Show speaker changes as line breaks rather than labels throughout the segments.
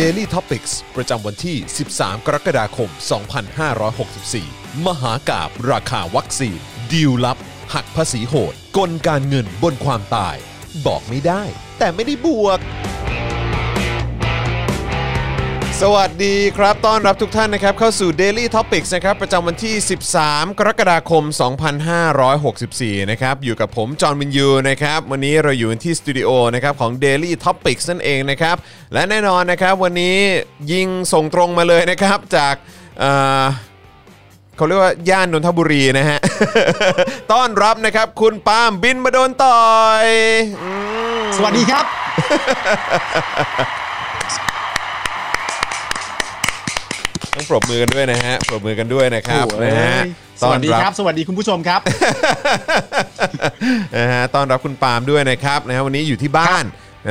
Daily Topics ประจำวันที่ 13 กรกฎาคม 2564 มหากาบราคาวัคซีน ดีลลับ หักภาษีโหด กลการเงินบนความตาย บอกไม่ได้ แต่ไม่ได้บวก สวัสดีครับ ต้อนรับทุกท่านนะครับ เข้าสู่ Daily Topics นะครับ ประจำวันที่ 13 กรกฎาคม 2564 นะครับ อยู่กับผม จอห์นวินยู นะครับ วันนี้เราอยู่กันที่สตูดิโอนะครับของ Daily Topics นั่นเองนะครับ และแน่นอนนะครับ วันนี้ยิงส่งตรงมาเลยนะครับ จากเอ่อเขาเรียกว่า ย่านนนทบุรีนะฮ ะ ต้อนรับนะครับ คุณปาล์มบินมาโดนต่อยอืม
สวัสดีครับ
ต้องปรบมือกันด้วยนะฮะปรบมือกันด้วยนะครับ
โอ้ย
นะฮะ
ส
ต้อ
วัน สดี
รับ
ครับ สวัสดีคุณผู้ชมครับ
นะฮะต้อนรับคุณปาล์มด้วยนะครับนะฮะวันนี้อยู่ที่บ้าน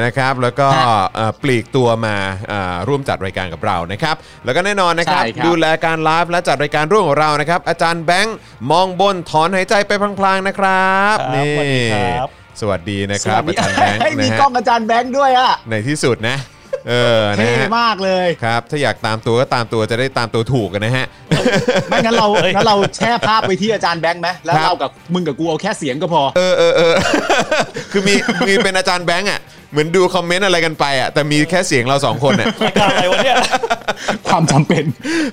นะครับแล้วก็เอ่อปลีกตัวมาเอ่อร่วมจัดรายการกับเรานะครับแล้วก็แน่นอนนะครับ
ใช่ครับ
ดูแลการไลฟ์และจัดรายการร่วมของเรานะครับอาจารย์แบงค์มองบนถอนหายใจไปพลางๆนะครับ
ครับ
นี่
สวัสดีครับ
สวัสดีนะครับอาจารย์แบงค์
ให้ยมี
นะฮะ
กล้องอาจารย์แบงค์ด้วยอ่ะ
ในที่สุดนะเออนะ
เท่
ฮะ
มากเลย
ครับถ้าอยากตามตัวก็ตามตัวจะได้ตามตัวถูกกันนะฮ ะ
ไม่งั้นเรา
เฮ้ย
งั้นเราแช่ภาพไปที่อาจารย์แบงค์ไหมแล้ว
ครับ
เรากับมึงกับกูเอาแค่เสียงก็พอ
เออเออเออ คือมีมีเป็นอาจารย์แบงค์อ่ะเหมือนดูคอมเมนต์อะไรกันไปอ่ะแต่มีแค่เสียงเราสองคนอ่ะ
รายการอะไรวะเนี่ย
ความจำเป็น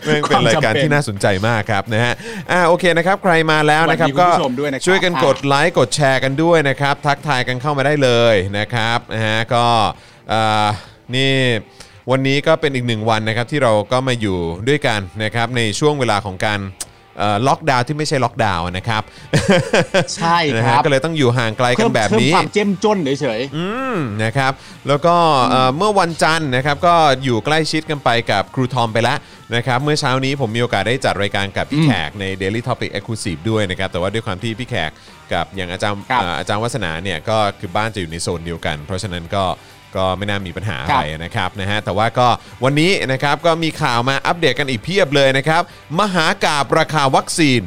แม่งเป็นรายการ
ควมจำ
ที่น่าสนใจมากครับนะฮะ อ่าโอเคนะครับ ใครมาแล้วนะครับ
สวัสดีคุ
ก็
ณผู้ชมด้วยนะครับ
ช่วยกันกดไลค์กดแชร์กันด้วยนะครับ ทักทายกันเข้ามาได้เลยนะครับนะฮะก็เอ่อนี่วันนี้ก็เป็นอีกหนึ่งวันนะครับที่เราก็มาอยู่ด้วยกันนะครับในช่วงเวลาของการเอ่อล็อกดาวน์ที่ไม่ใช่ล็อกดาวน์นะครับ
ใช่ครับ
นะฮะก็เลยต้องอยู่ห่างไกลกั
เพิ่
น
ม
แบบ
เพิ่ม
นี้
ความเจ้มจนเฉย
อืมนะครับแล้วก็เอ่อเมื่อวันจันทร์นะครับก็อยู่ใกล้ชิดกันไปกับครูทอมไปแล้วนะครับเมื่อเช้านี้ผมมีโอกาสได้จัดรายการกับพี่แขกใน Daily Topic Exclusive ด้วยนะครับแต่ว่าด้วยความที่พี่แขกกับอย่างอาจารย์
ครับ
เอ่ออาจารย์วัฒนาเนี่ยก็คือบ้านจะอยู่ในโซนเดียวกัน เพราะฉะนั้นก็ก็ไม่น่ามีปัญหาอะไรนะครับนะฮะแต่ว่าก็วันนี้นะครับก็มีข่าวมาอัปเดตกันอีกเพียบเลยนะครับมหากาบราคาวัคซีน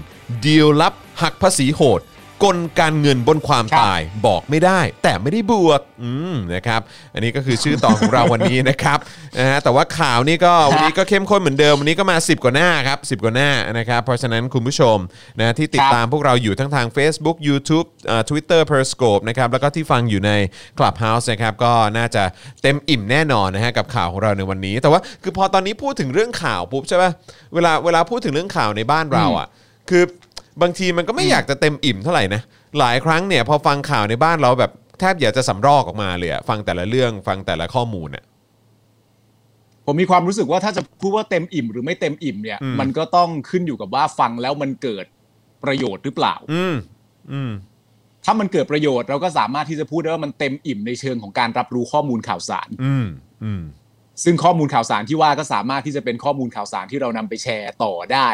ดีลลับหักภาษีโหด กลการเงินบนความ
ครับ
ตาย บอกไม่ได้ แต่ไม่ได้บวกอืมนะครับ อันนี้ก็คือชื่อตอนของเรา วันนี้นะครับ นะฮะแต่ว่าข่าวนี่ก็วันนี้ก็เข้มข้นเหมือนเดิมวันนี้ก็มา 10 กว่าหน้าครับ 10 กว่าหน้านะครับ เพราะฉะนั้นคุณผู้ชมนะที่ติด
ครับ
ตามพวกเราอยู่ทั้งทาง Facebook YouTube เอ่อ Twitter Periscope นะครับแล้วก็ที่ฟังอยู่ใน Clubhouse นะครับก็น่าจะเต็มอิ่มแน่นอนนะฮะกับข่าวของเราในวันนี้ แต่ว่าคือพอตอนนี้พูดถึงเรื่องข่าวปุ๊บใช่ป่ะเวลาเวลาพูดถึงเรื่องข่าวในบ้านเราอ่ะ คือบางทีมันก็ไม่อยากจะเต็มอิ่มเท่าไหร่นะหลายครั้งเนี่ยพอฟังข่าวในบ้านเราแบบแทบอยากจะสำรอกออกมาเลยอะฟังแต่ละเรื่องฟังแต่ละข้อมูลอะ
ๆ ผมมีความรู้สึกว่าถ้าจะพูดว่าเต็มอิ่มหรือไม่เต็มอิ่มเนี่ย
อืม
มันก็ต้องขึ้นอยู่กับว่าฟังแล้วมันเกิดประโยชน์หรือเปล่า
อืมอืม
ถ้ามันเกิดประโยชน์เราก็สามารถที่จะพูดได้ว่ามันเต็มอิ่มในเชิงของการรับรู้ข้อมูลข่าวสาร
อืมอืม
ซึ่งข้อมูลข่าวสารที่ว่าก็สามารถที่จะเป็นข้อมูลข่าวสารที่เรานำไปแชร์ต่อได้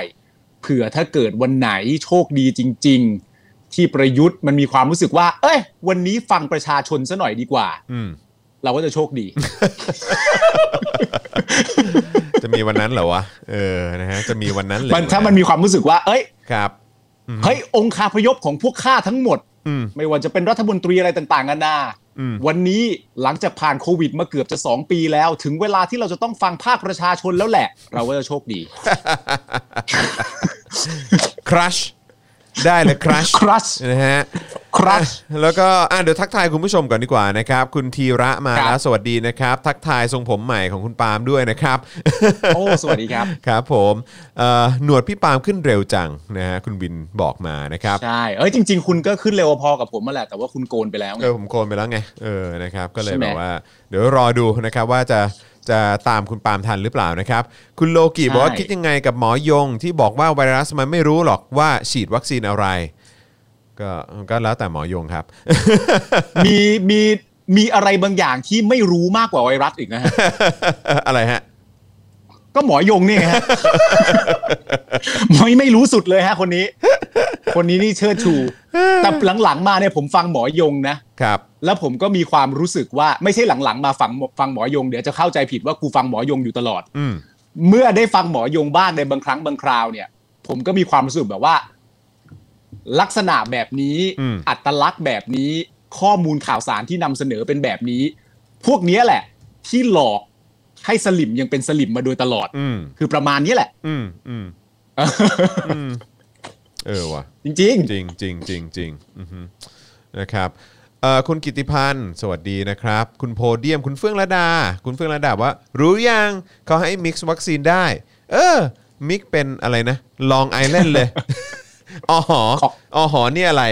เผื่อถ้าเกิดวันไหนโชคดีจริง ๆ ที่ประยุทธ์มันมีความรู้สึกว่า เอ้ย วันนี้ฟังประชาชนซะหน่อยดีกว่า
อืม
เราก็จะโชค ดี
จะมีวันนั้นเหรอวะเออนะฮะจะมีวันนั้นเลย
มันถ้ามันมีความรู้สึกว่า เอ้ย
ครับ
เฮ้ยองคาพยพของพวกข้าทั้งหมด
อืม
ไม่ว่าจะเป็นรัฐมนตรีอะไรต่างๆนานา
อืม
วันนี้หลังจากผ่านโควิดมาเกือบจะ 2 ปีแล้ว ถึงเวลาที่เราจะต้องฟังภาคประชาชนแล้วแหละ เราก็จะโชคดี
ครัชได้เลยครัช
Crush
นะฮะ
Crush
อ่ะแล้วก็อ่ะเดี๋ยวทักทายคุณผู้ชมก่อนดีกว่านะครับ คุณธีระมา
ครับ
แล้วสวัสดีนะครับ ทักทายทรงผมใหม่ของคุณปาล์มด้วยนะครับ
โอ้สวัสดีครับ
ครับผมเอ่อหนวดพี่ปาล์มขึ้นเร็วจังนะฮะคุณบินบอกมานะครับ
ใช่ เอ้ยจริง ๆ คุณก็ขึ้นเร็วพอกับผมมาแหละ แต่ว่าคุณโกนไปแล้วไง
เออผมโกนไปแล้วไงเออนะครับก็เลย
ใช่ไห
แบ
ม
บว่า เดี๋ยวรอดูนะครับว่าจะจะตามคุณปาล์มทันหรือเปล่านะครับ คุณโลกิบอกว่าคิดยังไงกับหมอยงที่บอกว่าไวรัสมันไม่รู้หรอกว่าฉีดวัคซีนอะไร ก็ก็แล้วแต่หมอยงครับ
มีมีมีอะไรบางอย่างที่ไม่รู้มากกว่าไวรัสอีกนะ ฮะ
อะไรฮะ
ก็หมอยงนี่ไงฮะ หมอยไม่รู้สุดเลยฮะ คนนี้ คนนี้นี่เชิดชู แต่หลังๆมาเนี่ยผมฟังหมอยงนะ
ครับ
แล้วผมก็มีความรู้สึกว่าไม่ใช่หลังๆ มาฟังฟังหมอยงเดี๋ยวจะเข้าใจผิดว่ากูฟังหมอยงอยู่ตลอด
อืม
เมื่อได้ฟังหมอยงบ้างในบางครั้งบางคราวเนี่ย ผมก็มีความรู้สึกแบบว่า ลักษณะแบบนี้
อืม
อัตลักษณ์แบบนี้ ข้อมูลข่าวสารที่นำเสนอเป็นแบบนี้ พวกเนี้ยแหละ ที่หลอก ให้สลิมยังเป็นสลิมมาโดยตลอด
อืม
คือประมาณนี้แหละ
อืมอืมอืมเออว่ะ
จริง
จริงจริงจริงจริงอือฮึนะครับเอ่อคุณกิติพันธ์ สวัสดีนะครับ คุณโพเดียมคุณเฟื่องระดา คุณเฟื่องระดาบอกว่า รู้ยังเขาให้มิกซ์วัคซีนได้ เออ มิกเป็นอะไรนะลองไอแลนด์เลย อหอ
ขอ
อหอเนี่ยอะไร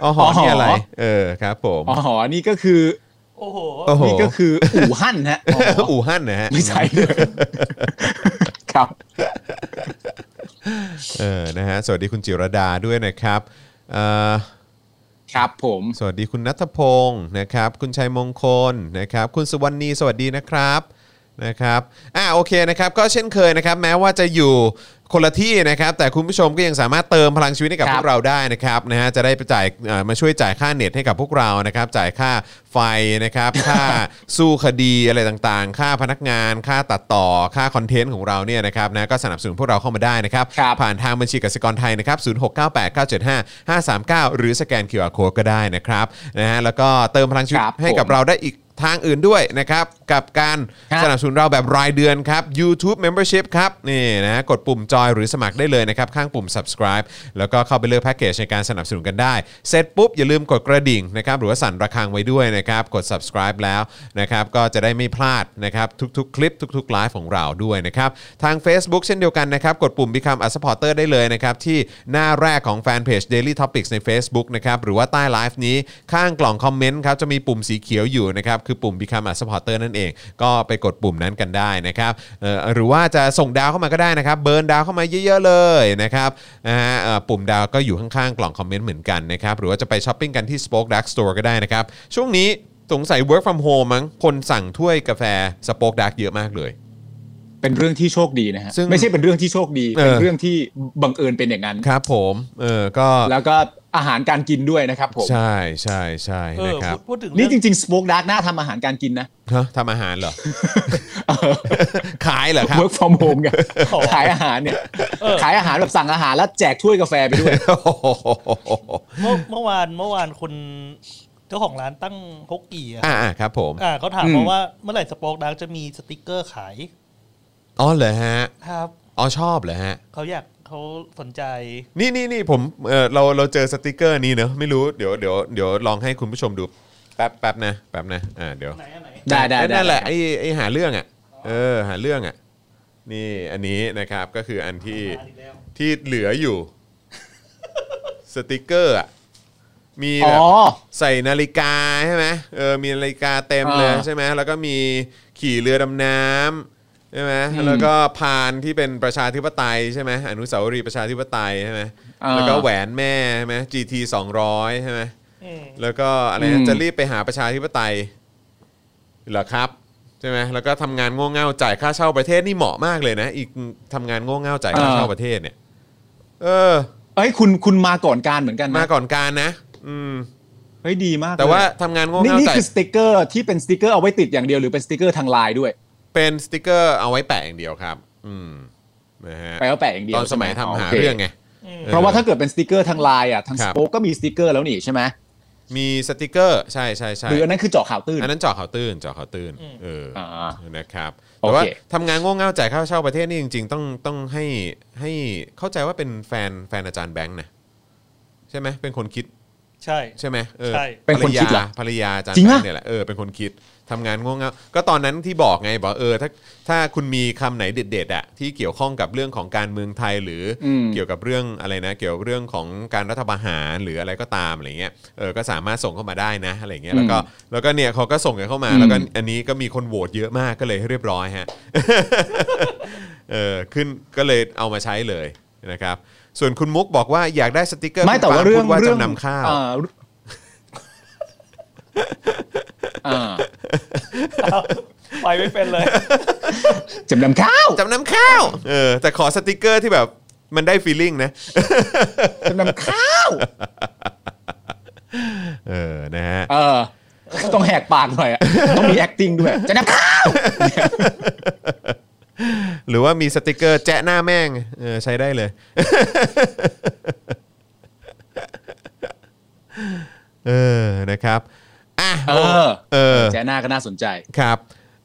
อหอเนี่ยอะไร
อหอ
เออครับผม
อ๋อนี่ก็คือ
โอ้โห
โอ้โห
นี่ก็คืออู่ฮั่นฮะ อ๋อ
อู่ฮั่นนะฮะ
ไม่ใช่เลย ครับ
เออนะฮะสวัสดีคุณจิรดาด้วยนะครับเอ่อ
ครับ ผม
สวัสดีคุณนัทพงศ์นะครับ คุณชัยมงคลนะครับ คุณสุวรรณีสวัสดีนะครับนะครับอ่าโอเคนะครับ ก็เช่นเคยนะครับ แม้ว่าจะอยู่คนละที่นะครับ แต่คุณผู้ชมก็ยังสามารถเติมพลังชีวิตให้กับพวกเราได้นะครับนะฮะจะได้ไปจ่ายเอ่อมาช่วยจ่ายค่าเน็ตให้กับพวกเรานะครับ จ่ายค่าไฟนะครับ ค่าสู้คดีอะไรต่างๆ ค่าพนักงาน ค่าตัดต่อค่าคอนเทนต์ของเราเนี่ยนะครับนะก็สนับสนุนพวกเราเข้ามาได้นะครับ
ครับ
ผ่านทางบัญชีกสิกรไทยนะครับ 0698975539 หรือสแกน QR Code ก็ได้นะครับ นะฮะ แล้วก็เติมพลังชีวิต
ครับ
ให้กับ
ผม
เราได้อีกทางอื่นด้วยนะครับ กับการ
ครับ
สนับสนุนเราแบบรายเดือนครับ YouTube Membership ครับ นี่นะฮะกดปุ่มจอยหรือสมัครได้เลยนะครับ ข้างปุ่ม subscribe แล้วก็เข้าไปเลือกแพ็กเกจในการสนับสนุนกันได้ เสร็จปุ๊บ อย่าลืมกดกระดิ่งนะครับ หรือว่าสั่นระฆังไว้ด้วยนะครับ กด subscribe แล้วนะครับ ก็จะได้ไม่พลาดนะครับ ทุกๆ คลิปทุกๆไลฟ์ของเราด้วยนะครับ ทาง Facebook เช่นเดียวกันนะครับ กดปุ่ม Become a supporter ได้เลยนะครับ ที่หน้าแรกของแฟนเพจ Daily Topics ใน Facebook นะครับ หรือว่าใต้ไลฟ์นี้ข้างกล่องคอมเมนต์ครับ จะมีปุ่มสีเขียวอยู่นะครับ คือปุ่ม Become a supporter นั่นเอง ก็ไปกดปุ่มนั้นกันได้นะครับเอ่อหรือว่าจะส่งดาวเข้ามาก็ได้นะครับ เบิร์นดาวเข้ามาเยอะ ๆ เลยนะครับนะฮะเอ่อปุ่มดาวก็อยู่ข้างๆกล่องคอมเมนต์เหมือนกันนะครับหรือว่าจะไปช้อปปิ้งกันที่ Spoke Dark Store ก็ได้นะครับช่วงนี้สงสัย work from home มั้งคนสั่งถ้วยกาแฟสโป๊กดาร์กเยอะมากเลย
เป็นเรื่องที่โชคดีนะฮะ
ซึ่ง
ไม่ใช่เป็นเรื่องที่โชคดี
เออ
เป็นเรื่องที่บังเอิญเป็นอย่างนั้น
ครับผมเออก็
แล้วก็อาหารการกินด้วยนะครับผม
ใช่ใช่ใช่
เอ
นะ
อ
ครับ
พูดพูดถึง
นี่
เรื่อง
จริงๆสโ o กดาร์กน่าทำอาหารการกินนะ
ฮะทำอาหารเหรอ ขายเหรอครับ
work from home ไงขายอาหารเนี่ย ขายอาหารแบบสั่งอาหารแล้วแจกถ้วยกาแฟไปด้วย
โอ้โห
เมื่อเมื่อวานเมื่อวานคุณเจ้าของร้านตั้งฮกกี่อะ
อ่าอ่าครับผม
อ่าเขาถาม
อืม
มาว่าเมื่อไหร่สปอคดักจะมีสติกเกอร์ขาย
อ๋อเหรอฮะ
ครับ
อ๋อชอบเหรอฮะ
เขาอยากเขาสนใจ
นี่นี่นี่ผมเออเราเราเจอสติกเกอร์นี้เนอะไม่รู้เดี๋ยวเดี๋ยวเดี๋ยวลองให้คุณผู้ชมดู แป๊บแป๊บนะแป๊บนะอ่าเดี๋ยว
ไหนอะไหน
ได้ได้ได้
นั่นแหละไอไอหาเรื่องอ่ะเออหาเรื่องอ่ะนี่อันนี้นะครับก็คืออันที่
มาอีกแล้ว
ที่เหลืออยู่ สติกเกอร์อ่ะมี
อ๋
แบ
อ
บ ใส่นาฬิกาใช่ไหมเออ มีนาฬิกาเต็มเลย
อ่า
ใช่ไหมแล้วก็มีขี่เรือดำน้ำใช่ไหม
อืม
แล้วก็พานที่เป็นประชาธิปไตยใช่ไหมอนุสาวรีย์ประชาธิปไตยใช่ไหม
อ่า
แล้วก็แหวนแม่ใช่ไหม GT 200ใช่ไหม
อืม
แล้วก็อะไร
อื
นะ
ม
จะรีบไปหาประชาธิปไตยเหรอครับใช่ไหมแล้วก็ทำงานโง่เง่าจ่ายค่าเช่าประเทศนี่เหมาะมากเลยนะ อีกทำงานโง่เง่าจ่ายค่าเช่าประเทศเนี่ย เออ
เอ้ยคุณคุณมาก่อนการเหมือนกัน
มา
นะ
ก่อนการนะ อืม
เฮ้ยดีมาก
แต่ว่า
เลย
ทำงานโง่
นี่
เง่า
นี่
จ่าย
คือสติกเกอร์ที่เป็นสติกเกอร์เอาไว้ติดอย่างเดียวหรือเป็นสติกเกอร์ทางไลน์ด้วย
เป็นสติกเกอร์เอาไว้แปะอย่างเดียวครับ อืม นะฮะ
ไปเอาแปะอย่างเดียว
ตอนสมัย
ใช่
ทำหา
ไโค
เรื่องไง
อืม
เออ
เพราะว่าถ้าเกิดเป็นสติกเกอร์ทางไลน์อ่ะทาง
ค
ส
รับ
โป๊กก็มีสติกเกอร์แล้วนี่ใช่ไหม
มีสติกเกอร์ ใช่ใช่ใช่
หรืออันนั้นคือเจาะข่าวตื้น
อันนั้นเจาะข่าวตื้นเจาะข่าวตื้น เอออา นะครับ
โอ
แต่
เค
ว่าทำงานโง่เง่าจ่ายค่าเช่าประเทศนี่จริง ๆ ต้องต้องให้ให้เข้าใจว่าเป็นแฟนแฟนอาจารย์แบงค์นะใช่ไหมเป็นคนคิด
ใช่
ใช่ไหมเออ
ใช่
เป็นคนคิดเหรอ
ภรรยาอาจารย์
จริง
แบ
ปะ
งค์เนี่ยแหละเออเป็นคนคิดทำงานโง่เง่าก็ตอนนั้นที่บอกไงบอกเออถ้าถ้าคุณมีคำไหนเด็ดๆอะที่เกี่ยวข้องกับเรื่องของการเมืองไทยหรืออ
อืม
เกี่ยวกับเรื่องอะไรนะ เกี่ยวกับเรื่องของการรัฐประหารหรืออะไรก็ตามอะไรเงี้ยเออก็สามารถส่งเข้ามาได้นะอะไรเงี้ยแล้วก็แล้วก็เนี่ยเขาก็ส่งกันเข้ามา
อืม
แล้วก็อันนี้ก็มีคนโหวตเยอะมากก็เลยให้เรียบร้อยฮะ เออขึ้นก็เลยเอามาใช้เลยนะครับ ส่วนคุณมุกบอกว่าอยากได้สติกเกอร์
ไม่แต่ว่า
คุณปพูด
เรื่อง
ว่า
เรื่อง
จำนำข้าว
อ่อ่า
ไปไม่เป็นเลย
จำนำข้าว
จำนำข้าวเออแต่ขอสติกเกอร์ที่แบบมันได้ฟีลลิ่งนะ
จำนำข้าว
เออนะฮะ
เออ ต้องแหกปากหน่อยอะต้องมี acting ด้วยจำนำข้าว
หรือว่ามีสติกเกอร์แจ้หน้าแม่งเออใช้ได้เลย เออนะครับอ่ะ
เออ
เออ
แจน่าก็น่าสนใจ
ครับ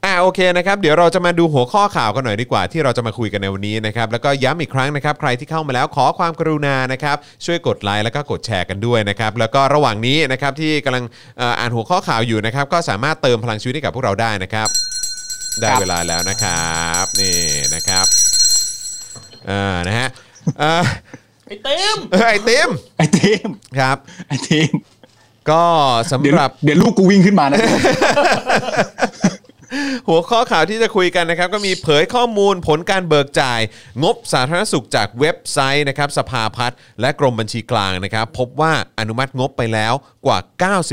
อ่ะ โอเคนะครับเดี๋ยวเราจะมาดูหัวข้อข่าวกันหน่อยดีกว่าที่เราจะมาคุยกันในวันนี้นะครับแล้วก็ย้ำอีกครั้งนะครับใครที่เข้ามาแล้วขอความกรุณานะครับช่วยกดไลค์แล้วก็กดแชร์กันด้วยนะครับแล้วก็ระหว่างนี้นะครับที่กำลังเอ่ออ่านหัวข้อข่าวอยู่นะครับก็สามารถเติมพลังชีวิตให้กับพวกเราได้นะครับ ได้เวลาแล้วนะครับนี่นะครับเอ่านะฮะเอ่อ
ไอ้เต็ม
เอ้ยไอติม
ไอเทม
ครับ
ไอเทม
ก็สำ
เดี๋ยว
หรับ
เดี๋ยวลูกกูวิ่งขึ้นมานะ
หัวข้อข่าวที่จะคุยกันนะครับ ก็มีเผยข้อมูลผลการเบิกจ่าย งบสาธารณสุขจากเว็บไซต์นะครับสภาพัฒน์และกรมบัญชีกลางนะครับ พบว่าอนุมัติงบไปแล้วกว่า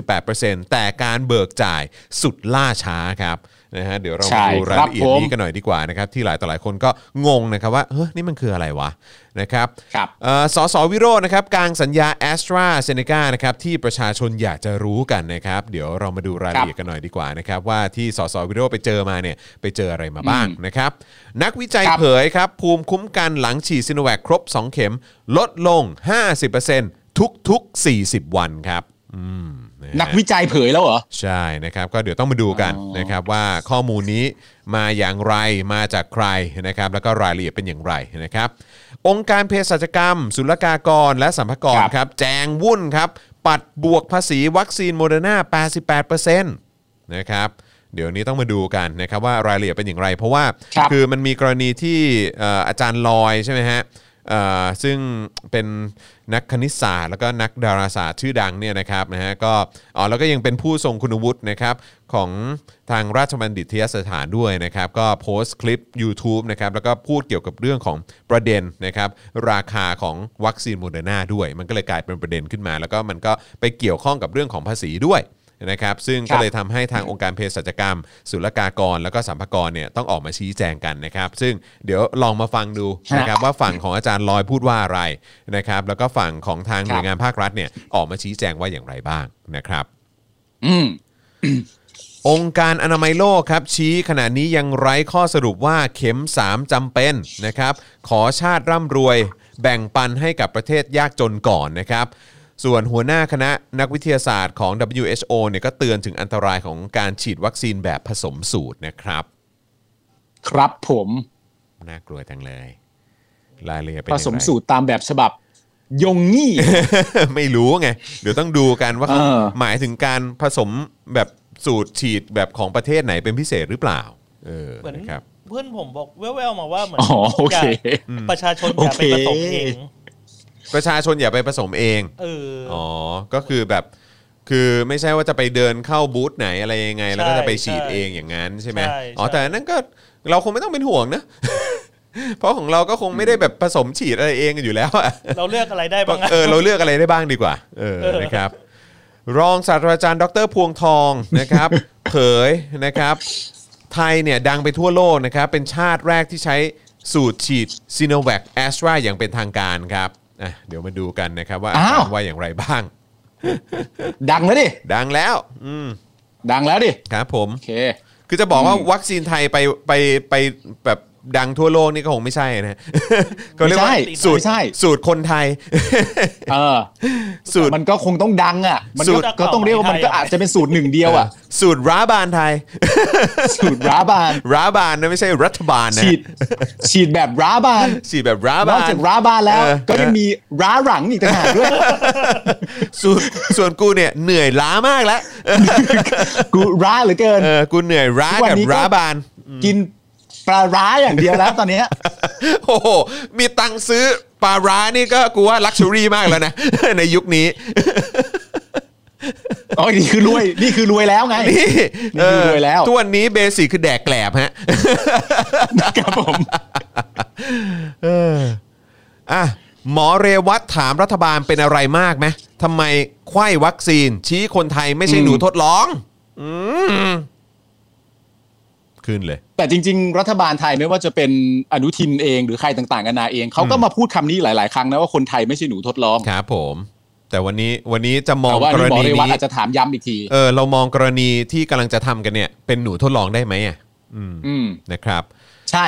98%แต่การเบิกจ่ายสุดล่าช้าครับนะฮะเดี๋ยวเรา
ใช่
มาดูรายละเอียด
ครับผม
นี้กันหน่อยดีกว่านะครับ ที่หลายต่อหลายคนก็งงนะครับว่าเฮ้ยนี่มันคืออะไรวะนะครับ
ครับ
เอ่อสสวิโรจน์นะครับกลางสัญญาแอสตราเซเนกานะครับที่ประชาชนอยากจะรู้กันนะครับ เดี๋ยวเรามาดูรายละเอียด กันหน่อยดีกว่านะครับว่าที่สสวิโรจน์ไปเจอมาเนี่ยไปเจออะไรมาบ้างนะครับ นักวิจัย
ครับ
เผยครับ ภูมิคุ้มกันหลังฉีดซิโนแวคครบ 2 เข็ม ลดลง 50%ทุกๆ 40 วันครับอืมะฮะ
นักวิจัยเผยแล้วเหรอ
ใช่นะครับก็เดี๋ยวต้องมาดูกัน
อ๋อ
นะครับว่าข้อมูลนี้มาอย่างไรมาจากใครนะครับแล้วก็รายละเอียดเป็นอย่างไรนะครับ องค์การเภสัชกรรม ศุลกากร และสัมภากร
ครับ
ครับแจงวุ่นครับ ปัดบวกภาษีวัคซีนโมเดอร์นา88%นะครับเดี๋ยวนี้ต้องมาดูกันนะครับว่ารายละเอียดเป็นอย่างไร เพราะว่า
ครับ
อมันมีกรณีที่เอ่ออาจารย์ลอยใช่ไหมฮะเอ่อซึ่งเป็นนักคณิตศาสตร์ แล้วก็นักดาราศาสตร์ชื่อดังเนี่ยนะครับนะฮะก็อ๋อแล้วก็ยังเป็นผู้ทรงคุณวุฒินะครับของทางราชบัณฑิตยสถานด้วยนะครับ ก็โพสต์คลิป YouTube นะครับแล้วก็พูดเกี่ยวกับเรื่องของประเด็นนะครับราคาของวัคซีนโมเดอร์นาด้วย มันก็เลยกลายเป็นประเด็นขึ้นมา แล้วก็มันก็ไปเกี่ยวข้องกับเรื่องของภาษีด้วย นะครับซึ่ง
ครั
ก็
บ
เลยทำให้ทางองค์การเภสัชกรรม ศุลกากร แล้วก็สัมภากรเนี่ยต้องออกมาชี้แจงกันนะครับ ซึ่งเดี๋ยวลองมาฟังดูนะครับว่าฝั่งของอาจารย์ลอยพูดว่าอะไรนะครับ แล้วก็ฝั่งของทางหน่วยงานภาครัฐเนี่ยออกมาชี้แจงว่าอย่างไรบ้างนะครับ
อืม
องค์การอนามัยโลกครับ ชี้ขณะนี้ยังไร้ข้อสรุปว่าเข็ม 3จำเป็นนะครับ ขอชาติร่ำรวยแบ่งปันให้กับประเทศยากจนก่อนนะครับ ส่วนหัวหน้าคณะนักวิทยาศาสตร์ของ WHO เนี่ยก็เตือนถึงอันตรายของการฉีดวัคซีนแบบผสมสูตรนะครับ
ครับผม
น่ากลัวจังเลย รายละเอียดเป็น
ผ
อย่างไร
สมสูตรตามแบบฉบับ ยงงี่
ไม่รู้ไง เดี๋ยวต้องดูกันว่าเขา
เออ
หมายถึงการผสมแบบสูตรฉีดแบบของประเทศไหนเป็นพิเศษหรือเปล่า เออ
เหมือน
นะครับ
เพื่อนผมบอกแว่วๆมาว่าเหมือน
อ๋อโอเค
ย่าประชาชนอย่าไปผสมเอง
ประชาชนอย่าไปผสมเอง
เอออ
อ๋อ ก็คือแบบ คือไม่ใช่ว่าจะไปเดินเข้าบูธไหนอะไรยังไง แล้วก็จะไปฉีดเองอย่างนั้นใช่ไหม
ใช่
อ๋อ
ใช่
แต่อันนั้นก็เราคงไม่ต้องเป็นห่วงนะ เพราะของเราก็คงไม่ได้แบบผสมฉีดอะไรเองกันอยู่แล้วอะ
เราเลือกอะไรได้บ้างอะ
เออเราเลือกอะไรได้บ้างดีกว่า เออ
เออ
นะครับ รองศาสตราจารย์ดรพวงทองนะครับ เผยนะครับ ไทยเนี่ยดังไปทั่วโลกนะครับ เป็นชาติแรกที่ใช้สูตรฉีดซีโนแวคแอสตราอย่างเป็นทางการครับอ่ะเดี๋ยวมาดูกันนะครับว่า
อ้าว
อาจารย์ว่าอย่างไรบ้าง
ดังแล้วดิ
ดังแล้ว อืม
ดังแล้วดิ
ครับผม
โอเค
คือจะบอกว่า
อืม
วัคซีนไทยไปไปไปแบบดังทั่วโลกนี่ก็คงไม่ใช่นะ ก็เรียกว่า
ไม่ใช่
สูตร
ไม่ใช่
สูตรคนไทย
เออ
สูตร
มันก็คงต้องดังอ่ะ มัน
สู
ก็
ตร
ก็ต้องเรียกว่ามันก็อาจจะเป็นสูตรหนึ่งเดียวอ่ะ
สูตรร้าบานไทย
สูตรร้าบาน
ร้าบานนะไม่ใช่รัฐบาลนะ
ฉีด ฉีดแบบร้าบาน
ฉีดแบบร้าน บา
อก
น
จากร้าบานแล้ว
เออ
ก็ยังมีร้าหลังอีกต่างหากด้วย
ส่วนส่วนกูเนี่ยเหนื่อยล้ามากแล้ว
กูร้าเหลือเกิน
เออกูเหนื่อยร้า
วัน
กับ
นี้ก็
ร้าบาน
กินปลาร้าอย่างเดียวแล้วตอนเนี้ย
โอ้โหมีตังค์ซื้อปลาร้านี่ก็กูว่าลักชัวรี่มากแล้วนะ ในยุคนี้
อ๋อ นี่คือรวย นี่คือรวยแล้วไง
นี่
นี่คือรวยแล้ว
ทุกวันนี้เบสิกคือแดกแกลบฮะ
ครับผม
อ่ะหมอเรวัตถามรัฐบาลเป็นอะไรมากไหมทำไมไขว้วัคซีน ชี้คนไทยไม่ใช่หนูทดลอง อืมขึ้นเลย
แต่จริง ๆ รัฐบาลไทยไม่ว่าจะเป็นอนุทินเองหรือใครต่างๆกันานาเองเขาก็มาพูดคำนี้หลาย ๆ ครั้งนะว่าคนไทยไม่ใช่หนูทดลอง
ครับผม แต่วันนี้วันนี้จะมอง
แต่ว่าก
ร
หมอ
ณี
เรวัต
นี้
อาจจะถามย้ำอีกที
เออเรามองกรณีที่กำลังจะทำกันเนี่ย เป็นหนูทดลองได้ไหมอ่ะอืม
อืม
นะครับ
ใช่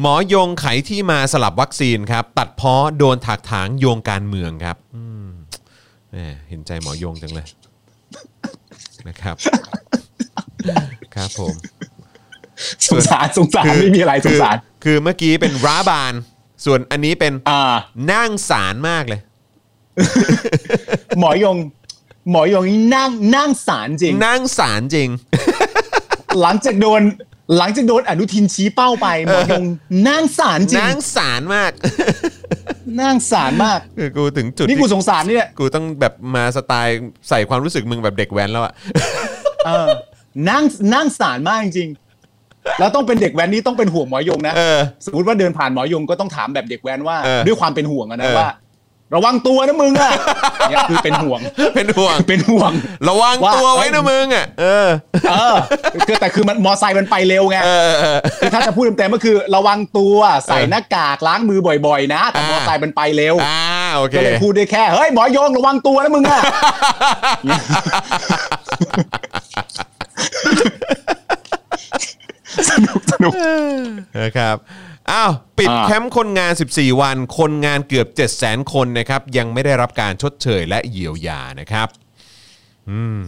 หมอยงไขที่มาสลับวัคซีนครับ ตัดพ้อโดนถักถางโยงการเมืองครับอืมแหมเห็นใจหมอยงจังเลยนะครับ ครับ ผม
สงสารสงสาร
คือ
ไม่มีอะไรสงสาร
คือคือเมื่อกี้เป็นร้าบาน ส่วนอันนี้เป็น
อ่า
นั่งสารมากเลย
หมอยง หมอยงนี่นั่งนั่งสารจริง
นั่งสารจริง
หลังจากโดน หลังจากโดนอนุทินชี้เป้าไป หมอยงนั่งสารจริง
นั่งสารมาก
นั่งสารมาก
คือกูถึงจุด
นี่
ที่
กูสงสารเนี่ย
กูต้องแบบมาสไตล์ใส่ความรู้สึกมึงแบบเด็กแว้นแล้วอะ
เออนั่งนั่งสารมากจริง แล้วต้องเป็นเด็กแว้นนี่ต้องเป็นห่วงหมอยงนะ
เอ อ
สมมติว่าเดินผ่านหมอยงก็ต้องถามแบบเด็กแว้นว่า
เออ
ด้วยความเป็นห่วงอะนะ
เออ
ว่า ระวังตัวนะมึงอะเนี่ยคือเป็นห่วง
เป็นห่วง
เป็นห่วง
ระวัง
ว่า
ตัวไว้นะมึงอ่ะ เออ
เออคือแต่คือมันมอไซค์มันไปเร็วไง
เออเออ
คือถ้าจะพูดเต็มๆก็คือ ระวังตัวใส่
เออ
หน้ากากล้างมือบ่อยๆ นะ แต่
อ่าม ม
อไซค์มันไปเร็ว
อ่าโอเค
ก็เลยพูดได้แค่เฮ้ยหมอยงระวังตัวนะมึงอะสนุกสนุก
นะครับ อ้าว ปิด
อ่า
แคมป์คนงาน 14 วัน คนงานเกือบ 7 0 0 0 0 คนนะครับ ยังไม่ได้รับการชดเชยและเยียวยานะครับ อืม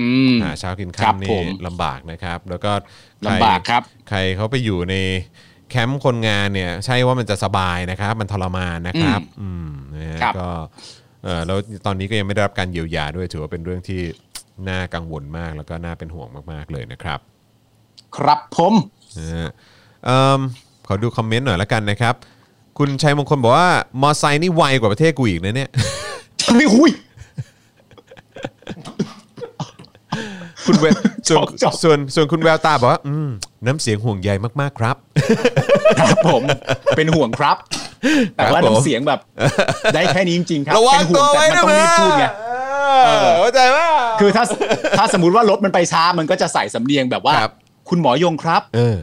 อืม
หาเช้ากิน
ครับ
ค่ำ
ผ
นี่
ม
ลำบากนะครับ แล้วก็ใ
ลำบากครับ
ใครเขาไปอยู่ในแคมป์คนงานเนี่ย ใช่ว่ามันจะสบายนะครับ มันทรมานนะครับอืมนะฮะ
ครับ
ก็เออแล้วตอนนี้ก็ยังไม่ได้รับการเยียวยาด้วยถือว่าเป็นเรื่องที่น่ากังวลมากแล้วก็น่าเป็นห่วงมากๆเลยนะครับ
ครับผม
นะฮะเอิ่มขอดูคอมเมนต์หน่อยละกันนะครับ คุณชัยมงคลบอกว่า มอไซค์นี่ไวกว่าประเทศกูอีกนะเนี่ย
เฮ้ยหุย
คุณเวส่วน
จบ
ส่วนส่วนคุณแววตาบอกว่า อืม น้ำเสียงห่วงใยมาก ๆ ครับ
ครับผมเป็นห่วงครับ แต่
ครั
ว่า
บผม
น้ำเสียงแบบ ได้แค่นี้จริงๆครับ
ระวัง
เป็นห่
ตัว ว
ง
ไว้
แต่มัน
นะมึง
ต้องรีบพูดไง
เออ
เออ
เข้าใจว่า
คือถ้าถ้าสมมติว่ารถมันไปช้ามันก็จะใส่สำเนียงแบบว่า
ครับ
คุณหมอยงครับ
เออ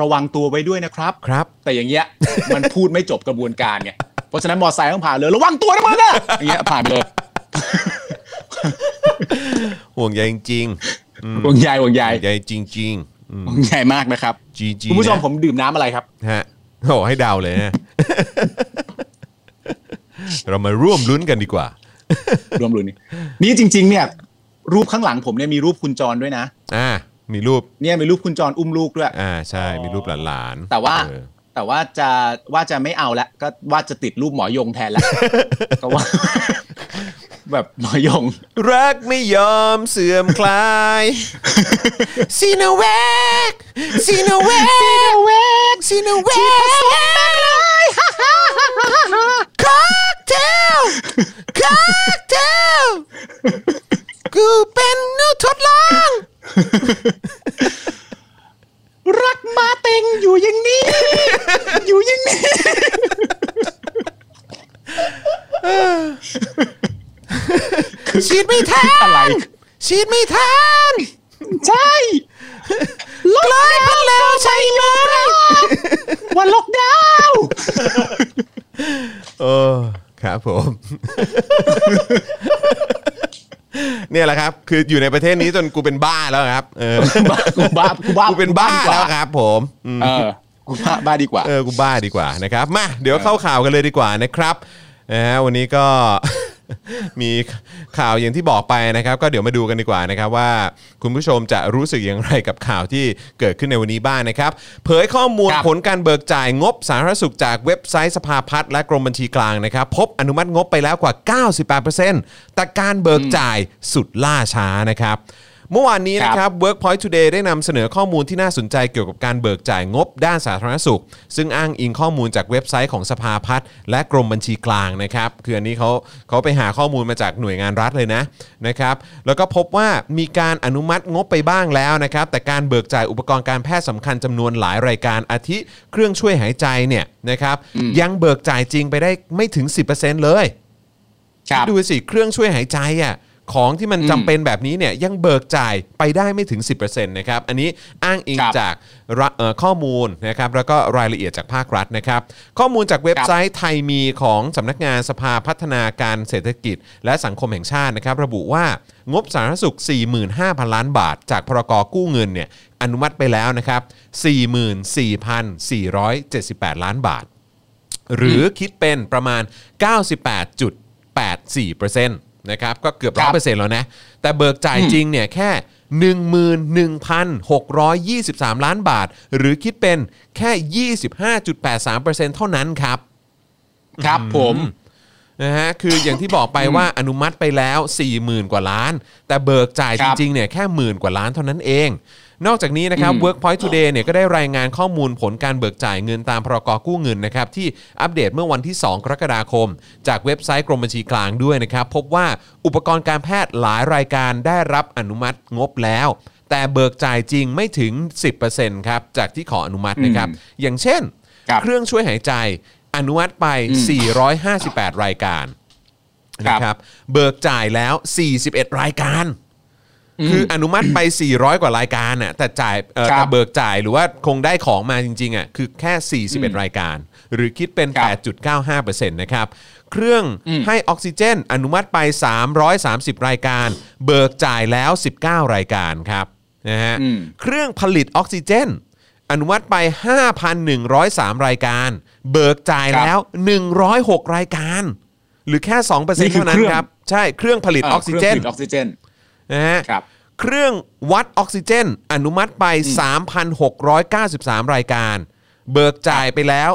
ระวังตัวไว้ด้วยนะครับ
ครับ
แต่อย่างเงี้ยมันพูดไม่จบกระบวนการไงเพราะฉะนั้นมอไซค์ต้องผ่านเลยระวังตัวนะมึงอะอย่างเงี้ยผ่านไปเลย
ห่วงใยจริง
ห่วงใยห่วงใย
ๆห่วงใยจริงๆอืม
ห่วงใยมากนะครับ
จีจี
คุณผู้ชม
นะ
ผมดื่มน้ำอะไรครับ
ฮะโอ้ให้เดาวเลยนะ เรามาร่วมลุ้นกันดีกว่า
รวมรุ่นนี่นี่จริง ๆ เนี่ย รูปข้างหลังผมเนี่ยมีรูปคุณจรด้วยนะ
อ่ามีรูป
เนี่ยมีรูปคุณจรอุ้มลูกด้วย
อ่าใช่
อ๋อ
มีรูปหลานๆ
แต่ว่า
เออ
แต่ว่าจะว่าจะไม่เอาละก็ว่าจะติดรูปหมอยงแทนละ ก็ว่า แบบหมอยง
รักไม่ยอมเสื่อมคลายซีโนแวกซีโนแวกซีโนแวกซีโนแวก ค็อกเทลค็อกเทลกูเป็นหนูทดลอง
รักมาเต็งอยู่อย่างนี้ อยู่อย่างนี้
ฉีดไม่ทัน
อะไร
ฉีดไม่ทัน
ใช่
กลายพันธุ์แล้วใช่ไหม
วันล็อกดาวน์
เออครับผม เนี่ยแหละครับ คืออยู่ในประเทศนี้จนกูเป็นบ้าแล้วครับ เออ
บ้ากูบ้ากูบ้า
กูเป็นบ้า
ดีก
แล้วครับผมอืม
เออกูบ้าบ้าดีกว่า
เออกูบ้าดีกว่านะครับมาเดี๋ยวเข้าข่าวกันเลยดีกว่านะครับนะฮะวันนี้ก็ มีข่าวอย่างที่บอกไปนะครับ ก็เดี๋ยวมาดูกันดีกว่านะครับว่า คุณผู้ชมจะรู้สึกอย่างไรกับข่าวที่เกิดขึ้นในวันนี้บ้างนะครับ เผยข้อมูล
ครับ
ผลการเบิกจ่ายงบสาธารณสุขจากเว็บไซต์สภาพัฒน์และกรมบัญชีกลางนะครับ พบอนุมัติงบไปแล้วกว่า 98%แต่การเบิกจ่ายสุดล่าช้านะครับ เมื่อวานนี้นะครับ ครับ Workpoint Today ได้นำเสนอข้อมูลที่น่าสนใจเกี่ยวกับการเบิกจ่ายงบด้านสาธารณสุข ซึ่งอ้างอิงข้อมูลจากเว็บไซต์ของสภาพัฒน์และกรมบัญชีกลางนะครับ คืออันนี้เขาเขาไปหาข้อมูลมาจากหน่วยงานรัฐเลยนะนะครับ แล้วก็พบว่ามีการอนุมัติงบไปบ้างแล้วนะครับ แต่การเบิกจ่ายอุปกรณ์การแพทย์สำคัญจำนวนหลายรายการอาทิเครื่องช่วยหายใจเนี่ยนะครับ ยังเบิกจ่ายจริงไปได้ไม่ถึง 10%เลย
ครับ
ดูสิเครื่องช่วยหายใจอ่ะของที่มัน
อืม
จำเป็นแบบนี้เนี่ยยังเบิกจ่ายไปได้ไม่ถึง 10%นะครับอันนี้อ้างอิง
ครับ
จากระเอ่อข้อมูลนะครับแล้วก็รายละเอียดจากภาครัฐนะครับ ข้อมูลจากเว็บไซต์ไทยมีของสำนักงานสภาพัฒนาการเศรษฐกิจ และสังคมแห่งชาตินะครับ ระบุว่างบสาธารณสุข 45,000 ล้านบาท จากพรกกู้เงินเนี่ยอนุมัติไปแล้วนะครับ 44,478 ล้านบาท หรือคิดเป็นประมาณ 98.84%นะครับ ก็เกือบ
ครั
ร้อบ เปอร์เซ็นต์แล้วนะ แต่เบิกจ่าย
อืม
จริงเนี่ยแค่ 11,623 ล้านบาท หรือคิดเป็นแค่ 25.83%เท่านั้นครับ
ครับผม
นะฮะคืออย่างที่บอกไปว่าอนุมัติไปแล้ว 40,000 กว่าล้าน แต่เบิกจ่าย
ค
จ
รับ
ริงๆเนี่ยแค่หมื่นกว่าล้านเท่านั้นเอง นอกจากนี้นะครับ
อืม
Workpoint Today เนี่ยก็ได้รายงานข้อมูลผลการเบิกจ่ายเงินตามพรกกู้เงินนะครับ ที่อัปเดตเมื่อวันที่ 2 กรกฎาคม จากเว็บไซต์กรมบัญชีกลางด้วยนะครับ พบว่าอุปกรณ์การแพทย์หลายรายการได้รับอนุมัติงบแล้ว แต่เบิกจ่ายจริงไม่ถึง 10%ครับจากที่ขออนุมัตินะครับ อย่างเช่น
ครับ
เครื่องช่วยหายใจอนุมัติไป
อืม
458 รายการนะครับเบิกจ่ายแล้ว 41 รายการ คืออนุมัติไป 400 กว่ารายการน่ะแต่จ่ายเอ่อ
ครับ
แต่เบิกจ่ายหรือว่าคงได้ของมาจริงๆอ่ะคือแค่
อืม
41 รายการ หรือคิดเป็น
ครับ
8.95%นะครับ เครื่อง
อืม
ให้ออกซิเจน อนุมัติไป 330 รายการ เบิกจ่ายแล้ว 19 รายการครับนะฮะ
อืม
เครื่องผลิตออกซิเจน อนุมัติไป 5,103 รายการ เบิกจ่ายแล้ว 106 รายการ หรือแค่
นี่
2%
คือ
เท่านั้น
เครื่
ค
อง
รับ ใช่เครื่องผลิตออกซิเจน
ครื่องผลิตออกซิเจน
นะฮะ
ครับ
เครื่องวัดออกซิเจน อนุมัติไป 3,693 รายการ เบิกจ่ายไปแล้ว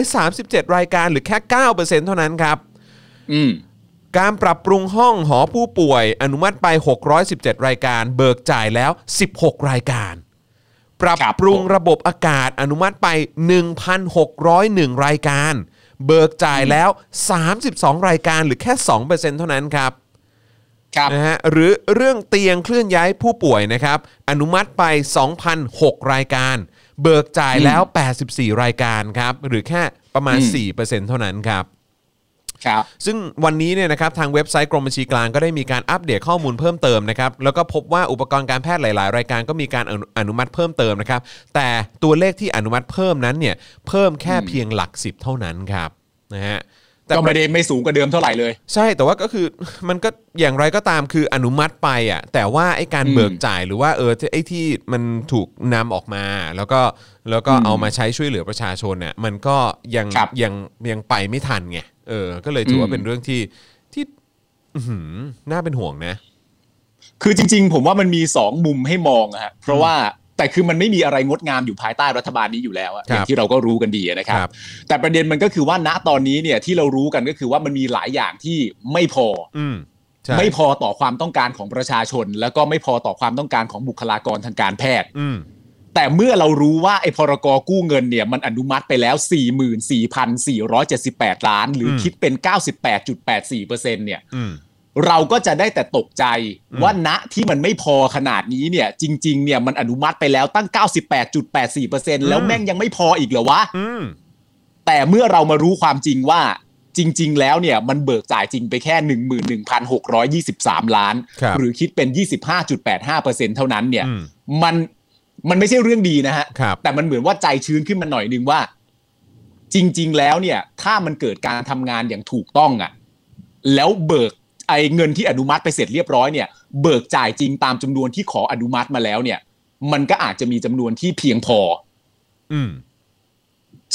337 รายการหรือแค่ 9%เท่านั้นครับ
อืม
การปรับปรุงห้องหอผู้ป่วย อนุมัติไป 617 รายการ เบิกจ่ายแล้ว 16 รายการ ปรับ
ครับ
ปรุงระบบอากาศอนุมัติไป 1,601 รายการ เบิกจ่ายแล้ว 32 รายการหรือแค่ 2%เท่านั้นครับ
ครับ
นะฮะหรือเรื่องเตียงเคลื่อนย้ายผู้ป่วยนะครับ อนุมัติไป 2,006 รายการ เบิกจ่ายแล้ว 84 รายการครับ หรือแค่ประมาณ
อืม
4%เท่านั้นครับ
ครับ
ซึ่งวันนี้เนี่ยนะครับทางเว็บไซต์กรมบัญชีกลางก็ได้มีการอัปเดตข้อมูลเพิ่มเติมนะครับแล้วก็พบว่าอุปกรณ์การแพทย์หลาย ๆ รายการก็มีการอนุอนุมัติเพิ่มเติมนะครับ แต่ตัวเลขที่อนุมัติเพิ่มนั้นเนี่ยเพิ่มแค่เพียงหลัก 10 เท่านั้นครับนะฮะแต่
ก็ไม่ได้ไม่สูงกว่าเดิมเท่าไหร่เลย
ใช่แต่ว่าก็คือ มันก็อย่างไรก็ตามคืออนุมัติไปอ่ะแต่ว่าไอ้การ
อืม
เบิกจ่ายหรือว่าเออที่ไอ้ที่มันถูกนำออกมา แล้วก็แล้วก็
อืม
เอามาใช้ช่วยเหลือประชาชนเนี่ยมันก็ยัง
ครับ
ยังยังไปไม่ทันไงเออ ก็เลยถือว่า
อืม
เป็นเรื่องที่ที่ อื้อหือน่าเป็นห่วงนะ
คือจริง ๆ ผมว่ามันมีสองมุมให้มองอะฮะเพราะว่าแต่คือมันไม่มีอะไรงดงามอยู่ภายใต้รัฐบาลนี้อยู่แล้วอะ
ครั
อบย่างที่เราก็รู้กันดีอะนะครับ
ครับ
แต่ประเด็นมันก็คือว่าณตอนนี้เนี่ยที่เรารู้กันก็คือว่ามันมีหลายอย่างที่ไม่พอ
อืมใช่
ไม่พอต่อความต้องการของประชาชน แล้วก็ไม่พอต่อความต้องการของบุคลากรทางการแพทย์
อืม
แต่เมื่อเรารู้ว่าไอ้พรกกู้เงินเนี่ยมันอนุมัติไปแล้ว 44,478 ล้าน หรือคิดเป็น 98.84%เนี่ย
อืม
เราก็จะได้แต่ตกใจ
อืม
ว่าณที่มันไม่พอขนาดนี้เนี่ย จริง ๆ เนี่ยมันอนุมัติไปแล้วตั้ง 98.84%แล้วแม่งยังไม่พออีกเหรอวะ
อืม
แต่เมื่อเรามารู้ความจริงว่าจริง ๆ แล้วเนี่ยมันเบิกจ่ายจริงไปแค่ 11,623 ล้าน
ครับ
หรือคิดเป็น 25.85%เท่านั้นเนี่ย
อืม
มันมันไม่ใช่เรื่องดีนะฮะ
ครับ
แต่มันเหมือนว่าใจชื้นขึ้นมาหน่อยนึงว่า จริง ๆ แล้วเนี่ย ถ้ามันเกิดการทำงานอย่างถูกต้องอะ่ะ แล้วเบิกไอ้เงินที่อนุมัติไปเสร็จเรียบร้อยเนี่ย เบิกจ่ายจริงตามจำนวนที่ขออนุมัติมาแล้วเนี่ย มันก็อาจจะมีจำนวนที่เพียงพอ
อืม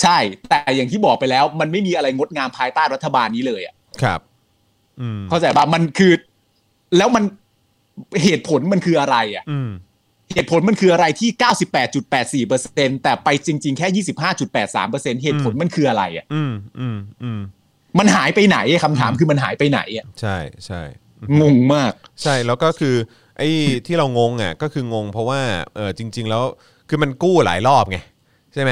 ใช่ แต่อย่างที่บอกไปแล้ว มันไม่มีอะไรงดงามภายใต้รัฐบาลนี้เลยอ่ะ
ครับอืม
เข้าใจป่ะมันคือ แล้วมันเหตุผลมันคืออะไรอ่ะ
อืม
เหตุผลมันคืออะไรที่ 98.84%แต่ไปจริง ๆ แค่ 25.83%เหตุผลมันคืออะไรอ่ะ
อืมอืมอืม
มันหายไปไหนอะคำถามคือมันหายไปไหนอ่ะ
ใช่ใช่
งงมาก
ใช่แล้วก็คือไอ้ที่เรางงอ่ะก็คืองงเพราะว่าเออจริง ๆ แล้วคือมันกู้หลายรอบไงใช่ไหม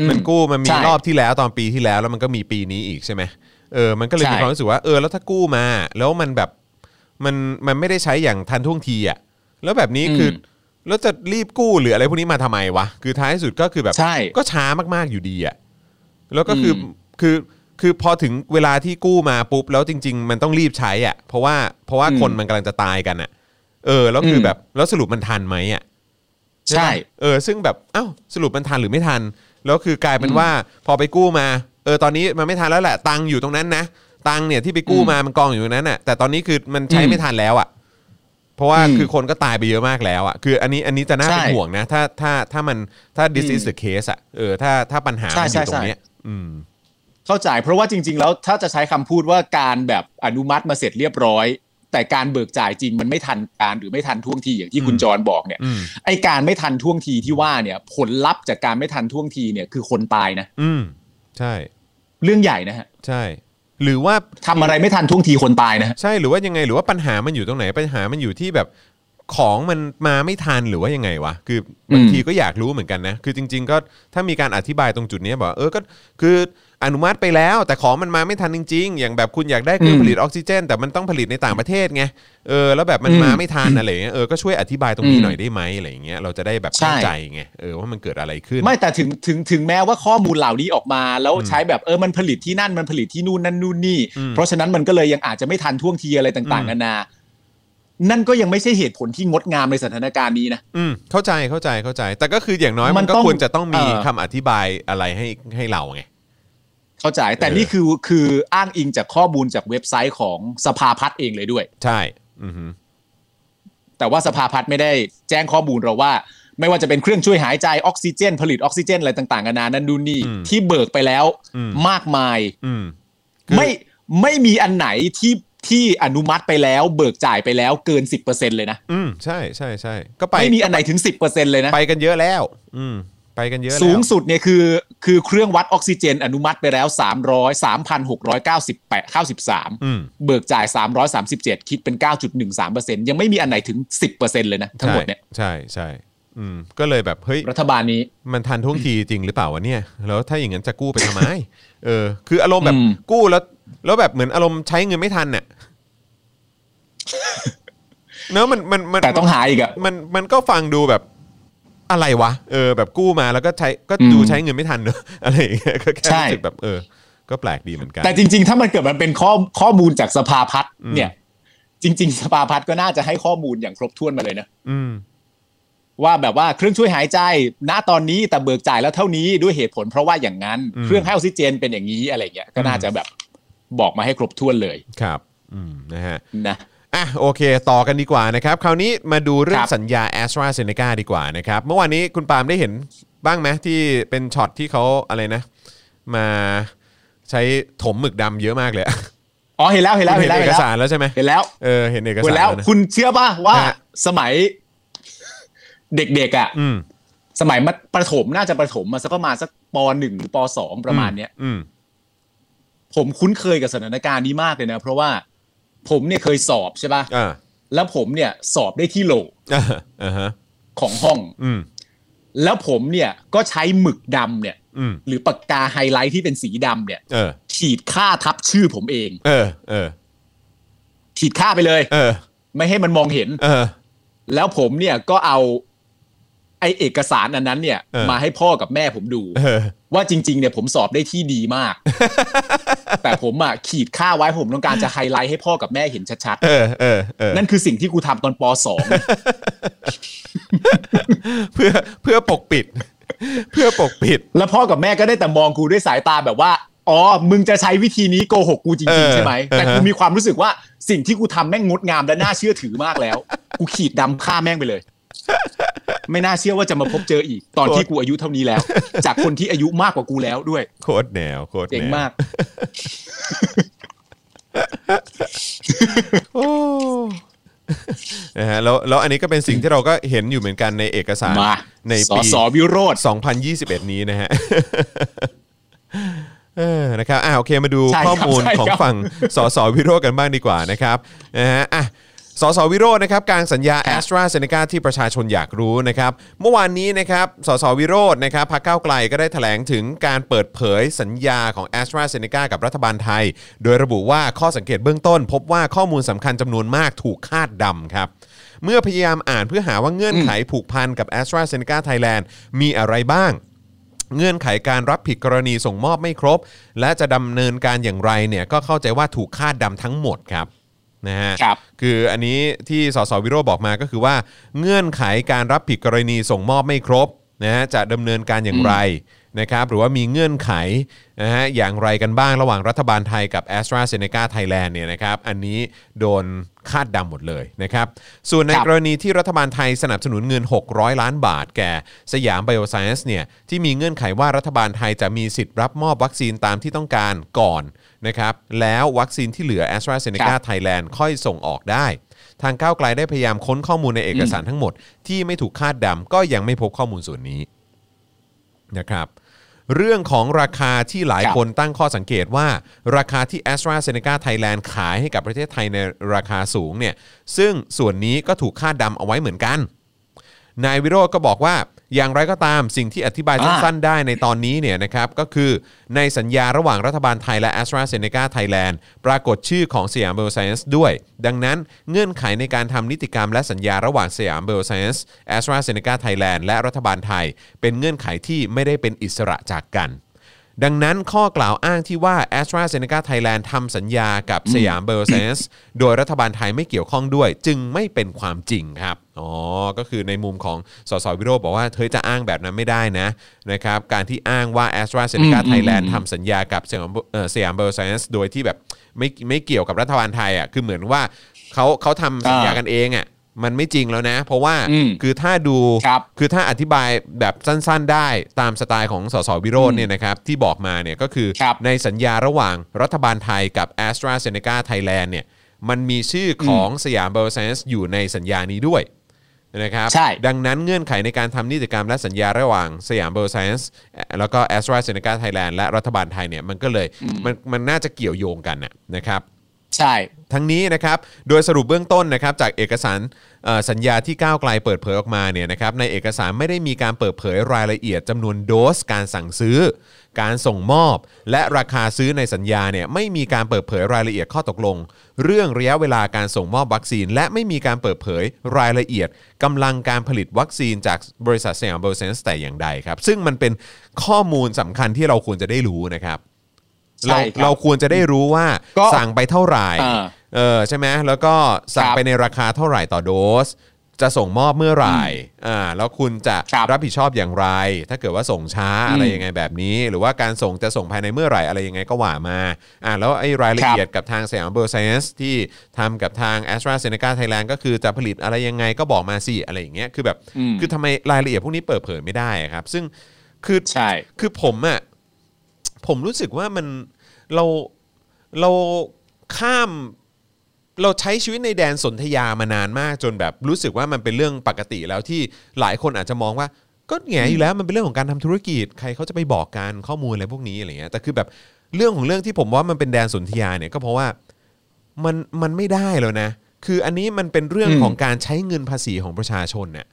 อืม
มันกู้มันมี
ใช่
รอบที่แล้วตอนปีที่แล้วแล้วมันก็มีปีนี้อีกใช่ไหมเออมันก็เลย
ใช่
มีความรู้สึกว่าเออแล้วถ้ากู้มา แล้วมันแบบมันมันไม่ได้ใช้อย่างทันท่วงทีอ่ะแล้วแบบนี้คืออ
ม
แล้วจะรีบกู้หรืออะไรพวกนี้มาทำไมวะคือท้ายสุดก็คือแบบ
ใช่
ก็ช้ามากๆอยู่ดีอ่ะแล้วก็คืออ
ม
คือคือพอถึงเวลาที่กู้มาปุ๊บแล้วจริง ๆ มันต้องรีบใช้อ่ะเพราะว่าเพราะว่า
อืม
คนมันกำลังจะตายกันอ่ะ เออแล้วคืออ
ม
แบบแล้วสรุปมันทันไหมอ่ะ
ใช่
ปะเออซึ่งแบบเอ้าสรุปมันทันหรือไม่ทัน แล้วคือกลายเป็นว่าพอไปกู้มาเออตอนนี้มันไม่ทันแล้วแหละตังค์อยู่ตรงนั้นนะตังค์เนี่ยที่ไปกู้มามันกองอยู่ตรงนั้นน่ะแต่ตอนนี้คือมันใช้
อืม
ไม่ทันแล้วอ่ะเพราะว่า
อืม
คือคนก็ตายไปเยอะมากแล้วอ่ะคืออันนี้อันนี้จะน่าเป็น
ใช่
ห่วงนะ ถ้าถ้าถ้ามันถ้า this
อืม
is the case อ่ะเออถ้าถ้าปัญหา
ใช่
มันอยู่
ใช่
ตรง
ใช่
เนี้ยอืม
เข้าใจเพราะว่าจริง ๆ แล้วถ้าจะใช้คำพูดว่าการแบบอนุมัติมาเสร็จเรียบร้อย แต่การเบิกจ่ายจริงมันไม่ทันการหรือไม่ทันท่วงทีอย่างที่คุณ
อืม
จรบอกเนี่ย
อืม
ไอการไม่ทันท่วงทีที่ว่าเนี่ย ผลลัพธ์จากการไม่ทันท่วงทีเนี่ยคือคนตายนะ
อืมใช่
เรื่องใหญ่นะฮะ
ใช่ หรือว่า
ทำอะไรไม่ทันท่วงทีคนตายนะฮะ
ใช่หรือว่ายังไงหรือว่าปัญหามันอยู่ตรงไหนปัญหามันอยู่ที่แบบของมันมาไม่ทันหรือว่ายังไงวะคือบางทีก็อยากรู้เหมือนกันนะ คือจริง ๆ ก็ถ้ามีการอธิบายตรงจุดเนี้ยบอกว่าเออก็คืออนุมัติไปแล้ว แต่ของมันมาไม่ทันจริง ๆ อย่างแบบคุณอยากได้เครื่องผลิตออกซิเจน แต่มันต้องผลิตในต่างประเทศไงเออแล้วแบบมันมาไม่ทันอะไรอย่างเงี้ยเออก็ช่วยอธิบายตรงนี้หน่อยได้ไหมอะไรอย่างเงี้ยเราจะได้แบบเข้าใจไงเออว่ามันเกิดอะไรขึ้น
ไม่แต่ถึงถึงถึงแม้ว่าข้อมูลเหล่านี้ออกมา แล้วใช้แบบเออมันผลิตที่นั่นมันผลิตที่นู่นนั่นนู่นนี่
อืม
เพราะฉะนั้นมันก็เลยยังอาจจะไม่ทันท่วงทีอะไรต่าง
อืม
ๆนานา นั่นก็ยังไม่ใช่เหตุผลที่งดงามในสถานการณ์นี้นะ
อืมเข้าใจเข้าใจเข้าใจ แต่ก็คืออย่างน้อย
มั
มัน
น
ก็
ต้อง
ควรจะต้องมี
เอ่อ
คำอธิบายอะไรให้ให้เราไง
เข้าใจแต่
เออ
นี่คือคืออ้างอิงจากข้อมูลจากเว็บไซต์ของสภาพัฒน์เองเลยด้วย
ใช่ อือฮึ
แต่ว่าสภาพัฒน์ไม่ได้แจ้งข้อมูลเราว่า ไม่ว่าจะเป็นเครื่องช่วยหายใจออกซิเจน ผลิตออกซิเจนอะไรต่างๆกันานานั่นดูนนี่ที่เบิกไปแล้วมากมาย
อืม คือ
ไม่ไม่มีอันไหนที่ที่อนุมัติไปแล้ว เบิกจ่ายไปแล้วเกิน 10%เลยนะ
อืมใช่ใช่ใช่ก็ไป
ไม่มีอันไหนถึง 10%เลยนะ
ไปกันเยอะแล้ว อืม ไปกันเยอะแล้ว
สูงสุดเนี่ยคือคือเครื่องวัดออกซิเจน อนุมัติไปแล้ว 300 3,698 93
อืม
เบิกจ่าย 337 คิดเป็น 9.13%ยังไม่มีอันไหนถึง 10%เลยนะทั้งหมดเนี่ย
ใช่ใช่ใช่อืมก็เลยแบบเฮ้ย
รัฐบาลนี้
มันทันท่วงทีจริงหรือเปล่าวะเนี่ย แล้วถ้าอย่างนั้นจะกู้ไปทำไม เออ คืออารมณ์แบบ
อืม
กู้แล้ว แล้วแบบเหมือนอารมณ์ใช้เงินไม่ทัน เนี่ยเนอะมันมันมัน
แต่ต้องหาอีกอะ
มันมันก็ฟังดูแบบอะไรวะ เออ แบบกู้มาแล้วก็ใช้ก็
อืม
ดูใช้เงินไม่ทันเนอะ อะไรอย่างเงี้ยก็แค่
ใช่
รู้สึกแบบเออ ก็แปลกดีเหมือนกัน
แต่จริง ๆ ถ้ามันเกิดมันเป็นข้อข้อมูลจากสภาพัฒน์เนี่ย จริง ๆ สภาพัฒน์ก็น่าจะให้ข้อมูลอย่างครบถ้วนมาเลยนะ
อืม
ว่าแบบว่าเครื่องช่วยหายใจณตอนนี้แต่เบิกจ่ายแล้วเท่านี้ด้วยเหตุผลเพราะว่าอย่างนั้น
อืม
เครื่องให้ออกซิเจนเป็นอย่างนี้อะไรเงี้ยก็น่าจะแบบบอกมาให้ครบถ้วนเลย
ครับ อืมนะฮะ
นะ
อ่ะโอเค ต่อกันดีกว่านะครับ คราวนี้มาดูเรื่อ
ค
ง
รับ
สัญญา a s t r a z e ซ e c a ดีกว่านะครับ เมื่อวานนี้คุณปาล์มได้เห็นบ้างไหมที่เป็นช็อตที่เขาอะไรนะ มาใช้ถมหมึกดำเยอะมากเลยอะ
อ๋อเห็นแล้วเห็นแล้ว
คุณ
เห็
เห็
น
น
แล้ว
เอก
เห็นแล้ว
สารแล้วใช่ไหม
เห็นแล้ว
เออเห็นเอก
เห็
สาร
น
แล้
แล้ว ว
นะ
คุณเชื่อป่ะว่า
ฮะ
สมัยเด็กๆอ่ะ
อืม
สมัยมัธประถมน่าจะประถมมาสักประมาณสักปหนึ่งหรือปสองประมาณเนี้ย
อืม
ผมคุ้นเคยกับสถานการณ์นี้มากเลยนะ เพราะว่าผมเนี่ยเคยสอบใช่ปะ่ะ
อ่า
แล้วผมเนี่ยสอบได้ที่โหล
อ่าอ่าฮะ
ของห้อง
อืม
แล้วผมเนี่ยก็ใช้หมึกดำเนี่ย
อืม
หรือปากกาไฮไลท์ที่เป็นสีดำเนี่ย
เออ
ขีดค่าทับชื่อผมเอง
เออ เออ
ขีดค่าไปเลย
เออ
ไม่ให้มันมองเห็น
เออ
แล้วผมเนี่ยก็เอาไอเอกสารอันนั้นเนี่ย
เออ
มาให้พ่อกับแม่ผมดู
เออ
ว่าจริง ๆ เนี่ยผมสอบได้ที่ดีมาก แต่ผมอ่ะขีดค่าไว้ผมต้องการจะไฮไลท์ให้พ่อกับแม่เห็นชัด
เออ เออ เออ
ๆนั่นคือสิ่งที่กูทำตอนปสอง
เพื่อ เพื่อปกปิด เพื่อปกปิด
แล้วพ่อกับแม่ก็ได้แต่มองกูด้วยสายตาแบบว่า อ๋อ มึงจะใช้วิธีนี้โกหกกูจ
เอ
ริง
อ
ๆ ใช่ไหม แต่กู
เออ
มีความรู้สึกว่าสิ่งที่กูทำแม่งงดงามและน่าเชื่อถือมากแล้ว กูขีดดำฆ่าแม่งไปเลย ไม่น่าเชื่อว่าจะมาพบเจออีก ตอนที่กูอายุเท่านี้แล้ว จากคนที่อายุมากกว่ากูแล้วด้วย
โคตรแนว โคตร
เจ๋ง
แนว
มาก
โอ้นะฮะ แล้ว แล้วอันนี้ก็เป็นสิ่งที่เราก็เห็นอยู่เหมือนกันในเอกสาร
มา
ใน
สอ
ปี
สอวิโรธ
2021 นี้นะฮะ เออ นะครับ อ่าโอเค มาดู
ใช่ครับ
ข้อมูล
ใช่ครับ
ของฝั่ง สสวิโรจน์กันบ้างดีกว่านะครับ นะฮะ อ่ะ สสวิโรจน์นะครับกลางสัญญา a s t r a z e ซ e c a ที่ประชาชนอยากรู้นะครับ เมื่อวานนี้นะครับ สสวิโรจน์นะครับพรรคก้าวไกลก็ได้แถลงถึงการเปิดเผยสัญญาของ a s t r a z e ซ e c a กับรัฐบาลไทย โดยระบุว่าข้อสังเกตเบื้องต้น พบว่าข้อมูลสำคัญจำนวนมากถูกคาดเดำครับ เมื่อพยายามอ่านเพื่อหาว่าเงื่อนไขผูกพันกับ a s t r a z e ซ e c a Thailand มีอะไรบ้าง เงื่อนไขการรับผิดกรณีส่งมอบไม่ครบ และจะดำเนินการอย่างไรเนี่ยก็เข้าใจว่าถูกคาดดำทั้งหมดครับนะฮะ
ครับ
คืออันนี้ที่สสวิโรจน์บอกมาก็คือว่า เงื่อนไขการรับผิดกรณีส่งมอบไม่ครบนะฮะจะดำเนินการอย่างไร นะครับหรือว่ามีเงื่อนไขนะฮะอย่างไรกันบ้างระหว่างรัฐบาลไทยกับ a s t r a z เซ e c a Thailand เนี่ยนะครับอันนี้โดนคาดเดำหมดเลยนะครับส่วนใน
ครับ
กรณีที่รัฐบาลไทยสนับสนุนเงิน 600 ล้านบาท แก่สยามไบโอไซเอนส์เนี่ยที่มีเงื่อนไขว่ารัฐบาลไทยจะมีสิทธิ์รับมอบวัคซีนตามที่ต้องการก่อนนะครับแล้ววัคซีนที่เหลือ a s t r a z เซ e c a
ครับ
Thailand ค่อยส่งออกได้ ทางก้าวไกลได้พยายามค้นข้อมูลในเอกสารทั้งหมด ที่ไม่ถูกคาดเดำก็ยังไม่พบข้อมูลส่วนนี้ นะครับเรื่องของราคาที่หลาย
ครับ
คนตั้งข้อสังเกตว่า ราคาที่ a s t r a z เซ e c a Thailand ขายให้กับประเทศไทยในราคาสูงเนี่ยซึ่งส่วนนี้ก็ถูกคาดเดำเอาไว้เหมือนกัน นายวิโรจน์ก็บอกว่าอย่างไรก็ตามสิ่งที่อธิบาย
อ่า
สั้นๆได้ในตอนนี้เนี่ยนะครับก็คือในสัญญาระหว่างรัฐบาลไทยและ a s t r a z เซ e c a Thailand ปรากฏชื่อของสยามเบลไซเอนส์ด้วย ดังนั้นเงื่อนไขในการทำนิติกรรมและสัญญาระหว่างสยามเบลไซเอนส์แอสตราเซเนกาไทยแลนด์และรัฐบาลไทย เป็นเงื่อนไขที่ไม่ได้เป็นอิสระจากกัน ดังนั้นข้อกล่าวอ้างที่ว่า a s t r a z เซ e c a Thailand ทำสัญญากับสยามเบลเซนส์โดยรัฐบาลไทยไม่เกี่ยวข้องด้วย จึงไม่เป็นความจริงครับ อ๋อ ก็คือในมุมของสสวิโรจน์บอกว่าเธอจะอ้างแบบนั้นไม่ได้นะนะครับ การที่อ้างว่า a s t r a z เซ e c a
อืม
Thailand ทำสัญญากับสยามเอ่อสยามเบลเซนส์โดยที่แบบไม่ไม่เกี่ยวกับรัฐบาลไทยอ่ะคือเหมือนว่าเขาเขาทำสัญญากันเองอ่ะมันไม่จริงแล้วนะ เพราะว่า
อืม
คือถ้าดู
ครับ
คือถ้าอธิบายแบบสั้นๆได้ตามสไตล์ของสสวิโรจน์เนี่ยนะครับที่บอกมาเนี่ยก็คือ
ครับ
ในสัญญาระหว่างรัฐบาลไทยกับ a s t r a z เซ e c a Thailand เนี่ยมันมีชื่อของสยามเบลเซนส์อยู่ในสัญญานี้ด้วยนะครับ
ใช่
ดังนั้นเงื่อนไขในการทำนิติกรรมและสัญญาระหว่างสยามเบลเซนส์แล้วก็ a s t r a z เซ e c a Thailand และรัฐบาลไทยเนี่ยมันก็เลยมันมันน่าจะเกี่ยวโยงกันน่ะนะครับ
ใช่
ทั้งนี้นะครับ โดยสรุปเบื้องต้นนะครับจากเอกสารเอ่อสัญญาที่ก้าวไกลเปิดเผยออกมาเนี่ยนะครับในเอกสารไม่ได้มีการเปิดเผยรายละเอียดจำนวนโดสการสั่งซื้อ การส่งมอบ และราคาซื้อในสัญญาเนี่ยไม่มีการเปิดเผยรายละเอียดข้อตกลง เรื่องระยะเวลาการส่งมอบวัคซีน และไม่มีการเปิดเผยรายละเอียดกำลังการผลิตวัคซีนจากบริษัทสยามเบลเซนส์แต่อย่างใดครับ ซึ่งมันเป็นข้อมูลสำคัญที่เราควรจะได้รู้นะครับ
ใช่
เรา
ครับ
เราควรจะได้รู้ว่า
ก็
สั่งไปเท่าไหร่
อ่า
เออใช่ไหมแล้วก็สั่ง
ครับ
ไปในราคาเท่าไหร่ต่อโดส จะส่งมอบเมื่อไหร่อ่าแล้วคุณจะ
ครับ
รับผิดชอบอย่างไร ถ้าเกิดว่าส่งช้า
อืม
อะไรยังไงแบบนี้ หรือว่าการส่งจะส่งภายในเมื่อไหร่อะไรยังไงก็ว่ามาอ่าแล้วไอ้รายละเอียดกับทางสยามเบอร์ไซเอนส์ที่ทำกับทาง a s t r a z เซ e c a Thailand ก็คือจะผลิตอะไรยังไงก็บอกมาสิอะไรอย่างเงี้ยคือแบบ
อืม
คือทำไมรายละเอียดพวกนี้เปิดเผยไม่ได้อะครับ ซึ่งคือ
ใช่
คือผมอะ่ะผมรู้สึกว่ามันเราเราข้ามเราใช้ชีวิตในแดนสนธยามานานมากจนแบบรู้สึกว่ามันเป็นเรื่องปกติแล้วที่หลายคนอาจจะมองว่า ก็แหง่อยู่แล้วมันเป็นเรื่องของการทำธุรกิจ ใครเขาจะไปบอกการข้อมูลอะไรพวกนี้อะไรเงี้ยแต่คือแบบเรื่องของเรื่องที่ผมว่ามันเป็นแดนสนธยาเนี่ยก็เพราะว่ามันมันไม่ได้แล้วนะ คืออันนี้มันเป็นเรื่อง
อืม
ของการใช้เงินภาษีของประชาชนเนี่ย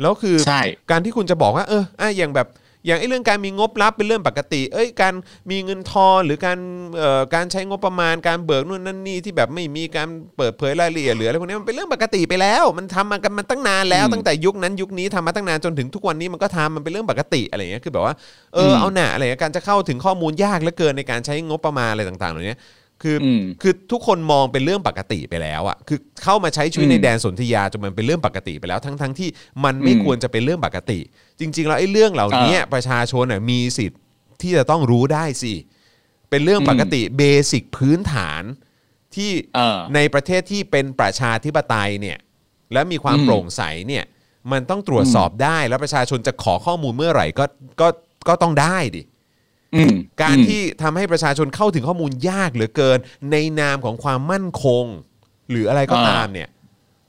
แล้วคือ
ใช่
การที่คุณจะบอกว่าเอออ่ะอย่างแบบอย่างไอ้เรื่องการมีงบลับเป็นเรื่องปกติ เอ้ยการมีเงินทอนหรือการเอ่อการใช้งบประมาณการเบิกนู่นนั่นนี่ที่แบบไม่มีการเปิดเผยรายละเอียดหรืออะไรพวกนี้มันเป็นเรื่องปกติไปแล้ว มันทำมากันมันตั้งนานแล้ว
อืม
ตั้งแต่ยุคนั้นยุคนี้ทำมาตั้งนานจนถึงทุกวันนี้มันก็ทำมันเป็นเรื่องปกติอะไรอย่างเงี้ยคือแบบว่าเอออ
ม
เอาหน่าอะไรอย่างเงี้ยการจะเข้าถึงข้อมูลยากเหลือเกินในการใช้งบประมาณอะไรต่างๆเหล่านี้คือ
อืม
คือทุกคนมองเป็นเรื่องปกติไปแล้วอะคือเข้ามาใช้ชีวิต
อืม
ในแดนสนธยาจนมันเป็นเรื่องปกติไปแล้วทั้งทั้งที่มันไม่
อืม
ควรจะเป็นเรื่องปกติ จริง ๆ แล้วไอ้เรื่องเหล่านี้ประชาชนน่ะมีสิทธิ์ที่จะต้องรู้ได้สิ เป็นเรื่องปกติเบสิกพื้นฐานที่
เออ
ในประเทศที่เป็นประชาธิปไตยเนี่ยและมีความ
อืม
โปร่งใสเนี่ยมันต้องตรวจสอบได้แล้วประชาชนจะขอข้อมูลเมื่อไหร่ก็ก็ก็ต้องได้ดิ
อืม
การ
อืม
ที่ทำให้ประชาชนเข้าถึงข้อมูลยากเหลือเกิน ในนามของความมั่นคง หรืออะไรก็
อ่า
ตามเนี่ย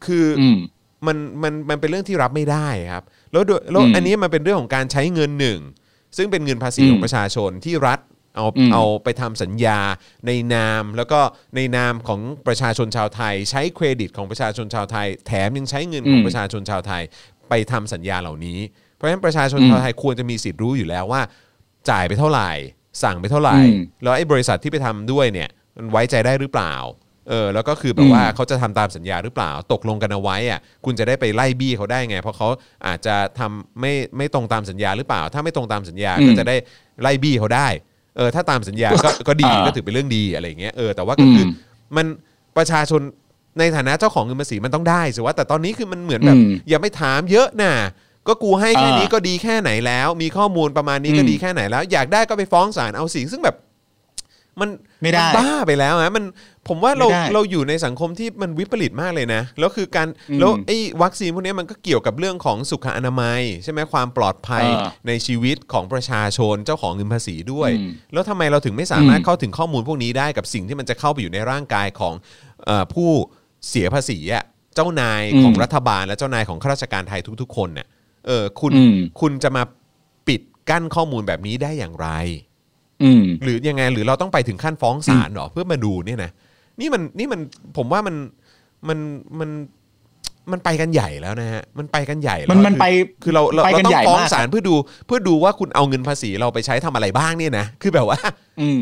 คืออ
อืม
มันมันมันเป็นเรื่องที่รับไม่ได้ครับ แล้วโดยแล้ว
อืม
อันนี้มันเป็นเรื่องของการใช้เงินหนึ่ง ซึ่งเป็นเงินภาษี
อืม
ของประชาชนที่รัฐเอา
อืม
เอาไปทำสัญญาในนามแล้วก็ในนามของประชาชนชาวไทย ใช้เครดิตของประชาชนชาวไทย แถมยังใช้เงินของ
อืม
ประชาชนชาวไทย ไปทำสัญญาเหล่านี้ เพราะฉะนั้นประชาชน
อืม
ชาวไทยควรจะมีสิทธิ์รู้อยู่แล้วว่า จ่ายไปเท่าไหร่ สั่งไปเท่าไหร่
อืม
แล้วไอ้บริษัทที่ไปทำด้วยเนี่ยมันไว้ใจได้หรือเปล่า เออแล้วก็คือแบบว่าเขาจะทำตามสัญญาหรือเปล่า ตกลงกันเอาไว้อ่ะคุณจะได้ไปไล่บี้เขาได้ไง เพราะเขาอาจจะทำไม่ไม่ตรงตามสัญญาหรือเปล่า ถ้าไม่ตรงตามสัญญา
อืม
ก็จะได้ไล่บี้เขาได้เออถ้าตามสัญญาก็ก็ดี
อ่า
ก็ถือเป็นเรื่องดีอะไรอย่างเงี้ยเออแต่ว่าก็คืออ
ม
มันประชาชนในฐานะเจ้าของเงินภาษีมันต้องได้สิว่าแต่ตอนนี้คือมันเหมือนแบบ
อืม
อย่าไปถามเยอะนะ ก็กูให้แค่
อ่านี้
นี้ก็ดีแค่ไหนแล้ว มีข้อมูลประมาณนี้ก็
อืม
ดีแค่ไหนแล้ว อยากได้ก็ไปฟ้องศาลเอาสิซึ่งแบบ มัน
ไม่ได้
นบ้าไปแล้วฮะมันผมว่าเรา
ไม่ได้
เราอยู่ในสังคมที่มันวิปริตมากเลยนะ แล้วคือการ
อืม
แล้วไอ้วัคซีนพวกเนี้ยมันก็เกี่ยวกับเรื่องของสุขอนามัย ใช่ไหมความปลอดภัย
อ่า
ในชีวิตของประชาชนเจ้าของเงินภาษีด้วย
อืม
แล้วทำไมเราถึงไม่สามารถ
อืม
เข้าถึงข้อมูลพวกนี้ได้กับสิ่งที่มันจะเข้าไปอยู่ในร่างกายของเอ่อผู้เสียภาษีอะเจ้านายของ
อืม
รัฐบาลและเจ้านายของข้าราชการไทยทุก ๆ คนเนี่ยเออคุณ
อืม
คุณจะมาปิดกั้นข้อมูลแบบนี้ได้อย่างไร
อืม
หรือยังไงหรือเราต้องไปถึงขั้นฟ้องศาลเหรอเพื่อมาดูเนี่ยนะนี่มันนี่มันผมว่ามันมันมันมันไปกันใหญ่แล้วนะฮะมันไปกันใหญ่แล้ว
มันมัน
คือ
ไป
คือเราเรา
ไป
เรา
กัน
ต้อ
ใหญ่
งฟ้อง
มาก
ศาลเพื่อดูเพื่อดูว่าคุณเอาเงินภาษีเราไปใช้ทำอะไรบ้างเนี่ยนะคือแบบว่า
อืม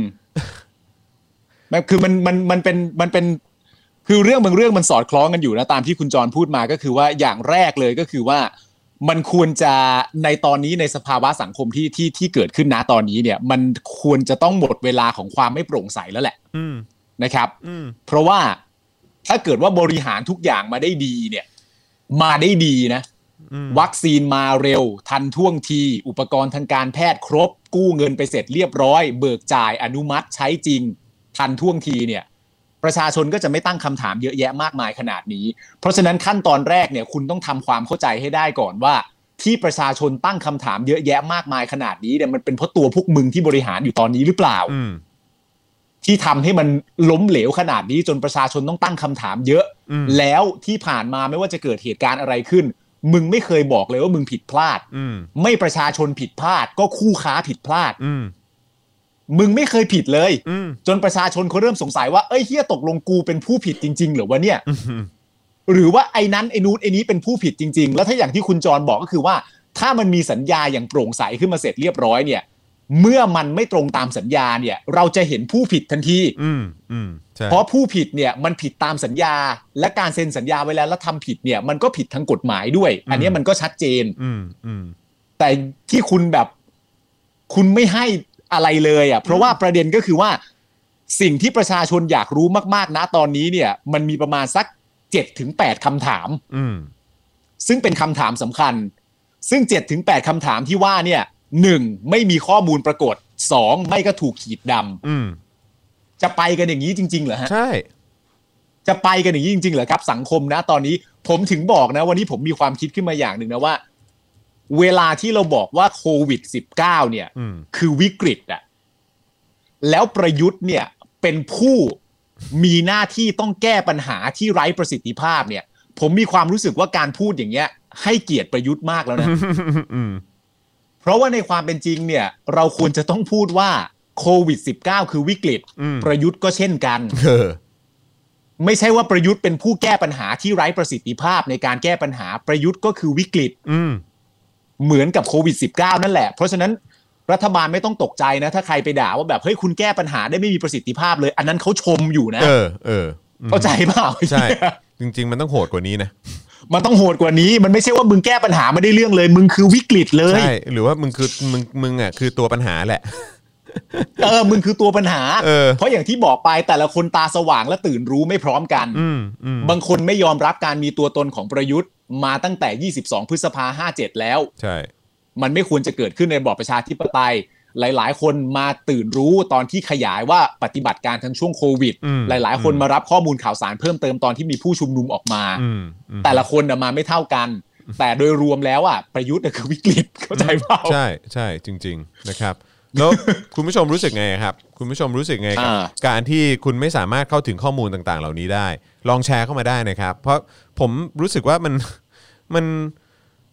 แบบ คือมันมันมันเป็นมันเป็น คือเรื่องบางเรื่องมันสอดคล้องกันอยู่นะตามที่คุณจรพูดมาก็คือว่าอย่างแรกเลยก็คือว่า มันควรจะในตอนนี้ในสภาวะสังคมที่ที่ที่เกิดขึ้นนะตอนนี้เนี่ย มันควรจะต้องหมดเวลาของความไม่โปร่งใสแล้วแหละ
อืม
นะครับ
อืม
เพราะว่าถ้าเกิดว่าบริหารทุกอย่างมาได้ดีเนี่ย มาได้ดีนะ
อืม
วัคซีนมาเร็ว ทันท่วงที อุปกรณ์ทางการแพทย์ครบ กู้เงินไปเสร็จเรียบร้อย เบิกจ่ายอนุมัติใช้จริง ทันท่วงทีเนี่ย ประชาชนก็จะไม่ตั้งคำถามเยอะแยะมากมายขนาดนี้ เพราะฉะนั้นขั้นตอนแรกเนี่ยคุณต้องทำความเข้าใจให้ได้ก่อนว่า ที่ประชาชนตั้งคำถามเยอะแยะมากมายขนาดนี้เนี่ยมันเป็นเพราะตัวพวกมึงที่บริหารอยู่ตอนนี้หรือเปล่า
อืม
ที่ทำให้มันล้มเหลวขนาดนี้จนประชาชนต้องตั้งคำถามเยอะ
อืม
แล้วที่ผ่านมาไม่ว่าจะเกิดเหตุการณ์อะไรขึ้น มึงไม่เคยบอกเลยว่ามึงผิดพลาด
อืม
ไม่ประชาชนผิดพลาด ก็คู่ค้าผิดพลาด
อืม
มึงไม่เคยผิดเลย
อืม
จนประชาชนเขาเริ่มสงสัยว่าเอ้ยเฮียตกลงกูเป็นผู้ผิดจริง ๆ เหรือวะเนี่ย
อืม
หรือว่าไอ้นั้นไอ้นู้นไอ้นี้เป็นผู้ผิดจริง ๆ แล้วถ้าอย่างที่คุณจรบอกก็คือว่า ถ้ามันมีสัญญาอย่างโปร่งใสขึ้นมาเสร็จเรียบร้อยเนี่ย เมื่อมันไม่ตรงตามสัญญาเนี่ย เราจะเห็นผู้ผิดทันที
อืมอืมใช่
เพราะผู้ผิดเนี่ยมันผิดตามสัญญา และการเซ็นสัญญาไว้แล้วแล้วทำผิดเนี่ยมันก็ผิดทางกฎหมายด้วย อันเนี้ยมันก็ชัดเจน
อืมอืม
แต่ที่คุณแบบคุณไม่ให้อะไรเลยอ่ะเพราะว่าประเด็นก็คือว่า สิ่งที่ประชาชนอยากรู้มากๆนะตอนนี้เนี่ย มันมีประมาณสัก7จ็ดถึงแปดคำถาม
อืม
ซึ่งเป็นคำถามสำคัญ ซึ่ง7จ็ดถึงแปดคำถามที่ว่าเนี่ยหนึ่งไม่มีข้อมูลปรากฏสองไม่ก็ถูกขีดด
อืม
ำจะไปกันอย่างนี้จริงๆเหรอฮะ
ใช่
จะไปกันอย่างนี้จริงๆเหรอครับ สังคมนะตอนนี้ผมถึงบอกนะ วันนี้ผมมีความคิดขึ้นมาอย่างหนึ่งนะว่า เวลาที่เราบอกว่าโควิด -19 เนี่ย
อืม
คือวิกฤตอะแล้วประยุทธ์เนี่ยเป็นผู้มีหน้าที่ต้องแก้ปัญหาที่ไร้ประสิทธิภาพเนี่ย ผมมีความรู้สึกว่าการพูดอย่างเงี้ย ให้เกียรติประยุทธ์มากแล้วนะ
อืม
เพราะว่าในความเป็นจริงเนี่ย เราควรจะต้องพูดว่าโควิด -19 คือวิกฤต
อืม
ประยุทธ์ก็เช่นกัน
เออ
ไม่ใช่ว่าประยุทธ์เป็นผู้แก้ปัญหาที่ไร้ประสิทธิภาพในการแก้ปัญหาประยุทธ์ก็คือวิกฤต
อืม
เหมือนกับโควิด -19 นั่นแหละ เพราะฉะนั้นรัฐบาลไม่ต้องตกใจนะ ถ้าใครไปด่าว่าแบบเฮ้ยคุณแก้ปัญหาได้ไม่มีประสิทธิภาพเลย อันนั้นเขาชมอยู่นะ
เออเอออืม
เข้าใจเปล่า
ใช่จริง ๆ มันต้องโหดกว่านี้นะ
มันต้องโหดกว่านี้ มันไม่ใช่ว่ามึงแก้ปัญหาไม่ได้เรื่องเลย มึงคือวิกฤตเลย
ใช่หรือว่ามึงคือมึงมึงอ่ะคือตัวปัญหาแหละ
เออมึงคือตัวปัญหา
เออ
ราะอย่างที่บอกไปแต่ละคนตาสว่างและตื่นรู้ไม่พร้อมกัน
อืมอืม
บางคนไม่ยอมรับการมีตัวตนของประยุทธ์ มาตั้งแต่ 22 พฤษภา57 แล้ว
ใช่
มันไม่ควรจะเกิดขึ้นในระบอบประชาธิปไตย หลาย ๆ คนมาตื่นรู้ตอนที่ขยายว่าปฏิบัติการทั้งช่วงโควิด
อืม
หลาย ๆ คน
อืม
มารับข้อมูลข่าวสารเพิ่มเติมตอนที่มีผู้ชุมนุมออกมา
อืมอืม
แต่ละคนน่ะมาไม่เท่ากัน แต่โดยรวมแล้วอ่ะประยุทธ์น่ะคือวิกฤตเข้าใจเปล่า
ใช่ใช่จริง ๆนะครับ แล้ว คุณผู้ชมรู้สึกไงครับ คุณผู้ชมรู้สึกไงกับ
อ่า
การที่คุณไม่สามารถเข้าถึงข้อมูลต่างๆ เหล่านี้ได้ ลองแชร์เข้ามาได้นะครับ เพราะผมรู้สึกว่ามัน มัน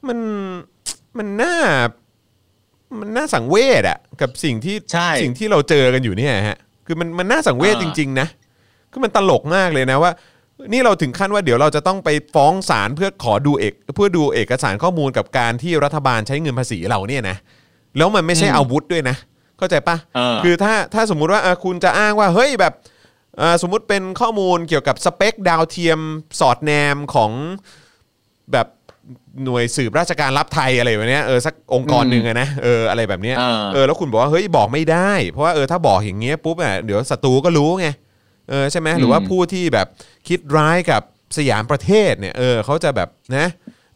มันมันน่ามันน่าสังเวชอะกับสิ่งที่
ใช่
สิ่งที่เราเจอกันอยู่เนี่ยฮะคือมันมันน่าสังเวช
อ่า
จริง ๆ นะ คือมันตลกมากเลยนะว่า นี่เราถึงขั้นว่าเดี๋ยวเราจะต้องไปฟ้องศาลเพื่อขอดูเอกเพื่อดูเอกสารข้อมูลกับการที่รัฐบาลใช้เงินภาษีเราเนี่ยนะแล้วมันไม่ใช่
อืม
อาวุธด้วยนะ เข้าใจปะ
เออ
คือถ้าถ้าสมมุติว่าเอ่อคุณจะอ้างว่าเฮ้ยแบบเอ่อสมมุติเป็นข้อมูลเกี่ยวกับสเปคดาวเทียมสอดแนมของแบบหน่วยสืบราชการรับไทยอะไรแบบเนี้ยเออสักองค์กร
อืม
หนึ่งอะนะเอออะไรแบบเนี้ย
เออ
เออแล้วคุณบอกว่าเฮ้ยบอกไม่ได้ เพราะว่าเออถ้าบอกอย่างเงี้ยปุ๊บอะเดี๋ยวศัตรูก็รู้ไง เออใช่ไหมหรือว่า
อืม
ผู้ที่แบบคิดร้ายกับสยามประเทศเนี่ยเออเขาจะแบบนะ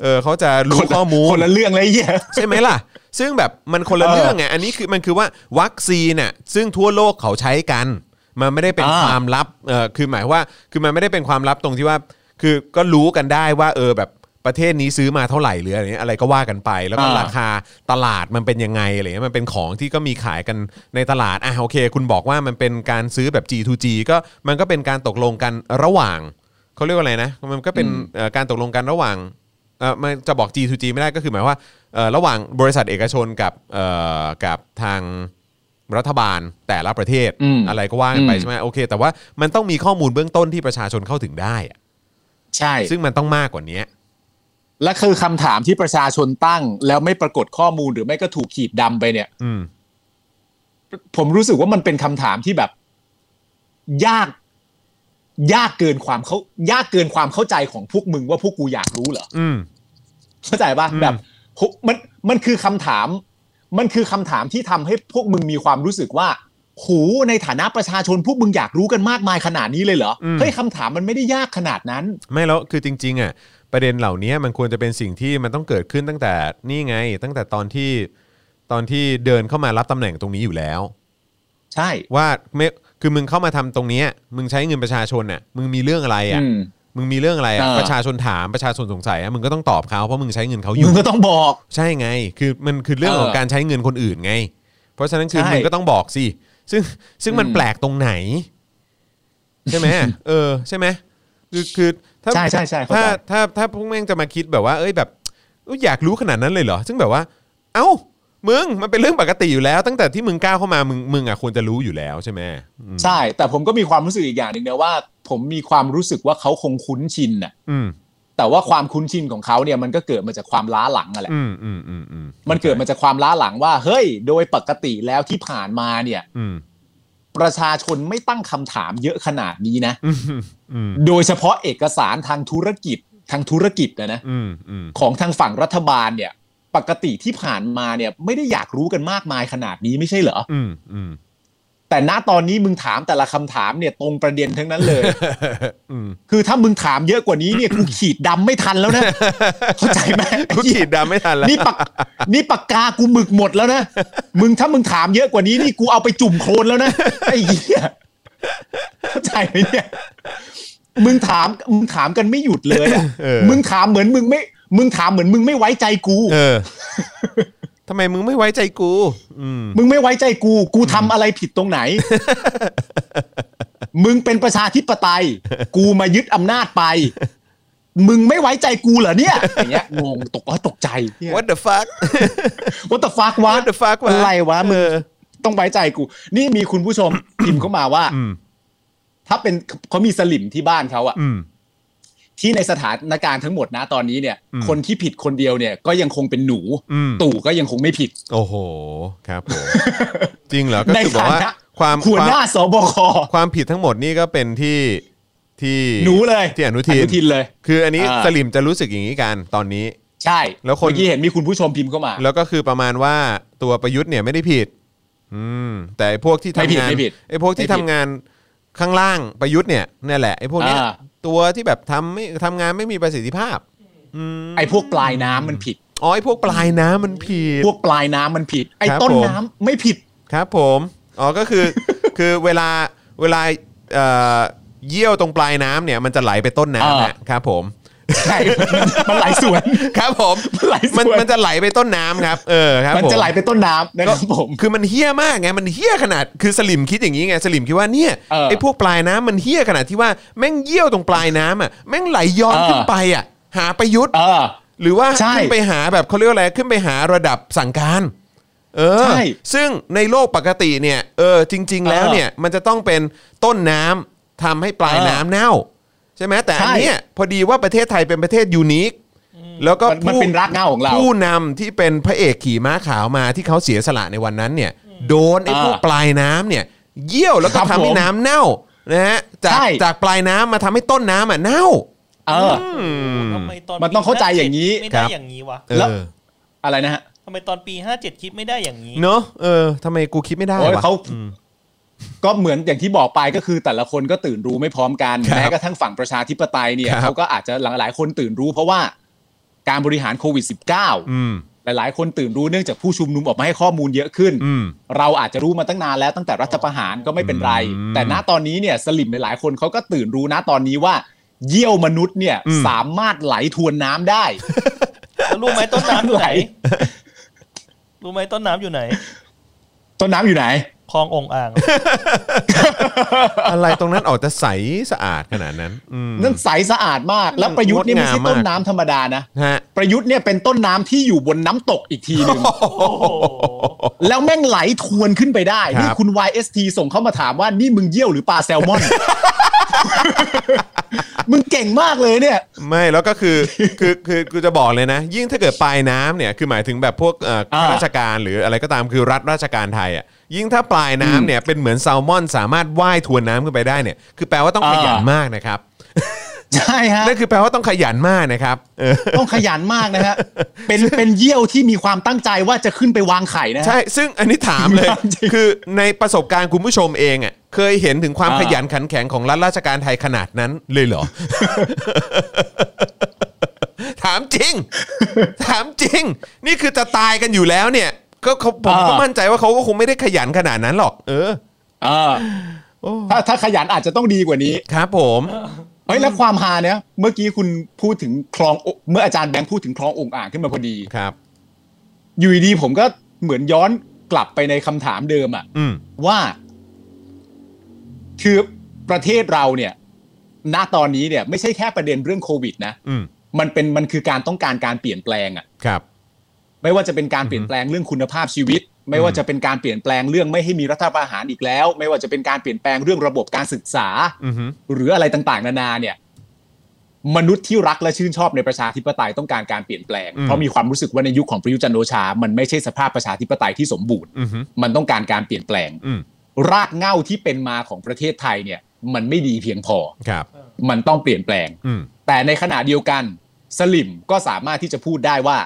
เออเขาจะรู้ข้อมูล
คนละเรื่องเลยไอ้เหี้ย
ใช่ไหมล่ะ ซึ่งแบบมันคนละ
เออ
เรื่องไง อันนี้คือมันคือว่าวัคซีนน่ะซึ่งทั่วโลกเขาใช้กัน มันไม่ได้เป็น
อ่า
ความลับ เออคือหมายว่า คือมันไม่ได้เป็นความลับตรงที่ว่า คือก็รู้กันได้ว่า เออแบบประเทศนี้ซื้อมาเท่าไหร่หรืออะไรเงี้ยอะไรก็ว่ากันไป แล้วก็
อ่า
ราคาตลาดมันเป็นยังไงอะไรเงี้ย มันเป็นของที่ก็มีขายกันในตลาด อ่ะโอเค คุณบอกว่ามันเป็นการซื้อแบบ G2G ก็มันก็เป็นการตกลงกันระหว่างเขาเรียกว่าอะไรนะ มันก็เป็นเอ่อการตกลงกันระหว่าง เอ่อมันจะบอก G2G ไม่ได้ก็คือหมายว่าเอ่อระหว่างบริษัทเอกชนกับเอ่อกับทางรัฐบาลแต่ละประเทศ
อืม
ไรก็ว่ากันไป
อืม
ใช่ไหมโอเค แต่ว่ามันต้องมีข้อมูลเบื้องต้นที่ประชาชนเข้าถึงได้อะ
ใช่
ซึ่งมันต้องมากกว่านี้
และคือคำถามที่ประชาชนตั้ง แล้วไม่ปรากฏข้อมูลหรือไม่ก็ถูกขีดดำไปเนี่ย
อืม
ผมรู้สึกว่ามันเป็นคำถามที่แบบ ยาก ยากเกินความเขายากเกินความเข้าใจของพวกมึงว่าพวกกูอยากรู้เหรอ
อืม
เข้าใจป่ะ
อืม
แบบโหมันมันคือคำถาม มันคือคำถามที่ทำให้พวกมึงมีความรู้สึกว่าโหูในฐานะประชาชนพวกมึงอยากรู้กันมากมายขนาดนี้เลยเหรออเฮ้ยคำถามมันไม่ได้ยากขนาดนั้น
ไม่แล้วคือจริง ๆอ่ะประเด็นเหล่านี้มันควรจะเป็นสิ่งที่มันต้องเกิดขึ้นตั้งแต่นี่ไง ตั้งแต่ตอนที่ตอนที่เดินเข้ามารับตำแหน่งตรงนี้อยู่แล้ว
ใช่
ว่าไม่คือมึงเข้ามาทำตรงเนี้ยมึงใช้เงินประชาชนน่ะมึงมีเรื่องอะไรอ่ะ
อืม
มึงมีเรื่องอะไรอ่ะ
อ่า
ประชาชนถามประชาชนสงสัยอ่ะมึงก็ต้องตอบเขาเพราะมึงใช้เงินเขาอ
มึ
ยู่
งก็ต้องบอก
ใช่ไง คือมันคือเรื่องของ
เออ
การใช้เงินคนอื่นไง เพราะฉะนั้นคือ
ใช่
มึงก็ต้องบอกสิซึ่งซึ่งมัน
อืม
แปลกตรงไหน ใช่ไหม เออ ใช่ไหมคือคือถ้า
ใช่ใช่ใช่เข้าใจ
ถ้าถ้าถ้าพวกแม่งจะมาคิดแบบว่า เอ้ยแบบอุ๊ยอยากรู้ขนาดนั้นเลยเหรอ ซึ่งแบบว่า เอ้ามึงมันเป็นเรื่องปกติอยู่แล้ว ตั้งแต่ที่มึงก้าวเข้ามามึงมึงอ่ะควรจะรู้อยู่แล้วใช่ไหมอืม
ใช่ แต่ผมก็มีความรู้สึกอีกอย่างหนึ่งนะว่า ผมมีความรู้สึกว่าเขาคงคุ้นชินน่ะ
อืม
แต่ว่าความคุ้นชินของเขาเนี่ยมันก็เกิดมาจากความล้าหลังอะแหละ
อืมอืมอืมอืม
มันเกิดมาจากความล้าหลังว่า เฮ้ย โดยปกติแล้วที่ผ่านมาเนี่ย
อืม
ประชาชนไม่ตั้งคำถามเยอะขนาดนี้นะ
อืมอืม
โดยเฉพาะเอกสารทางธุรกิจทางธุรกิจนะนะ
อืมอืม
ของทางฝั่งรัฐบาลเนี่ย ปกติที่ผ่านมาเนี่ยไม่ได้อยากรู้กันมากมายขนาดนี้ไม่ใช่เหรอ
อืมอืม
แต่ณตอนนี้มึงถามแต่ละคำถามเนี่ยตรงประเด็นทั้งนั้นเลย
อืม
คือถ้ามึงถามเยอะกว่านี้เนี่ยกูขีดดำไม่ทันแล้วนะ เข้าใจไหม
กูขีดดำไม่ทันแล้ว
นี่ปากนี่ปากกากูหมึกหมดแล้วนะ มึงถ้ามึงถามเยอะกว่านี้นี่กูเอาไปจุ่มโคลนแล้วนะไอ้เหี้ยเข้าใจไหมเนี่ยมึงถามมึงถามกันไม่หยุดเลยอะ
เออ
มึงถามเหมือนมึงไม่ มึงถามเหมือนมึงไม่ไว้ใจกู
เออทำไมมึงไม่ไว้ใจกู อืม
มึงไม่ไว้ใจกู กูทำอะไรผิดตรงไหน มึงเป็นประชาธิปไตย กูมายึดอำนาจไป มึงไม่ไว้ใจกูเหรอเนี่ย อย่างเงี้ยงงตกตกใจ
วั t the fuck
วัตฟักวะ
What the fuck วะ
อะไรวะมึง
เออ
ต้องไว้ใจกู นี่มีคุณผู้ชม พิมพ์เข้ามาว่า
อืม
ถ้าเป็นเขามีสลิมที่บ้านเขาอะ
อืม
ที่ในสถานการณ์ทั้งหมดนะตอนนี้เนี่ย
อืม
คนที่ผิดคนเดียวเนี่ย ก็ยังคงเป็นหนู
อืม
ตู่ก็ยังคงไม่ผิด
โอ้โห ครับ ผมจริงเหรอก็
ใน
คือบอกว่า
ฐานะ
ความ
หั
ค
ว
วาม
หน้าสบค
ความผิดทั้งหมดนี่ก็เป็นที่ที่
หนูเลย
ที่อนุทิน
เลย
คืออันนี้
อ่า
สลิมจะรู้สึกอย่างนี้กันตอนนี้
ใช่
แล้วคน
เมื่อกี้เห็นมีคุณผู้ชมพิมพ์เข้ามา
แล้วก็คือประมาณว่าตัวประยุทธ์เนี่ยไม่ได้ผิด อืม แต่ไอ้พวกที่
ไม่ผิ
ทำ
ด
งาน
ไม่ผิด
ไอ้พวกที่
ไม่ผิ
ทำ
ด
งานข้างล่างประยุทธ์เนี่ยเนี่ยแหละไอ้พวกเนี้ย
อ่า
ตัวที่แบบทำไม่ทำงานไม่มีประสิทธิภาพ อืม
ไอ้พวกปลายน้ำมันผิด
อ๋อไอ้พวกปลายน้ำมันผิด
พวกปลายน้ำมันผิด ไอ้
ครับ
ต้น
ผม
น้ำไม่ผิด
ครับผมอ๋อก็คือ คือเวลาเวลาเอ่อเยี่ยวตรงปลายน้ำเนี่ย มันจะไหลไปต้นน้ำ
อ่า
นะครับผม
ใช่ มันมันไหลสวน
ครับผม
มันไหลส
มัน
วย
มันจะไหลไปต้นน้ำครับ เออครับ
มัน
ผ
จะไหลไปต้นน้ำนะครับผม
คือมันเฮี้ยมากไงมันเฮี้ยขนาดคือสลิมคิดอย่างนี้ไงสลิมคิดว่าเนี่ย
เออ
ไอ้พวกปลายน้ำมันเฮี้ยขนาดที่ว่าแม่งเยี่ยวตรงปลายน้ำอ่ะแม่งไหลย้อน
เออ
ขึ้นไปอ่ะหาประยุทธ์
เออ
หรือว่า
ใช่
ขึ้นไปหาแบบเขาเรียกว่าอะไรขึ้นไปหาระดับสั่งการ เออ
ใช่
ซึ่งในโลกปกติเนี่ยเออจริง ๆ แล้ว
เออ
เนี่ยมันจะต้องเป็นต้นน้ำทำให้ปลาย
เออ
น้ำเน่า ใช่ไหมแต่อัน
ใช่
เนี้ยพอดีว่าประเทศไทยเป็นประเทศยูนิคแล้วก็
มันมัน
ผู้
เป็นรากเหง้าของเรา
ผู้นำที่เป็นพระเอกขี่ม้าขาวมาที่เขาเสียสละในวันนั้นเนี่ย โดนไอ้
อ่า
พวกปลายน้ำเนี่ย เยี่ยวแล้วก็
ครับ
ทำให้
ผม
น้ำเน่านะฮะจาก
ใช่
จากปลายน้ำมาทำให้ต้นน้ำอ่ะเน่า
เออ
โอ้โหทำไตอน
มันต้องเข้าใจอย่างนี้
นี้ไม่
ครั
ได้
บ
อย่างนี้วะ
เอ
แล้ว
อ
อะไรนะฮะ
ทำไมตอนปี 57 คิดไม่ได้อย่างนี้
เนอะเออทำไมกูคิดไม่ได้
โอ้ยว
ะ
เขาก็เหมือนอย่างที่บอกไปก็คือแต่ละคนก็ตื่นรู้ไม่พร้อมกัน
ครับ
แม้กระทั่งฝั่งประชาธิปไตยเนี่ย
ครับ
เขาก็อาจจะหลายๆคนตื่นรู้เพราะว่า การบริหารโควิด -19
อืม
หลายๆ คนตื่นรู้เนื่องจากผู้ชุมนุมออกมาให้ข้อมูลเยอะขึ้น
อืม
เราอาจจะรู้มาตั้งนานแล้วตั้งแต่รัฐประหารก็ไม่เป็นไร
อืม
แต่ณตอนนี้เนี่ยสลิมหลายๆคนเขาก็ตื่นรู้นะตอนนี้ว่า เยี่ยวมนุษย์เนี่ย
อืม
สามารถไหลทวนน้ำได้
แล้วรู้ไหมต้นน้ำอยู่ไหน
ไหล
รู้ไหมต้นน้ำอยู่ไหน
ต้นน้ำอยู่ไหน
คลององอ่าง
อะไรตรงนั้นออกจะใสสะอาดขนาดนั้นอืม
นั่นใสสะอาดมาก และประยุทธ์นี่ไม่ใช่
งดงามมาก
ต้นน้ำธรรมดานะ
ฮะ
ประยุทธ์เนี่ยเป็นต้นน้ำที่อยู่บนน้ำตกอีกที หนึ่ง
โอ้โห
แล้วแม่งไหลทวนขึ้นไปได้
ครับ
นี่คุณ YST ส่งเข้ามาถามว่านี่มึงเยี่ยวหรือปลาแซลมอน มึงเก่งมากเลยเนี่ย
ไม่แล้วก็คือ คือคือกูจะบอกเลยนะ ยิ่งถ้าเกิดปลายน้ำเนี่ยคือหมายถึงแบบพวกเอ่อ
อ่า
ข้าราชการหรืออะไรก็ตามคือรัฐราชการไทยอ่ะยิ่งถ้าปลายน้ำเนี่ยเป็นเหมือนแซลมอน สามารถว่ายทวนน้ำขึ้นไปได้เนี่ย คือแปลว่าต้องขยัน
อ่าม
มากนะครับ
ใช่ฮะ
นั่นคือแปลว่าต้องขยันมากนะครับเออ
ต้องขยันมากนะฮะเป็น เป็นเยี่ยวที่มีความตั้งใจว่าจะขึ้นไปวางไข่นะฮะ
ใช่ ซึ่งอันนี้ถาม เลย
จริง
คือในประสบการณ์คุณผู้ชมเองอ่ะเคยเห็นถึงความ
อ่า
ขยันขันแข็งของรัฐราชการไทยขนาดนั้นเลยเหรอ ถามจริง ถามจริง นี่คือจะตายกันอยู่แล้วเนี่ย ก็เขาผมก็มั่นใจว่าเขาก็คงไม่ได้ขยันขนาดนั้นหรอก เออ
เออถ้าถ้าขยันอาจจะต้องดีกว่านี้
ครับผม
เฮ้ยแล้วความฮาเนี่ยเมื่อกี้คุณพูดถึงคลองโอเมื่ออาจารย์แบงค์พูดถึงคลององอ่างขึ้นมาพอดี
ครับ
อยู่ดีๆผมก็เหมือนย้อนกลับไปในคำถามเดิมอะ
อืม
ว่า คือประเทศเราเนี่ย ณตอนนี้เนี่ย ไม่ใช่แค่ประเด็นเรื่องโควิดนะ
อืม
มันเป็นมันคือการต้องการการเปลี่ยนแปลงอะ
ครับ
ไม่ว่าจะเป็นการเปลี่ยนแปลงเรื่องคุณภาพชีวิต ไม่ว่าจะเป็นการเปลี่ยนแปลงเรื่องไม่ให้มีรัฐประหารอีกแล้ว ไม่ว่าจะเป็นการเปลี่ยนแปลงเรื่องระบบการศึกษา
อือหือ
หรืออะไรต่างๆ นานาเนี่ย มนุษย์ที่รักและชื่นชอบในประชาธิปไตยต้องการการเปลี่ยนแปลง เพราะมีความรู้สึกว่าในยุคของประยุทธ์จันทร์โอชา มันไม่ใช่สภาพประชาธิปไตยที่สมบูรณ์
อือหือ
มันต้องการการเปลี่ยนแปลง
อืม
รากเหง้าที่เป็นมาของประเทศไทยเนี่ย มันไม่ดีเพียงพอ
ครับ
มันต้องเปลี่ยนแปลง
อืม
แต่ในขณะเดียวกันสลิมก็สามารถที่จะพูดได้ว่า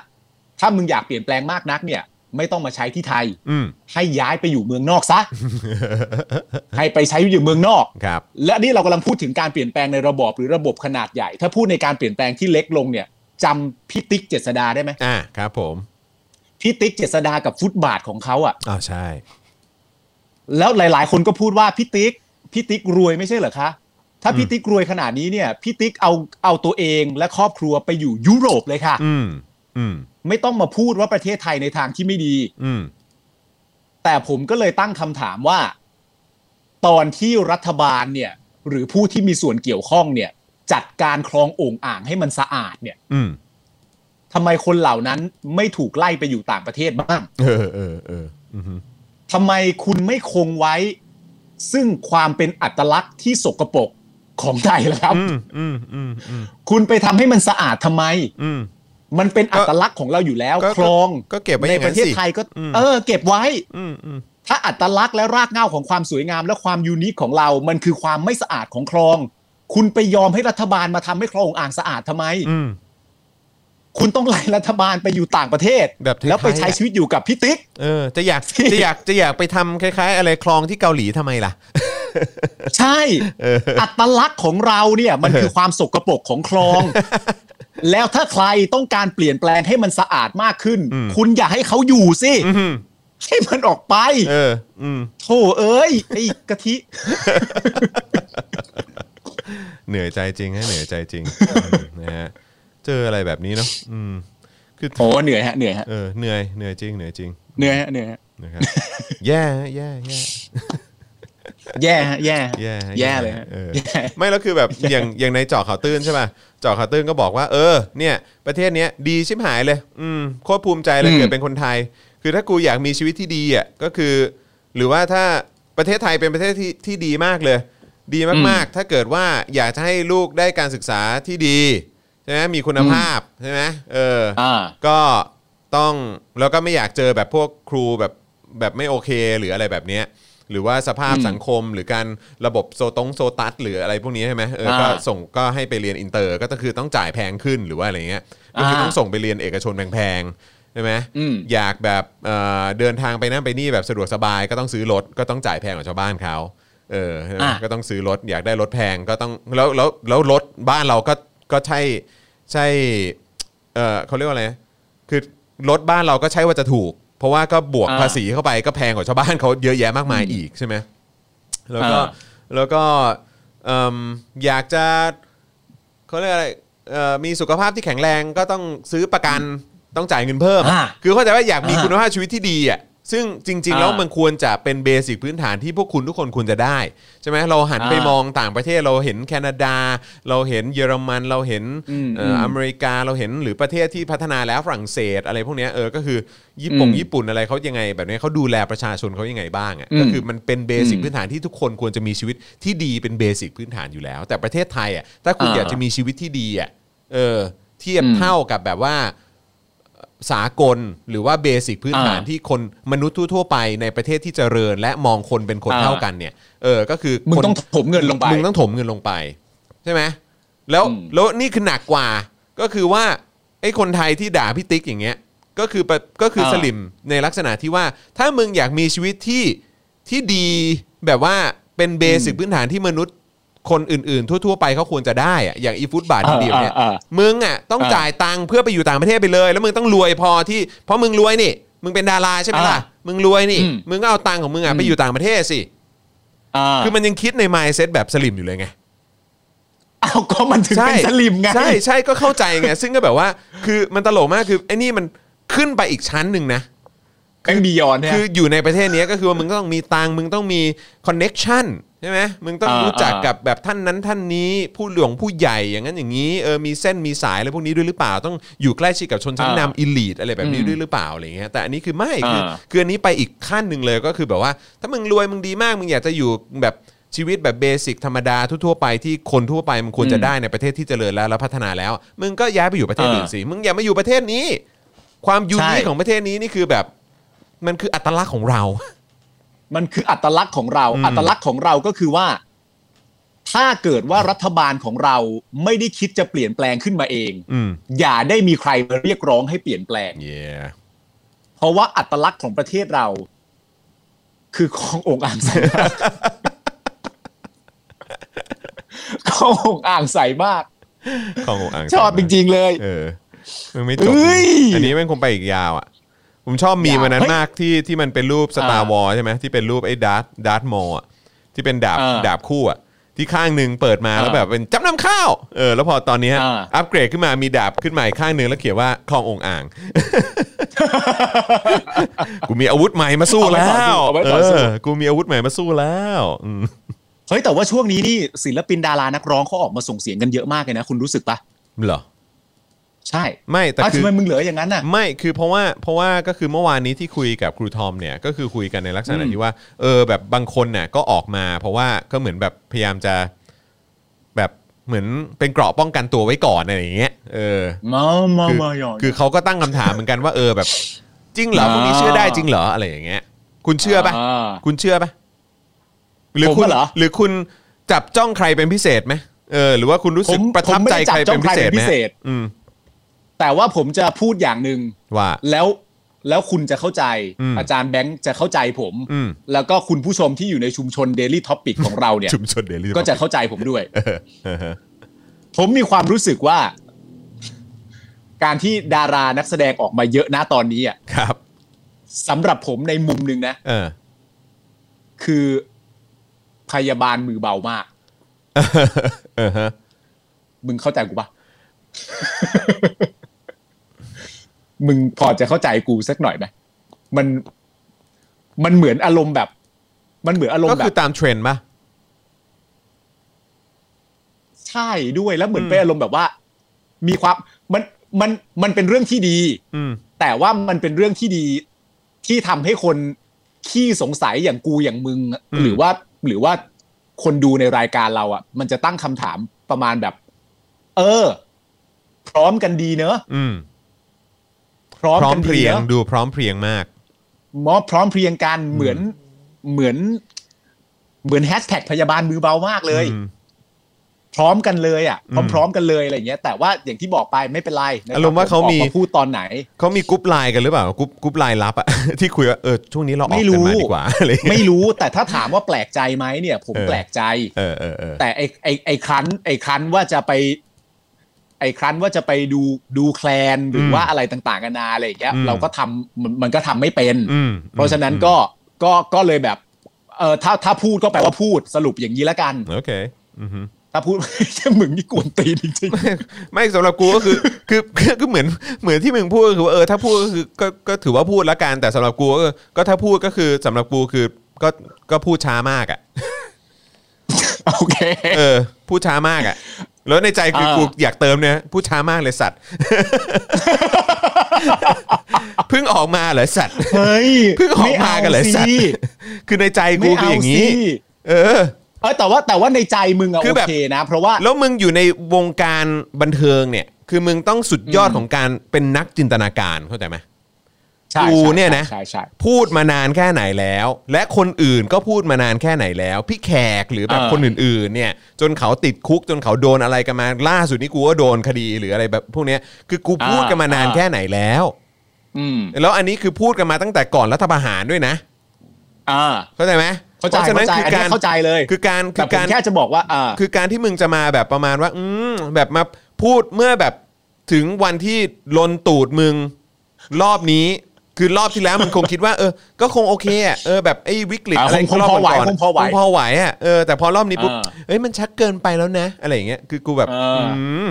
ถ้ามึงอยากเปลี่ยนแปลงมากนักเนี่ย ไม่ต้องมาใช้ที่ไทย
อืม
ให้ย้ายไปอยู่เมืองนอกซะ ให้ไปใช้อยู่เมืองนอก
ครับ
และนี่เรากำลังพูดถึงการเปลี่ยนแปลงในระบอบหรือระบบขนาดใหญ่ ถ้าพูดในการเปลี่ยนแปลงที่เล็กลงเนี่ยจำพี่ติ๊กเจษดาได้ไหม
อ่า ครับผม
พี่ติ๊กเจษดากับฟุตบาทของเขาอะ่ะ
อ้าวใช่
แล้วหลาย ๆ คนก็พูดว่าพี่ติ๊กพี่ติ๊กรวยไม่ใช่เหรอคะถ้าพี่ติ๊กรวยขนาดนี้เนี่ยพี่ติ๊กเอาเอาตัวเองและครอบครัวไปอยู่ยุโรปเลยค่ะ
อืม อืม
ไม่ต้องมาพูดว่าประเทศไทยในทางที่ไม่ดี
อืม
แต่ผมก็เลยตั้งคำถามว่า ตอนที่รัฐบาลเนี่ย หรือผู้ที่มีส่วนเกี่ยวข้องเนี่ย จัดการคลองโอ่งอ่างให้มันสะอาดเนี่ย
อืม
ทำไมคนเหล่านั้นไม่ถูกไล่ไปอยู่ต่างประเทศบ้าง
เออเออเอออือหือ
ทำไมคุณไม่คงไว้ ซึ่งความเป็นอัตลักษณ์ที่สกปรกของไทยล่ะครับ
อืมอืมอืมอืม
คุณไปทำให้มันสะอาดทำไม
อืม
มันเป็นอัตลักษณ์ของเราอยู่แล้ว
ก็
คลอง
ก็เก็บไว้อ
ใน
ย่าง
ป
นั้
ระ
น
เทศ
สิ
ไทยก็
อืม
เออ เก็บไว้
อืมอืม
ถ้าอัตลักษณ์และรากเหง้าของความสวยงามและความยูนิคของเรา มันคือความไม่สะอาดของคลอง คุณไปยอมให้รัฐบาลมาทำให้คลองอ่างสะอาดทำไม
อืม
คุณต้องไล่รัฐบาลไปอยู่ต่างประเทศ
แบบไทยๆ
แล้วไปใช้
อะ
ชีวิตอยู่กับพี่ติ๊ก
เออ จะอยากจะอยากจะอยากไปทำคล้ายๆ อะไรคลองที่เกาหลีทำไมล่ะ
ใช่ อัตลักษณ์ของเราเนี่ยมันคือความสกปรกของคลอง แล้วถ้าใครต้องการเปลี่ยนแปลงให้มันสะอาดมากขึ้น คุณอย่าให้เขาอยู่สิ
อืม
ให้มันออกไป
เออ อืม
โธ่เอ้ยไอ้กะทิ
เหนื่อยใจจริงฮะเหนื่อยใจจริงนะฮะเจออะไรแบบนี้เนาะอืม คือ
โอ้เหนื่อยฮะเหนื่อยฮะ
เออเหนื่อยเหนื่อยจริงเหนื่อยจริง
เหนื่อยฮะเหนื่อยฮะ
นะครับแย่ฮะแย่แย่
แย่ฮะแย่ฮะ
แย่ฮะ
แย่เลยฮะ
ออ
แย่
ไม่แล้วคือแบบ อย่างอย่างในเจอข่าวตื้นใช่ป่ะเจอข่าวตื้นก็บอกว่า เออเนี่ย ประเทศเนี้ยดีชิบหายเลย อืมโคตรภูมิใจเลยเกิดเป็นคนไทย คือถ้ากูอยากมีชีวิตที่ดีอ่ะก็คือ หรือว่าถ้าประเทศไทยเป็นประเทศที่ที่ดีมากเลย ดีมากๆ ถ้าเกิดว่าอยากจะให้ลูกได้การศึกษาที่ดีใช่ไหมมีคุณภาพใช่ไหมเออ
อ่า
ก็ต้องแล้วก็ไม่อยากเจอแบบพวกครูแบบแบบไม่โอเคหรืออะไรแบบเนี้ยหรือว่าสภาพสังคมหรือการระบบโซตงโซตัสหรืออะไรพวกนี้ใช่ไหมเออก็
อ่า
ส่งก็ให้ไปเรียนอินเตอร์ก็คือต้องจ่ายแพงขึ้นหรือว่าอะไรเงี้ยก็คืออา ต้องส่งไปเรียนเอกชนแพงๆใช่ไหม
อืม
อยากแบบเอ่อเดินทางไปนั่นไปนี่แบบสะดวกสบายก็ต้องซื้อรถก็ต้องจ่ายแพงกว่าชาวบ้านเขาเออใช่ไหม
อ่ะ
ก็ต้องซื้อรถอยากได้รถแพงก็ต้องแล้วแล้วแล้วรถบ้านเราก็ก็ใช่ใช่ เ เออเขาเรียกว่าอะไรคือรถบ้านเราก็ใช่ว่าจะถูก เพราะว่าก็บวก
อ่า
ภาษีเข้าไปก็แพงกว่าชาวบ้านเขาเยอะแยะมากมายอีกใช่ไหมแล้วก็
อ่า
แล้วก็เอิ่มอยากจะเขาเรียกอะไรเอ่อมีสุขภาพที่แข็งแรงก็ต้องซื้อประกันต้องจ่ายเงินเพิ่ม
อ่า
คือเข้าใจว่าอยากมี
อ่า
คุณภาพชีวิตที่ดีอ่ะซึ่งจริง ๆ แล้ว
อ่ามั
มันควรจะเป็นเบสิกพื้นฐานที่พวกคุณทุกคนควรจะได้ใช่ไหมเราหันไป
อ่าม ม
องต่างประเทศเราเห็นแคนาดา เราเห็นเยอรมันเราเห็น
อืม
เอ่ออ
ม
เมริกาเราเห็นหรือประเทศที่พัฒนาแล้วฝรั่งเศสอะไรพวกเนี้ยเออก็คือญี่ปุ่ง
อืม
ญี่ปุ่นอะไรเขายังไง แบบนี้เขาดูแลประชาชนเขายังไงบ้างอ่ะ
อืม
ก็คือมันเป็นเบสิก
อืม
พื้นฐานที่ทุกคนควรจะมีชีวิตที่ดีเป็นเบสิกพื้นฐานอยู่แล้ว แต่ประเทศไทยอ่ะถ้าคุณ
อ่า
อยากจะมีชีวิตที่ดีอ่ะเออเทียบ
อืม
เท่ากับแบบว่า สากลหรือว่าเบสิกพื้นฐาน
อ่า
ที่คนมนุษย์ทั่วๆไปในประเทศที่เจริญ และมองคนเป็นคน
อ่า
เท่ากันเนี่ยเออก็คือ
มึง
คน
ต้องถมเงินลงไป
มึงต้องถมเงินลงไป ใช่ไหมแล้ว
อืม
แล้วนี่คือหนักกว่า ก็คือว่าไอ้คนไทยที่ด่าพี่ติ๊กอย่างเงี้ยก็คือปะก็คือ
เออ
สลิมในลักษณะที่ว่า ถ้ามึงอยากมีชีวิตที่ที่ดีแบบว่าเป็นเบสิกพื้นฐานที่มนุษย์คนอื่นๆ ทั่ว ๆ ไปเขาควรจะได้อะอย่างอีฟุตบาท
เออ
เดียวเนี่ย
เออเออ
มึงอ่ะต้อง
เออ
จ่ายตังค์เพื่อไปอยู่ต่างประเทศไปเลย แล้วมึงต้องรวยพอที่เพราะมึงรวยนี่ มึงเป็นดาราใช่ไหมล่ะ
อ่า
มึงรวยนี่
อืม
มึงก็เอาตังค์ของมึงอ่ะไป
อืม
อยู่ต่างประเทศสิ
อ่า
คือมันยังคิดใน mindset แบบสลิมอยู่เลยไง
อ้าวก็มันถึงเป็นสลิมไง
ใช่ใช่ก็เข้าใจไง ซึ่งก็แบบว่าคือมันตลกมากคือไอ้นี่มันขึ้นไปอีกชั้นหนึ่งนะ
เป็นบียอนเนี่ย
คืออยู่ในประเทศเนี้ยก็คือว่ามึงต้องมีตังค์มึงต้องมีคอนเน็กชันใช่ไหมมึงต้อง
อ่า
รู้จัก
อ่า
กับแบบท่านนั้นท่านนี้ผู้หลวงผู้ใหญ่อย่างนั้นอย่างนี้เออมีเส้นมีสายอะไรพวกนี้ด้วยหรือเปล่า ต้องอยู่ใกล้ชิดกับชนชั้น
อ่าน
ำอิลีทอะไรแบบนี้
อืม
ด้วยหรือเปล่าอะไรเงี้ยแต่อันนี้คือไม่คืออา คืออันนี้ไปอีกขั้นหนึ่งเลยก็คือแบบว่า ถ้ามึงรวยมึงดีมากมึงอยากจะอยู่แบบชีวิตแบบเบสิกธรรมดาทั่วๆไปที่คนทั่วไปมันควรจะ
อืม
ได้ในประเทศที่เจริญแล้วและพัฒนาแล้ว มึงก็ย้ายไปอยู่ประเทศ
อ่า
อื่นสิมึงอย่ามาอยู่ประเทศนี้ ความยูนิค
ใช่
ของประเทศนี้นี่คือแบบมันคืออัตลักษณ์ของเรา
มันคืออัตลักษณ์ของเรา
อืม
อัตลักษณ์ของเราก็คือว่า ถ้าเกิดว่ารัฐบาลของเราไม่ได้คิดจะเปลี่ยนแปลงขึ้นมาเอง
อืม
อย่าได้มีใครมาเรียกร้องให้เปลี่ยนแปลง
เย่
เพราะว่าอัตลักษณ์ของประเทศเรา คือขององค์อ่างใสมากขององค์อ่างใสมาก
ขององอ่าง
ชอบจริงๆเลย
ๆเออมันไม่จบ
เอ้ย
อันนี้มันคงไปอีกยาวอ่ะ ผมชอบมีมันนั้
เฮ้
น
ย
มากที่ที่มันเป็นรูปสตาร์
อ่าว
อลใช่ไหมที่เป็นรูปไอ้ดาร์ธดาร์ธมอลอะที่เป็นดาบ
อ่า
ดาบคู่อ่ะที่ข้างหนึ่งเปิดมาแล้ว
อ่า
แบบเป็นจำนำข้าวเออแล้วพอตอนเนี้ย
อ่า
อัปเกรดขึ้นมามีดาบขึ้นมาอีกข้างหนึ่งแล้วเขียนว่าคลององ อ่าง กูมีอาวุธใหม่มาสู้แล้ว
เอาไว้
เอ
ต่อสู้
อกูมีอาวุธใหม่มาสู้แล้วอืม
เฮ้ยแต่ว่าช่วงนี้นี่ศิลปินดารานักร้องเขาออกมาส่งเสียงกันเยอะมากเลยนะ คุณรู้สึกปะ
เหรอ
ใช่
ไม่แต่
อ้าว
คือ
ทำไมมึงเหลืออย่างนั้นน่ะ
ไม่ คือเพราะว่า เพราะว่าก็คือเมื่อวานนี้ที่คุยกับครูทอมเนี่ย ก็คือคุยกันในลักษณะ
อืม
ที่ว่า เออ แบบบางคนเนี่ยก็ออกมา เพราะว่าก็เหมือนแบบพยายามจะแบบเหมือนเป็นเกราะป้องกันตัวไว้ก่อนอะไรอย่างเงี้ย เออ
มามา
คือ
มาหยอก
คือเขาก็ตั้งคำถามเหมือนกันว่า เออ แบบ จริงเหรอ
อ่า
พวกนี้เชื่อได้จริงเหรอ อะไรอย่างเงี้ย คุณเชื่อปะ
า
คุณเชื่อปะหรือ
ผม
คุณ
อะเหรอ
หรือคุณจับจ้องใครเป็นพิเศษไหมเออ หรือว่าคุณรู้
ผ
สึก
ม
ประ
ผม
ทับ
ไม่
ใจ
ได้
ใค
จับ
ร
จ้อ
เป็น
งใค
พิเศษไหม
รเป็นพิเศษ
อืม
แต่ว่าผมจะพูดอย่างหนึ่ง
ว่า
แล้วแล้วคุณจะเข้าใจ
อืม
อาจารย์แบงค์จะเข้าใจผม
อืม
แล้วก็คุณผู้ชมที่อยู่ในชุมชน Daily Topic ของเราเนี่ย
ชุมชนเดลี่
ก็จะเข้าใจผมด้วย
เออเออ
ผมมีความรู้สึกว่า การที่ดารานักแสดงออกมาเยอะนะตอนนี้อ่ะ
ครับ
สำหรับผมในมุมหนึ่งนะ
เออ
คือพยาบาลมือเบามาก
เออฮะ
มึงเข้าใจกูปะ มึงพอจะเข้าใจกูสักหน่อยไหมมัน มันเหมือนอารมณ์แบบ มันเหมือนอารม
ก็
ณ์แบ
คื
บ
อตามเทรนด์ป่ะ
ใช่ด้วยแล้วเหมือน
อืม
เป็นอารมณ์แบบว่า มีความมันมันมันเป็นเรื่องที่ดี
อืม
แต่ว่ามันเป็นเรื่องที่ดีที่ทำให้คนขี้สงสัยอย่างกูอย่างมึง
อืม
หรือว่า หรือว่าคนดูในรายการเราอะ่ะ มันจะตั้งคำถามประมาณแบบ เออ พร้อมกันดีเนอะ
อืม
พร้อม
พร้อ
กั
ม
น
เพ
ดี
รียง
เนอะ
ดูพร้อมเพรียงมาก
มอบพร้อมเพรียงกันเหมือนเหมือน เหมือนแฮชแท็กพยาบาลมือเบามากเลย
อืม
พร้อมกันเลยอ่ะ
อืม
พร้อมๆกันเลยอะไรอย่างเงี้ย แต่ว่าอย่างที่บอกไปไม่เป็นไรนะคบ
อารมณ์ว่าเขามี
ออกพูดตอน ไหน
เขามีกรุ๊ปไลน์กันหรือเปล่ากรุ๊ปกรุ๊ปไลน์ลับอะ ที่คุยว่าเออช่วงนี้เราออกกั
ไม่
น
รู้
มาดีกว่า อะไรอย่างเงี้ย
ไม่รู้แต่ถ้าถามว่าแปลกใจไหมเนี่ย ผม
เออ
แปลกใจ
เออเออเออ
แต่ไอไอไอครั้น ไอครั้นว่าจะไป ไอ้ครั้นว่าจะไปดูดูแคลนหรือ
ม
ว่าอะไรต่างๆกันานาอะไรอย่างเงี้ย
อืม
เราก็ทำมันมันก็ทำไม่เป็น
อืม
เพราะฉะนั้นก็ก็ก็เลยแบบเออถ้าถ้าพูดก็แปลว่าพูดสรุปอย่างนี้ละกัน
โอเคอือฮึ
ถ้าพูด จะมึงนี่กวนตีนจริง
ไม่สำหรับกูก็คือ คือคือคือเหมือนเหมือนที่มึงพูดก็คือว่าเออถ้าพูดก็คือก็ก็ถือว่าพูดละกันแต่สำหรับกูก็ก็ถ้าพูดก็คือสำหรับกูคือก็ก็พูดช้ามากอ่ะ
ๆ โอเค
เออ พูดช้ามากอ่ะ แล้วในใจคือ
เออ
กูอยากเติมเนี่ยพูดช้ามากเลย สัตว์ เพิ่งออกมาเหรอสัตว์
เฮ้ย
เพิ่งออกมากันเหรอสัตว์ คือในใจ
ไม่
กู
เอา
คืออย่าง
สิ
นี้ เออ
เออแต่ว่าแต่ว่าในใจมึงอะ
คือ
โอ
แบบ
เคนะ เพราะว่า
แล้วมึงอยู่ในวงการบันเทิงเนี่ย คือมึงต้องสุดยอด
อืม
ของการเป็นนักจินตนาการเข้าใจไหม
ใช่
กู
ใช่
เนี่ยนะ
ใช่ใช่
พูดมานานแค่ไหนแล้ว และคนอื่นก็พูดมานานแค่ไหนแล้ว พี่แขกหรือแบบ
เออ
คนอื่นๆ เนี่ย จนเขาติดคุกจนเขาโดนอะไรกันมาล่าสุดนี่กูก็โดนคดีหรืออะไรแบบพวกเนี้ยคือกูพูดกันมานานแค่ไหนแล้ว
อืม
แล้วอันนี้คือพูดกันมาตั้งแต่ก่อนรัฐประหารด้วยนะ
อ่า
เข้าใจไหม
เข้าใจ
พระฉะนั้
เข้านใจ
คือ
อัน
การ
นี้เข้าใจเลย
คือการคื
แต่
อ
ผม
การ
แค่จะบอกว่าอ่า
คือการที่มึงจะมาแบบประมาณว่า อืมแบบมาพูดเมื่อแบบถึงวันที่ลนตูดมึงรอบนี้ คือรอบที่แล้วมึงคงคิดว่า เออ ก็คงโอเคอ่ะเออแบบไอ้วิกฤต
อ่ะ
อะไร
คงคง
รอบ
พอไหว
ก่นๆ
คงพอไหว
คงพอไหวอ่ะเออแต่พอรอบนี้ปุ๊บ
อ่า
เอ้ยมันชักเกินไปแล้วนะ อะไรอย่างเงี้ยคือกูแบบ
เอออื
ม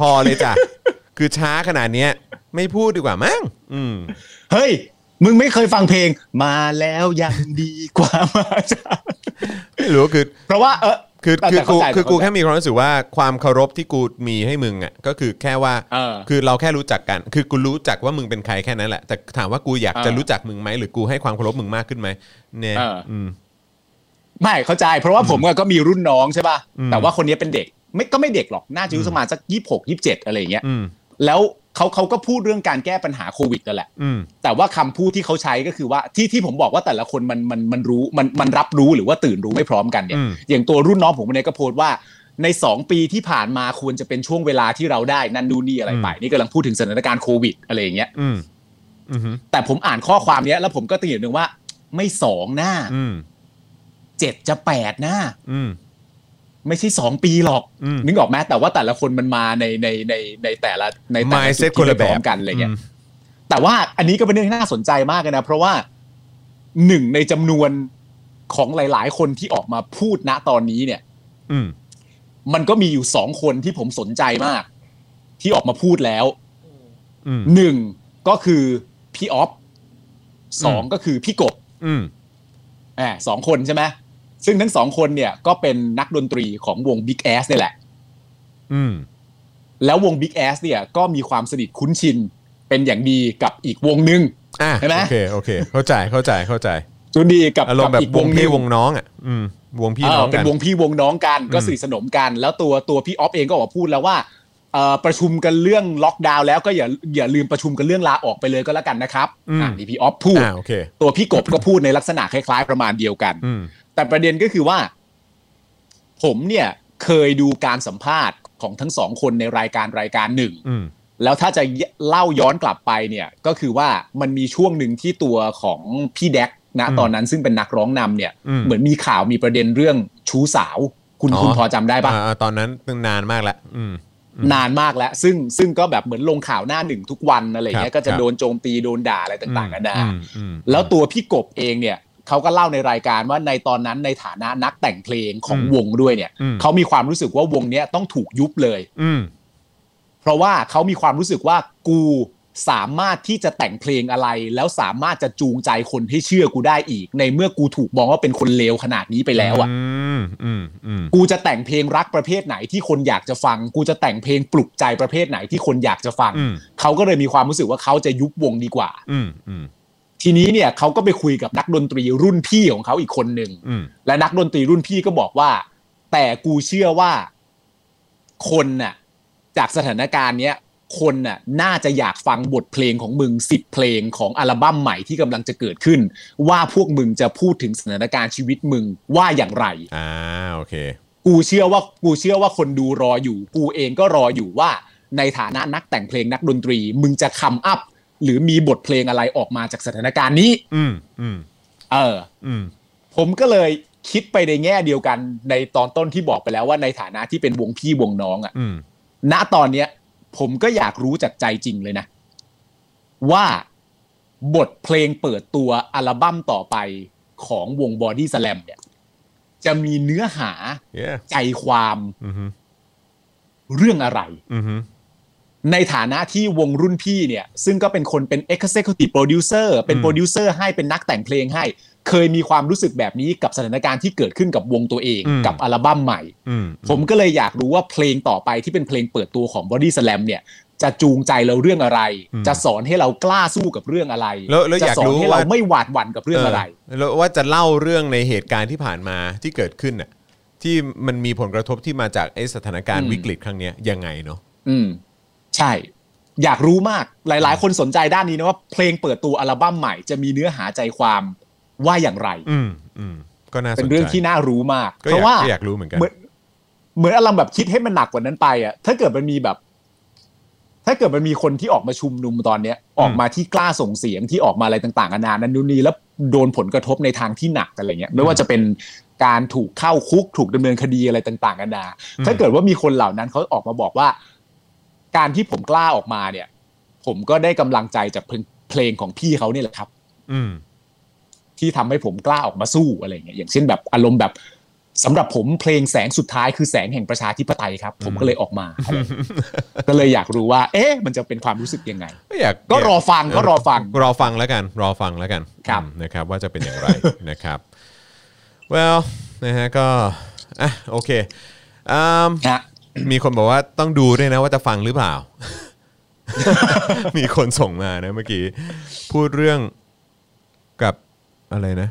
พอเลยจ้ะ คือช้าขนาดเนี้ย ไม่พูดดีกว่ามั้งอืม
เฮ้ย มึงไม่เคยฟังเพลง มาแล้วยังดีกว่ามาจ้า
ไม่รู้คือ
เพราะว่าเออ
คือ
แต่
คือกู
แต่เข้าใจ
คือกูแค่
เข้าใจ
มีความรู้สึกว่าความเคารพที่กูมีให้มึงอ่ะก็คือแค่ว่า
เออ
คือเราแค่รู้จักกัน คือกูรู้จักว่ามึงเป็นใครแค่นั้นแหละแต่ถามว่ากูอยากจะ
เออ
รู้จักมึงไหมหรือกูให้ความเคารพมึงมากขึ้นไหมเนี่ย
เอออื
ม
ไม่เข้าใจ เพราะว่าผมอะก็มีรุ่นน้องใช่ป่ะ
อืม
แต่ว่าคนนี้เป็นเด็กไม่ก็ไม่เด็กหรอกน่าจะอายุประมาณสักยี่หกยี่เจ็ดอะไรอย่างเงี้ย
อืม
แล้วเขาเขาก็พูดเรื่องการแก้ปัญหาโควิดกันแหละ
อืม
แต่ว่าคำพูดที่เขาใช้ก็คือว่าที่ที่ผมบอกว่าแต่ละคนมันมันมันรู้มันมันรับรู้หรือว่าตื่นรู้ไม่พร้อมกันเนี่
อื
ย
ม
อย่างตัวรุ่นน้องผมคนนี้ก็โพสต์ว่าใน 2 ปีที่ผ่านมาควรจะเป็นช่วงเวลาที่เราได้นั่นดูนี่อะไรไปนี่กำลังพูดถึงสถานการณ์โควิดอะไรอย่างเงี้ย
อืมอืมอืม
แต่ผมอ่านข้อความเนี้ยแล้วผมก็ตีอย่างหนึ่งว่า ไม่สองหน้า
อืม
เจ็ดจะแปดหน้า
อืม
ไม่ใช่สองปีหรอก
อืม
นึกออกไหมแต่ว่าแต่ละคนมันมาในในในในแต่ละในแต่ละ
เซ็
จุ
ต
ด
คน
ที่
ละ
ไม่
แบ
พร้อบ มกันอะไรเงี้ย
ม
แต่ว่าอันนี้ก็เป็นเรื่องที่น่าสนใจมากเลยนะ เพราะว่าหนึ่งในจำนวนของหลาย ๆ คนที่ออกมาพูดณตอนนี้เนี่ย
อืม
มันก็มีอยู่สองคนที่ผมสนใจมาก ที่ออกมาพูดแล้ว
อืม
หนึ่งก็คือพี่ออฟสองก็คือพี่กบ
อืม
อ่าสองคนใช่ไหมซึ่งทั้งสองคนเนี่ยก็เป็นนักดนตรีของวง Big Ass เนี่ยแหละ
อืม
แล้ววง Big Ass เนี่ยก็มีความสนิทคุ้นชิน เป็นอย่างดีกับอีกวงหนึ่ง
อ่ะ
เห็นไหม
โอเคโอเค เข้าใจเข้าใจเข้าใจ
จุนดีกับ
อารม
กั
ณ์แบบ
อีก
ว
ว
ง
งห
พี่
นึ่ง
วงน้องอ่ะอืมวงพี่
เอ
น้
อ
อง
เป็
กัน
นวงพี่วงน้องกันก็
อืม
สนิทสนมกัน แล้วตัวตัวพี่ออฟเองก็ออกมาพูดแล้วว่าเอ่อประชุมกันเรื่องล็อกดาวน์แล้วก็อย่าอย่าลืมประชุมกันเรื่องลาออกไปเลยก็แล้วกันนะครับอ่ะนี่พี่ออฟพูด
อ่าโอเค
ตัวพี่กบก็พูดในลักษณะคล้ายๆ ประมาณเดียวกัน
อืม
แต่ประเด็นก็คือว่า ผมเนี่ยเคยดูการสัมภาษณ์ของทั้งสองคนในรายการรายการหนึ่ง
อืม
แล้วถ้าจะเล่าย้อนกลับไปเนี่ยก็คือว่ามันมีช่วงหนึ่งที่ตัวของพี่แดกนะตอนนั้นซึ่งเป็นนักร้องนำเนี่ย เหมือนมีข่าวมีประเด็นเรื่องชู้สาว คุณคุณพอจำได้ปะ
อ่าตอนนั้นนานมากแล้วอืม
นานมากแล้ว ซึ่งซึ่งก็แบบเหมือนลงข่าวหน้าหนึ่งทุกวันอะไรอย่างเงี้
ครับ
ยก็จะโดนโจมตีโดนด่าอะไรต่างๆกันานา
อืมอืม
แล้วตัวพี่กบเองเนี่ยเขาก็เล่าในรายการว่าในตอนนั้นในฐานะนักแต่งเพลงของ
อืม
วงด้วยเนี่ย
อืม
เขามีความรู้สึกว่าวงเนี้ยต้องถูกยุบเลย
อืม
เพราะว่าเขามีความรู้สึกว่ากูสามารถที่จะแต่งเพลงอะไร แล้วสามารถจะจูงใจคนให้เชื่อกูได้อีก ในเมื่อกูถูกมองว่าเป็นคนเลวขนาดนี้ไปแล้วอ่ะ
มอืมอืม
กูจะแต่งเพลงรักประเภทไหนที่คนอยากจะฟัง กูจะแต่งเพลงปลุกใจประเภทไหนที่คนอยากจะฟัง
อืม
เขาก็เลยมีความรู้สึกว่าเขาจะยุบวงดีกว่า
อืมอืม
ทีนี้เนี่ยเขาก็ไปคุยกับนักดนตรีรุ่นพี่ของเขาอีกคนหนึ่ง
อืม
และนักดนตรีรุ่นพี่ก็บอกว่า แต่กูเชื่อว่าคนน่ะจากสถานการณ์เนี้ยคนน่ะน่าจะอยากฟังบทเพลงของมึงสิบเพลงของอัลบั้มใหม่ที่กำลังจะเกิดขึ้น ว่าพวกมึงจะพูดถึงสถานการณ์ชีวิตมึงว่าอย่างไร
อ่าโอเค
กูเชื่อว่ากูเชื่อว่าคนดูรออยู่ กูเองก็รออยู่ว่า ในฐานะนักแต่งเพลงนักดนตรี มึงจะคัมอัพ หรือมีบทเพลงอะไรออกมาจากสถานการณ์นี้
อืมอืม
เออ
อืม
ผมก็เลยคิดไปในแง่เดียวกันในตอนต้นที่บอกไปแล้วว่าในฐานะที่เป็นวงพี่วงน้องอะ
อืม
ณตอนเนี้ย ผมก็อยากรู้จากใจจริงเลยนะ ว่าบทเพลงเปิดตัวอัลบั้มต่อไปของวงบอดี้สแลมเนี่ย จะมีเนื้อหา
yeah
ใจความ
อือฮึ
เรื่องอะไร
อือฮึ
ในฐานะที่วงรุ่นพี่เนี่ย ซึ่งก็เป็นคนเป็น executive producer เป็นโปรดิวเซอร์ให้เป็นนักแต่งเพลงให้ เคยมีความรู้สึกแบบนี้กับสถานการณ์ที่เกิดขึ้นกับวงตัวเองกับอัลบั้มใหม่
อืม
ผมก็เลยอยากรู้ว่าเพลงต่อไปที่เป็นเพลงเปิดตัวของ Body Slam เนี่ย จะจูงใจเราเรื่องอะไร จะสอนให้เรากล้าสู้กับเรื่องอะไร
แล้วแล้วอ
จะ
ยาก
สอน
รู้
ให้
ว่า
เราไม่หวาดหวั่นกับเรื่องอะไร
แล้วว่าจะเล่าเรื่องในเหตุการณ์ที่ผ่านมาที่เกิดขึ้นน่ะที่มันมีผลกระทบที่มาจากไอ้สถานการณ์
อืม
วิกฤตครั้งเนี้ยยังไงเนาะ
อืม ใช่ อยากรู้มากหลาย ๆ คนสนใจด้านนี้นะว่าเพลงเปิดตัวอัลบั้มใหม่จะมีเนื้อหาใจความว่าอย่างไร
อืมอืมก็น่าสนใจ
เป็นเรื่องที่น่ารู้มาก
ก็อ
เพ
ยาก
ราะว่า
ก็อยากรู้เหมือนกัน
เหมือนเหมือนอารมณ์แบบคิดให้มันหนักกว่านั้นไปอ่ะถ้าเกิดมันมีแบบ ถ้าเกิดมันมีคนที่ออกมาชุมนุมตอนเนี้ย ออกมาที่กล้าส่งเสียงที่ออกมาอะไรต่างๆนานานั้นนู่นนี่แล้วโดนผลกระทบในทางที่หนักอะไรเงี้ย ไม่ว่าจะเป็นการถูกเข้าคุกถูกดำเนินคดีอะไรต่างๆนานา
อืม
ถ้าเกิดว่ามีคนเหล่านั้นเขาออกมาบอกว่า การที่ผมกล้าออกมาเนี่ย ผมก็ได้กำลังใจจากเพลงเพลงของพี่เขาเนี่ยแหละครับ
อืม
ที่ทำให้ผมกล้าออกมาสู้อะไรอย่างเงี้ยอย่างเช่นแบบอารมณ์แบบสำหรับผมเพลงแสงสุดท้ายคือแสงแห่งประชาธิปไตยครับ ผมก็เลยออก มาอะไรอย่างเงี้ยก็เลยอยากรู้ว่า เอ๊ะ มันจะเป็นความรู้สึกยังไง
ก็อยาก
ก็รอฟังก็รอฟัง
รอฟังแล้วกัน รอฟังแล้วกัน
ครับ
อืมนะครับ ว่าจะเป็นอย่างไร นะครับ well นะฮะก็อ่ะโอเคอืม
ฮะ
มีคนบอกว่าต้องดูด้วยนะว่าจะฟังหรือเปล่า มีคนส่งมานะเมื่อกี้ พูดเรื่องกับอะไรนะ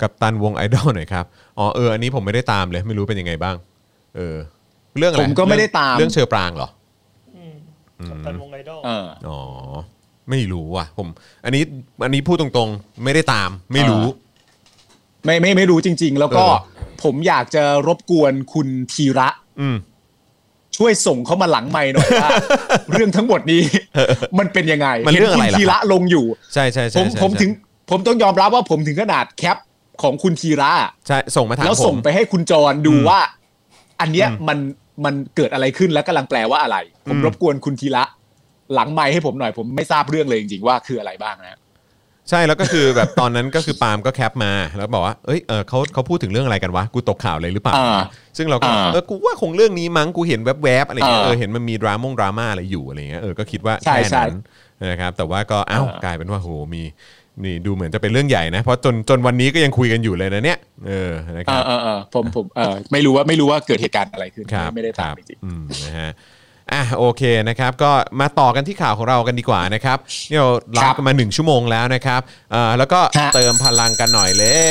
กับตันวงไอดอลหน่อยครับ อ๋อเอออันนี้ผมไม่ได้ตามเลย ไม่รู้เป็นยังไงบ้าง เออ เรื่องอะไร
ผมก็ไม่ได้ตาม
เรื่องเชอปรางเหรอ
อืมกับตันวงไอดอล
เออ
อ๋อ ไม่รู้ว่ะผม อันนี้อันนี้พูดตรงๆ ไม่ได้ตามไม่รู้
ไม่ไม่ไม่รู้จริง ๆ แล้วก็
เออ
ผมอยากจะรบกวนคุณธีระ
อืม
ช่วยส่งเข้ามาหลังไม่หน่อย ว่า เรื่องทั้งหมดนี้ มันเป็นยังไง
มันเรื่องอะไรล่ะ
ห็คุณธีระลงอยู่
ใช่ใช่
ผ
ใช่
ม
ใช่
ผม
ใช่
ถึง ผมต้องยอมรับว่าผมถึงขนาดแคปของคุณธีระ
ใช่ส่งมาถาม
แล้วส่
ผ
ง
ม
ไปให้คุณจรดู
อืม
ว่า อันเนี้ย
อืม
มันมันเกิดอะไรขึ้นและกำลังแปลว่าอะไร ผ
อื
ม
ม
รบกวนคุณธีระหลังไมค์ให้ผมหน่อยผมไม่ทราบเรื่องเลยจริงๆว่าคืออะไรบ้างนะ
ใช่แล้วก็คือ แบบตอนนั้นก็คือปาล์มก็แคปมาแล้วบอกว่าเอ้ยเออเขาเขาพูดถึงเรื่องอะไรกันวะกูตกข่าวเลยหรือเปล่า
อ่า
ซึ่งเราก็
อ่า
เออกูว่าคงเรื่องนี้มั้งกูเห็นแวบๆอะไรเงี้ย
อ่า
เออเห็นมันมีดราม่งดราม่าอะไรอยู่อะไรเงี้ยเออก็คิดว่า
ใช่
แค่
ใช่
นั้นนะครับแต่ว่าก็เอ้าว
อ่าก
ลายเป็นว่าโหมีนี่ดูเหมือนจะเป็นเรื่องใหญ่นะเพราะจนจนวันนี้ก็ยังคุยกันอยู่เลยนะเนี่ยเออนะครับ
าอ่าๆๆผมผมเออไม่รู้ว่าไม่รู้ว่าเกิดเหตุการณ์อะไรขึ้น
ครับ
ไม่ได้ตาม
ครับ
จริง
อืมนะฮะอ่ะโอเคนะครับ ก็มาต่อกันที่ข่าวของเรากันดีกว่านะครับเนี่ยเราไล
ครั
ฟ์
บ
กันมา 1 ชั่วโมงแล้วนะครับเอ่อแล้วก็
ฮะ
เติมพลังกันหน่อยแล้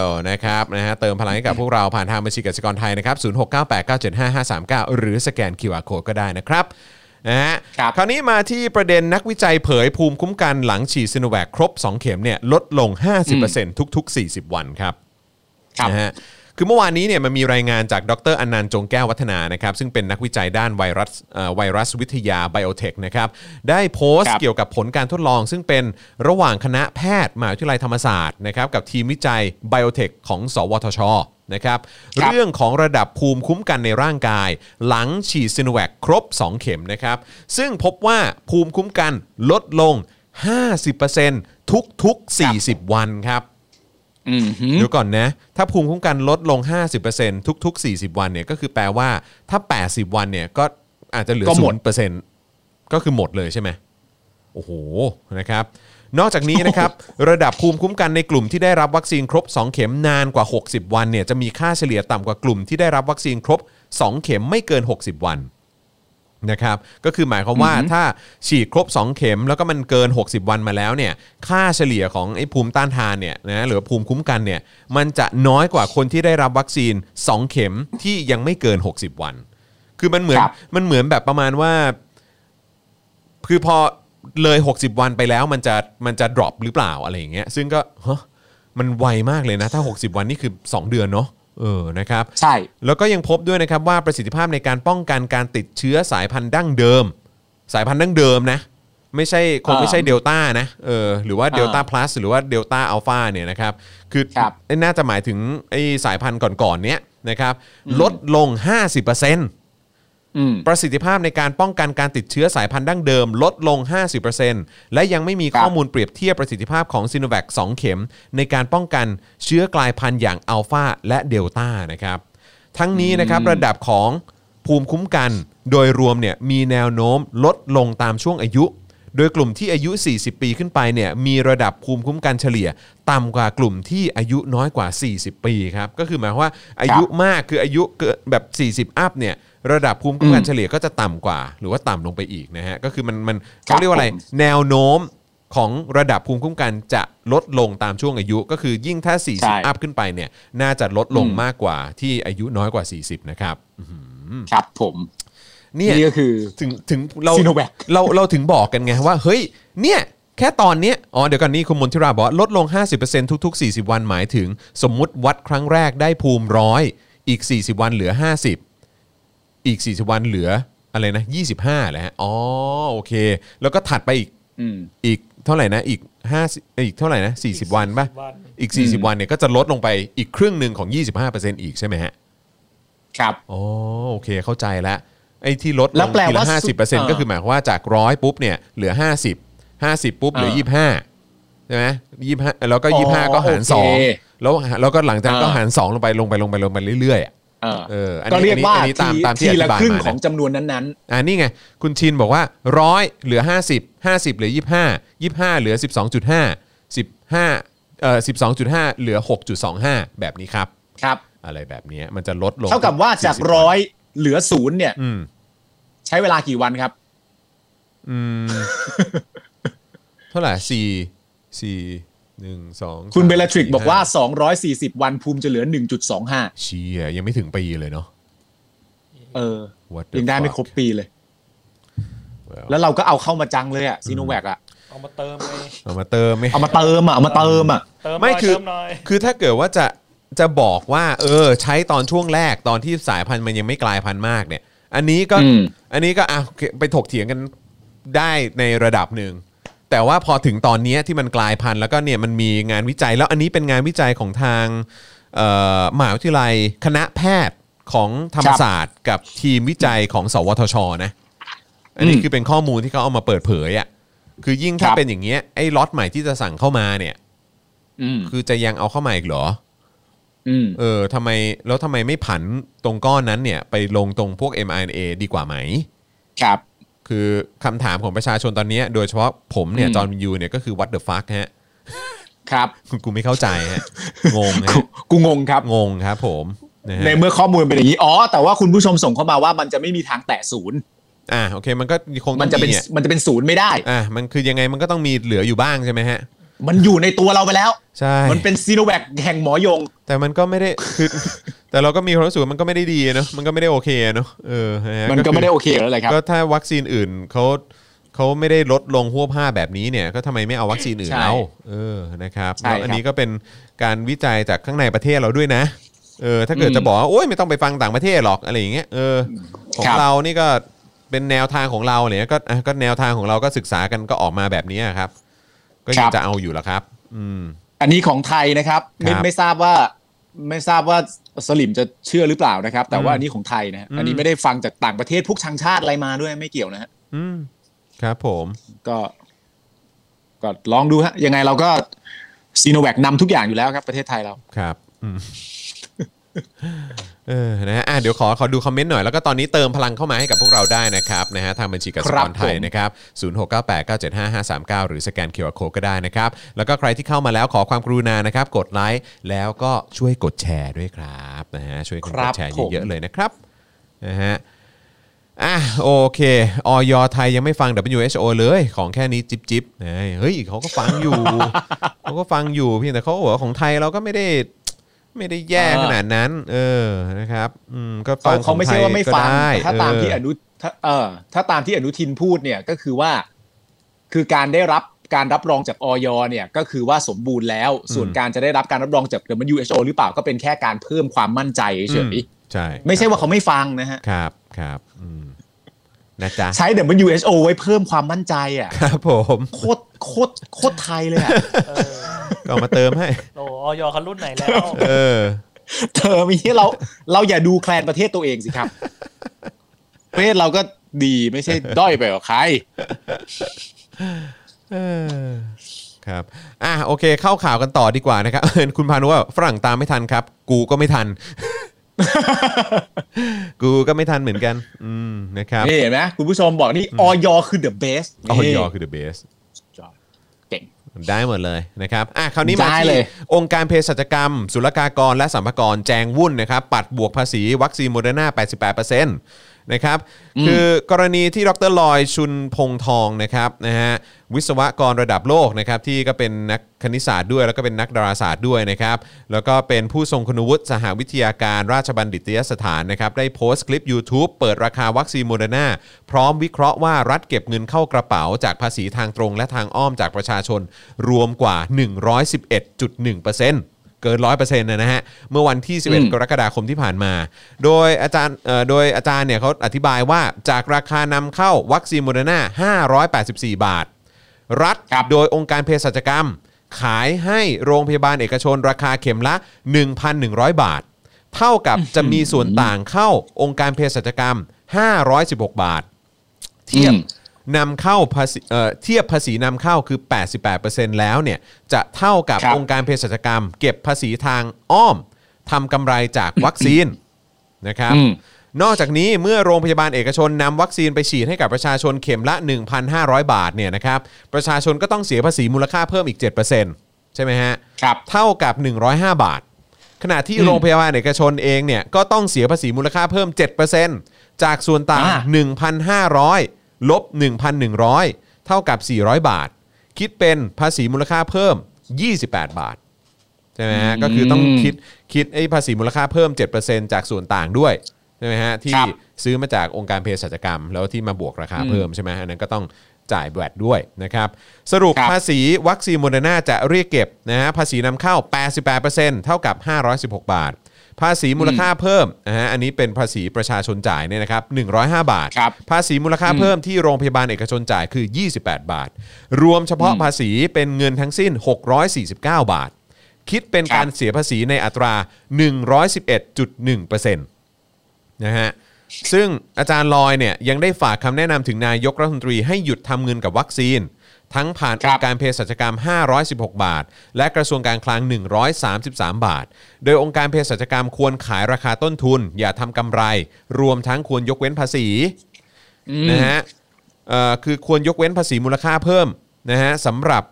วนะครับนะฮะเติมพลังให้กับพวกเราผ่านทางบัญชีกสิกรไทยนะครับ 0698975539 หรือสแกน QR Code ก็ได้นะครับนะฮะ
ครับ
คราวนี้มาที่ประเด็นนักวิจัยเผยภูมิคุ้มกันหลังฉีดซิโนแวคครบ 2 เข็มเนี่ยลดลง 50%ทุก ๆ 40 วันครับ
ครับ
นะฮะ คือเมื่อวานนี้เนี่ยมันมีรายงานจากดรอนันต์จงแก้ววัฒนานะครับ ซึ่งเป็นนักวิจัยด้านไวรัสเอ่อไวรัสวิทยาไบโอเทคนะครับ ได้โพสต์
ครับ
เกี่ยวกับผลการทดลอง ซึ่งเป็นระหว่างคณะแพทย์มหาวิทยาลัยธรรมศาสตร์นะครับ กับทีมวิจัยไบโอเทคของ สวทช นะครับ
ครับ
เรื่องของระดับภูมิคุ้มกันในร่างกาย หลังฉีดซิโนแวคครบ 2 เข็มนะครับ ซึ่งพบว่าภูมิคุ้มกันลดลง 50%ทุกๆ 40 วันครับ
ๆอืมหืม
เดี๋ยวก่อนนะ ถ้าภูมิคุ้มกันลดลง 50%ทุก ๆ 40 วันเนี่ยก็คือแปลว่าถ้า 80 วันเนี่ยก็อาจจะเหลือ
ก็หมด
0%เปอร์เซ็นต์ก็คือหมดเลยใช่ไหม โอ้โห นะครับ นอกจากนี้นะครับ ระดับภูมิคุ้มกันในกลุ่มที่ได้รับวัคซีนครบ 2 เข็มนานกว่า 60 วันเนี่ยจะมีค่าเฉลี่ยต่ำกว่ากลุ่มที่ได้รับวัคซีนครบ 2 เข็มไม่เกิน 60 วัน นะครับก็คือหมายความว่าถ้าฉีดครบ 2 เข็มแล้วก็มันเกิน 60 วันมาแล้วเนี่ยค่าเฉลี่ยของไอ้ภูมิต้านทานเนี่ยนะหรือภูมิคุ้มกันเนี่ยมันจะน้อยกว่าคนที่ได้รับวัคซีน 2 เข็มที่ยังไม่เกิน 60 วัน คือมันเหมือน
ครับ
มันเหมือนแบบประมาณว่า คือพอเลย 60 วันไปแล้วมันจะมันจะ drop หรือเปล่าอะไรอย่างเงี้ยซึ่งก็ฮะมันไวมากเลยนะ ถ้า 60 วันนี่คือ 2 เดือนเนาะเออนะครับ
ใช่
แล้วก็ยังพบด้วยนะครับว่าประสิทธิภาพในการป้องกันการติดเชื้อสายพันธุ์ดั้งเดิม สายพันธุ์ดั้งเดิมนะ ไม่ใช่คงไม่ใช่
อ่า
เดลต้านะเออหรือว่า
อ่า
เดลต้าพลัสหรือว่าเดลต้าอัลฟาเนี่ยนะครับคือ
ครับ
น่าจะหมายถึงไอ้สายพันธุ์ก่อนๆเนี้ย นะครับลดลง 50%
อืม
ประสิทธิภาพในการป้องกันการติดเชื้อสายพันธุ์ดั้งเดิม ลดลง 50%และยังไม่มี
ครับ
ข้อมูลเปรียบเทียบประสิทธิภาพของซีโนแวค2เข็ม ในการป้องกันเชื้อกลายพันธุ์อย่างอัลฟาและเดลต้านะครับ ทั้งนี้นะครับ
อืม
ระดับของภูมิคุ้มกัน โดยรวมเนี่ยมีแนวโน้มลดลงตามช่วงอายุ โดยกลุ่มที่อายุ 40 ปีขึ้นไปเนี่ยมีระดับภูมิคุ้มกันเฉลี่ย ต่ำกว่ากลุ่มที่อายุน้อยกว่า 40 ปีครับก็คือหมายความว่าอายุ มากคืออายุเกินแบบ 40 อัพเนี่ยระดับภูมิคุ้มกัน
อืม
เฉลี่ยก็จะต่ำกว่า หรือว่าต่ำลงไปอีกนะฮะก็คือมันมัน
ครับ
เขาเรียกว่าอะไร
ผม
แนวโน้มของระดับภูมิคุ้มกันจะลดลงตามช่วงอายุ ก็คือยิ่งถ้า
ใช่
40 อัพขึ้นไปเนี่ยน่าจะลดลง
อืม
มากกว่าที่อายุน้อยกว่า 40 นะครับ
ครับผม
เนี่ย
นี่ก็คือ
ถึงถึงเรา
Sinovac
เราเราถึงบอกกันไงว่า เฮ้ยเนี่ยแค่ตอนเนี้ยอ๋อเดี๋ยวกันนี่คุณมนทิราบอกว่าลดลง 50%ทุก ๆ 40 วันหมายถึง สมมุติวัดครั้งแรกได้ภูมิร้อยอีก 40 วันเหลือ 50 อีก 40 วันเหลืออะไรนะ 25แล้วฮะอ๋อโอเค แล้วก็ถัดไปอีก
อืม
อีกเท่าไหร่นะอีก50อีกเท่าไหร่นะ40 วันป่ะ
วัน
อีก
อืม
40 วันเนี่ยก็จะลดลงไปอีกครึ่งหนึ่งของ 25%อีกใช่ไหมฮะ
ครับ
อ๋อโอเคเข้าใจแล้วไอ้ที่ลดล
แล้ว
ง
แปล
ที
ว่า
ละห้าสิบเปอร์เซ็น
เอ
ต์
อ
ก็คือหมายความว่าจากร้อยปุ๊บเนี่ยเหลือ 50 50 ปุ๊บเหลือ
เออ
25ใช่ไหมยี่ห้าแล้วก็
อ๋อ
ยี่ห้าก็หารสอง
โอเค
แล้วแล้วก็หลังจากนั้นก็
เออ
หารสองลงไปลงไปลงไปลงไปเรื่อยๆอะ
เออ
เอออัน
ก็
นี้
เรียกว่า
อันนี้ตาม
ที
ตามที่
ที
อ
ละ
ธิบาย
ครึ่ง
มานะ
ของจำนวนนั้น
อ่านี่ไง คุณชินบอกว่าร้อยเหลือ 50 50 เหลือ 25 25 เหลือ 12.5 15เอ่อ12.5 เหลือ 6.25 แบบนี้ครับ
ๆครับ
อะไรแบบเนี้ยมันจะลดลง
เท่ากับว่าจาก
40
ร้อยเหลือศูนย์เนี่ย
อืม
ใช้เวลากี่วันครับ
อืม เท่าไหร่สี่สี่หนึ่งสอง
คุณ
สาม
เบลทริก
สี่
บอกว่า
ห้
240 วันภูมิจะเหลือ 1.25
เชียยังไม่ถึงปีเลยเนาะ
เออ
What the
ยังได้ไม่ครบ
fuck
ปีเลย
Well
แล้วเราก็เอาเข้ามาจังเลยอะซีโนแวคอะ
เอามาเติมเลย
เอามาเติมไหม
เอามาเติมอะเอามาเติมอะ
เติมหน่
ไม่
ย
คือ
เติมหน่อย
คือถ้าเกิดว่าจะจะบอกว่า เออ ใช้ตอนช่วงแรกตอนที่สายพันธุ์มันยังไม่กลายพันธุ์มากเนี่ย อันนี้ก็อันนี้ก็อ่ะโอเคไปถกเถียงกันได้ในระดับหนึ่งแต่ว่าพอถึงตอนเนี้ยที่มันกลายพันธุ์แล้วก็เนี่ยมันมีงานวิจัย แล้วอันนี้เป็นงานวิจัยของทางเอ่อมหาวิทยาลัยคณะแพทย์ของธรรมศาสตร์ กับทีมวิจัยของ สวทชนะ อันนี้คือเป็นข้อมูลที่เขาเอามาเปิดเผยอ่ะคือยิ่งถ้าเป็นอย่างเงี้ยไอ้ล็อตใหม่ที่จะสั่งเข้ามาเนี่ย
อืม
คือจะยังเอาเข้ามาอีกเหรอ
อืม
เออทำไม แล้วทำไมไม่ผันตรงก้อนนั้นเนี่ย ไปลงตรงพวก mRNA ดีกว่าไหม
ครับ
คือคำถามของประชาชนตอนเนี้ยโดยเฉพาะผมเนี่ย
อืม
จอห์นวินยูเนี่ย ก็คือ what the fuck ฮะ
ครับ
กูไม่เข้าใจฮะ งงฮะ
กูกูงงครับ
งงครับผมนะฮะ
ในเมื่อข้อมูลเป็นอย่างนี้ อ๋อ แต่ว่าคุณผู้ชมส่งเข้ามาว่ามันจะไม่มีทางแตะศูนย์
อ่ะโอเค มันก็คงต้
มั
อน ง
จะเป็น
มีอ่ะ
มันจะเป็นศูนย์ไม่ได้
อ่ะมันคือยังไงมันก็ต้องมีเหลืออยู่บ้างใช่ไหมฮะ
มันอยู่ในตัวเราไปแล้ว
ใช่
มันเป็นซีโนแวคแห่งหมอยง
แต่มันก็ไม่ได้ คือ แต่เราก็มีความรู้สึกว่ามันก็ไม่ได้ดีเนอะมันก็ไม่ได้โอเคเนอะเออฮะ
มันก็
คือ
ไม่ได้โอเคแล้วเลยครับ
ก็ถ้าวัคซีนอื่นเขาเขาไม่ได้ลดลงหัวผ้าแบบนี้เนี่ย ก็ทำไมไม่เอาวัคซีนอื่น
ใช่
เอาเออนะครับ
ใช่
แล้วอัน
ครับ
นี้ก็เป็นการวิจัยจากข้างในประเทศเราด้วยนะเออถ้าเกิด
อืม
จะบอกว่าโอ๊ยไม่ต้องไปฟังต่างประเทศหรอกอะไรอย่างเงี้ยเออของ
ครับ
เรานี่ก็เป็นแนวทางของเราเนี่ยก็อ่ะก็แนวทางของเราก็ศึกษากันก็ออกมาแบบนี้ครับ ก็ยังจะเอาอยู่ละครับ อืม
อันนี้ของไทยนะครับไม่
ครับ
ไม่ทราบว่าไม่ทราบว่าสลิมจะเชื่อหรือเปล่านะครับ แต่ว่า
อืม
อันนี้ของไทยนะฮะ
อืม
อันนี้ไม่ได้ฟังจากต่างประเทศพวกชังชาติอะไรมาด้วยไม่เกี่ยวนะฮะ
อืมครับผม
ก็ก็ลองดูฮะยังไงเราก็ซีโนแวคนำทุกอย่างอยู่แล้วครับประเทศไทยเรา
ครับอืมเออนะฮะอ่ะเดี๋ยวขอขอดูคอมเมนต์หน่อยแล้วก็ตอนนี้เติมพลังเข้ามาให้กับพวกเราได้นะครับนะฮะทางบัญชีกสิ
ค
ก
รับ
รไทย
ผม
นะครับ0698975539 หรือสแกนเคอร์โคก็ได้นะครับ แล้วก็ใครที่เข้ามาแล้วขอความกรุณานะครับ กดไลค์แล้วก็ช่วยกดแชร์ด้วยครับนะฮะช่วยกันกดแชร์เยอะๆเลยนะครับนะฮะ อ่ะโอเคออยไทยยังไม่ฟัง WHO เลยของแค่นี้จิบจิบเฮ้ยเฮ้ยเขาก็ฟังอยู่ เขาก็ฟังอยู่เพียงแต่เขาบอกว่าของไทยเราก็ไม่ได้ไม่ได้แย่
อ่า
ขนาดนั้น เออนะครับอืมก็ฟั
เขา
ง
เขาไม่ใช่ว่าไม่ฟัง
ของทยก็ได้
แต่ถ้าตามที่
เ
อนุถ้าเออถ้าตามที่อนุทินพูดเนี่ยก็คือว่า คือการได้รับการรับรองจากออยเนี่ย ก็คือว่าสมบูรณ์แล้ว ส่วน
อืม
การจะได้รับการรับรองจาก WHO หรือเปล่าก็เป็นแค่การเพิ่มความมั่นใจเฉย
อืมใช่
ๆไม่ใช่ว่าเขาไม่ฟังนะฮะ
ครับครับอืมนะจ๊ะ
ใช้ WHO ไว้เพิ่มความมั่นใจอ่ะ
ครับผม
โคตรโคตรโคตรไทยเลยอ่ะ
เออ
ก็เอามาเติมให้
โอ้ออยเขารุ่นไหนแล้ว
เออ
เธอมีเราเราอย่าดูแคลนประเทศตัวเองสิครับ ประเทศเราก็ดีไม่ใช่ด้อยไปกว่าใคร
ครับ อ่ะโอเค เข้าข่าวกันต่อดีกว่านะครับ คุณพานุว่าฝรั่งตามไม่ทันครับ กูก็ไม่ทัน กูก็ไม่ทันเหมือนกัน อืมนะครับ
นี่เห็นไหมคุณผู้ชมบอกนี่ออยคือ the best
อ๋
นี่
ยอคือ the best
เก่ง
ได้หมดเลยนะครับ อ่ะคราวนี้มา
ได้
ที่
เลย
องค์การเภสัชกรรม ศุลกากรและสัมภากรแจงวุ่นนะครับ ปัดบวกภาษีวัคซีนโมเดอร์นา88%นะครับ คือกรณีที่ดรลอยชุนพงทองนะครับนะฮะวิศวกรระดับโลกนะครับ ที่ก็เป็นนักคณิตศาสตร์ด้วย แล้วก็เป็นนักดาราศาสตร์ด้วยนะครับ แล้วก็เป็นผู้ทรงคุณวุฒิสหวิทยาการราชบัณฑิตยสถานนะครับ ได้โพสต์คลิป YouTube เปิดราคาวัคซีนโมเดอร์นาพร้อมวิเคราะห์ว่ารัฐเก็บเงินเข้ากระเป๋าจากภาษีทางตรงและทางอ้อมจากประชาชน รวมกว่า 111.1% เกินร้อยเปอร์เซ็นต์นะฮะ เมื่อวันที่
อืม
11 กรกฎาคมที่ผ่านมา โดยอาจารย์เอ่อโดยอาจารย์เนี่ยเขาอธิบายว่าจากราคานำเข้าวัคซีนโมเดอร์นา584 บาท รัฐ
ครับ
โดยองค์การเภสัชกรรม ขายให้โรงพยาบาลเอกชนราคาเข็มละ 1,100 บาท เท่ากับจะมีส่วนต่างเข้าองค์การเภสัชกรรม 516 บาท เทียบ
อืม
นำเข้าภาษีเอ่อเทียบภาษีนำเข้าคือ 88%แล้วเนี่ยจะเท่ากับ
ครับ
องค์การเภสัชกรรม เก็บภาษีทางอ้อมทำกำไรจากวัคซีนนะครับ
อืม
นอกจากนี้เมื่อโรงพยาบาลเอกชนนำวัคซีนไปฉีดให้กับประชาชนเข็มละ 1,500 บาทเนี่ยนะครับประชาชนก็ต้องเสียภาษีมูลค่าเพิ่มอีก 7%ใช่ไหมฮะ
ครับ
เท่ากับ 105 บาท ขณะที่
อืม
โรงพยาบาลเอกชนเองเนี่ยก็ต้องเสียภาษีมูลค่าเพิ่ม 7%จากส่วนต่าง
อ่า
1,500 ลบ 1,100 เท่ากับ 400 บาท คิดเป็นภาษีมูลค่าเพิ่ม 28 บาท ใช่ไหมฮะ ก็คือต้องคิดคิดไอ้ภาษีมูลค่าเพิ่ม 7%จากส่วนต่างด้วย ใช่ไหมฮะ ที่
ครับ
ซื้อมาจากองค์การเภสัชกรรม แล้วที่มาบวกราคาเพิ่มใช่ไหมอันนั้นก็ต้องจ่ายแวดด้วยนะครับ สรุป
ครับ
ภาษีวัคซีนโมเดอร์นาจะเรียกเก็บนะฮะภาษีนำเข้า 88%เท่ากับ 516 บาท ภาษีมูลค่าเพิ่มนะฮะอันนี้เป็นภาษีประชาชนจ่ายเนี่ยนะครับ105 บาท
ครับ
ภาษีมูลค่าเพิ่มที่โรงพยาบาลเอกชนจ่ายคือ 28 บาท รวมเฉพาะภาษีเป็นเงินทั้งสิ้น 649 บาท คิดเป็น
ครับ
การเสียภาษีในอัตรา 111.1%นะฮะ ซึ่งอาจารย์ลอยเนี่ยยังได้ฝากคำแนะนำถึงนายกรัฐมนตรีให้หยุดทำเงินกับวัคซีน ทั้งผ่าน
ครับ
องค์การเภสัชกรรม 516 บาท และกระทรวงการคลัง 133 บาท โดยองค์การเภสัชกรรมควรขายราคาต้นทุน อย่าทำกำไร รวมทั้งควรยกเว้นภาษี นะฮะเอ่อคือควรยกเว้นภาษีมูลค่าเพิ่มนะฮะสำหรับ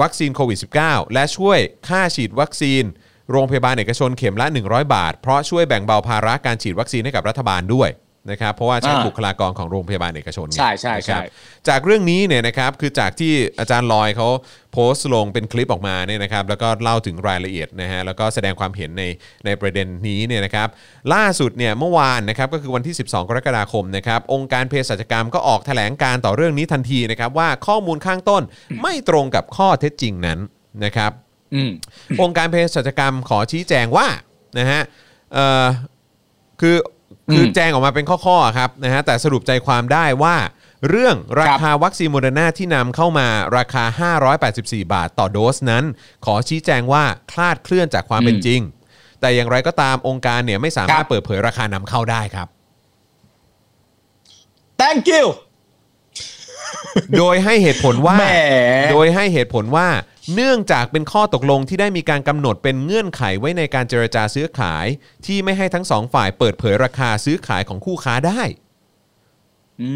วัคซีนโควิด -19 และช่วยค่าฉีดวัคซีน โรงพยาบาลเอกชนเข็มละ 100 บาท เพราะช่วยแบ่งเบาภาระการฉีดวัคซีนให้กับรัฐบาลด้วยนะครับเพราะว่าใช้
อ่า
บุคลากรของโรงพยาบาลเอกชนไง
ใช่ใช่ใช่
นะครับ จากเรื่องนี้เนี่ยนะครับคือจากที่อาจารย์ลอยเขาโพสต์ลงเป็นคลิปออกมาเนี่ยนะครับแล้วก็เล่าถึงรายละเอียดนะฮะแล้วก็แสดงความเห็นในในประเด็นนี้เนี่ยนะครับล่าสุดเนี่ยเมื่อวานนะครับก็คือวันที่ 12 กรกฎาคมนะครับองค์การเภสัชกรรมก็ออกแถลงการต่อเรื่องนี้ทันทีนะครับว่าข้อมูลข้างต้นไม่ตรงกับข้อเท็จจริงนั้นนะครับ
อืม
องค์การเภสัชกรรมขอชี้แจงว่านะฮะเอ่อคือคืออ
ม
แจงออกมาเป็นข้อๆครับนะฮะแต่สรุปใจความได้ว่า เรื่องราคาวัคซีนโมเดอร์นาที่นำเข้ามาราคา 584 บาทต่อโดสนั้น ขอชี้แจงว่าคลาดเคลื่อนจากความเป็น
อืม
จริง แต่อย่างไรก็ตามองค์การเนี่ยไม่สา
ค
มาร
รั
ถ
บ
เปิดเผยราคานำเข้าได้ครับ
thank you
โดยให้เหตุผลว่า
แหม
โดยให้เหตุผลว่า เนื่องจากเป็นข้อตกลงที่ได้มีการกำหนดเป็นเงื่อนไขไว้ในการเจรจาซื้อขาย ที่ไม่ให้ทั้งสองฝ่ายเปิดเผยราคาซื้อขายของคู่ค้าได้
อื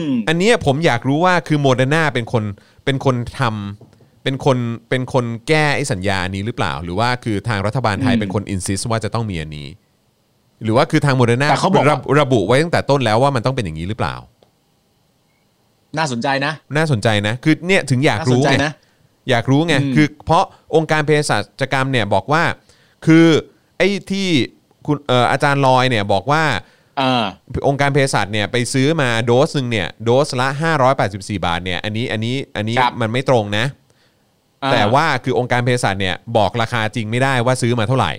ม
อันเนี้ยผมอยากรู้ว่าคือโมเดอร์นาเป็นคนเป็นคนทำเป็นคนเป็นคนแก้ไอ้สัญญานี้หรือเปล่า หรือว่าคือทางรัฐบาลไทย
อืม
เป็นคนอินซิสว่าจะต้องมีอันนี้ หรือว่าคือทางโมเดอร์นา
แต่เขาบอกว่า
ระบุไว้ตั้งแต่ต้นแล้วว่ามันต้องเป็นอย่างนี้หรือเปล่า
น่าสนใจนะ
น่าสนใจนะ คือเนี่ยถึงอยาก
น่าสน
รู้
ใจ
ไง
นะ
อยากรู้ไง
อืม
คือเพราะองค์การเภสัชกรรมเนี่ยบอกว่า คือไอ้ที่คุณเอ่ออาจารย์ลอยเนี่ยบอกว่า
เออ
องค์การเภสัชเนี่ยไปซื้อมาโดสหนึ่งเนี่ยโดสละ 584 บาทเนี่ยอันนี้อันนี้อันนี้
ครับ
มันไม่ตรงนะ
เออ
แต่ว่าคือองค์การเภสัชเนี่ยบอกราคาจริงไม่ได้ว่าซื้อมาเท่าไหร่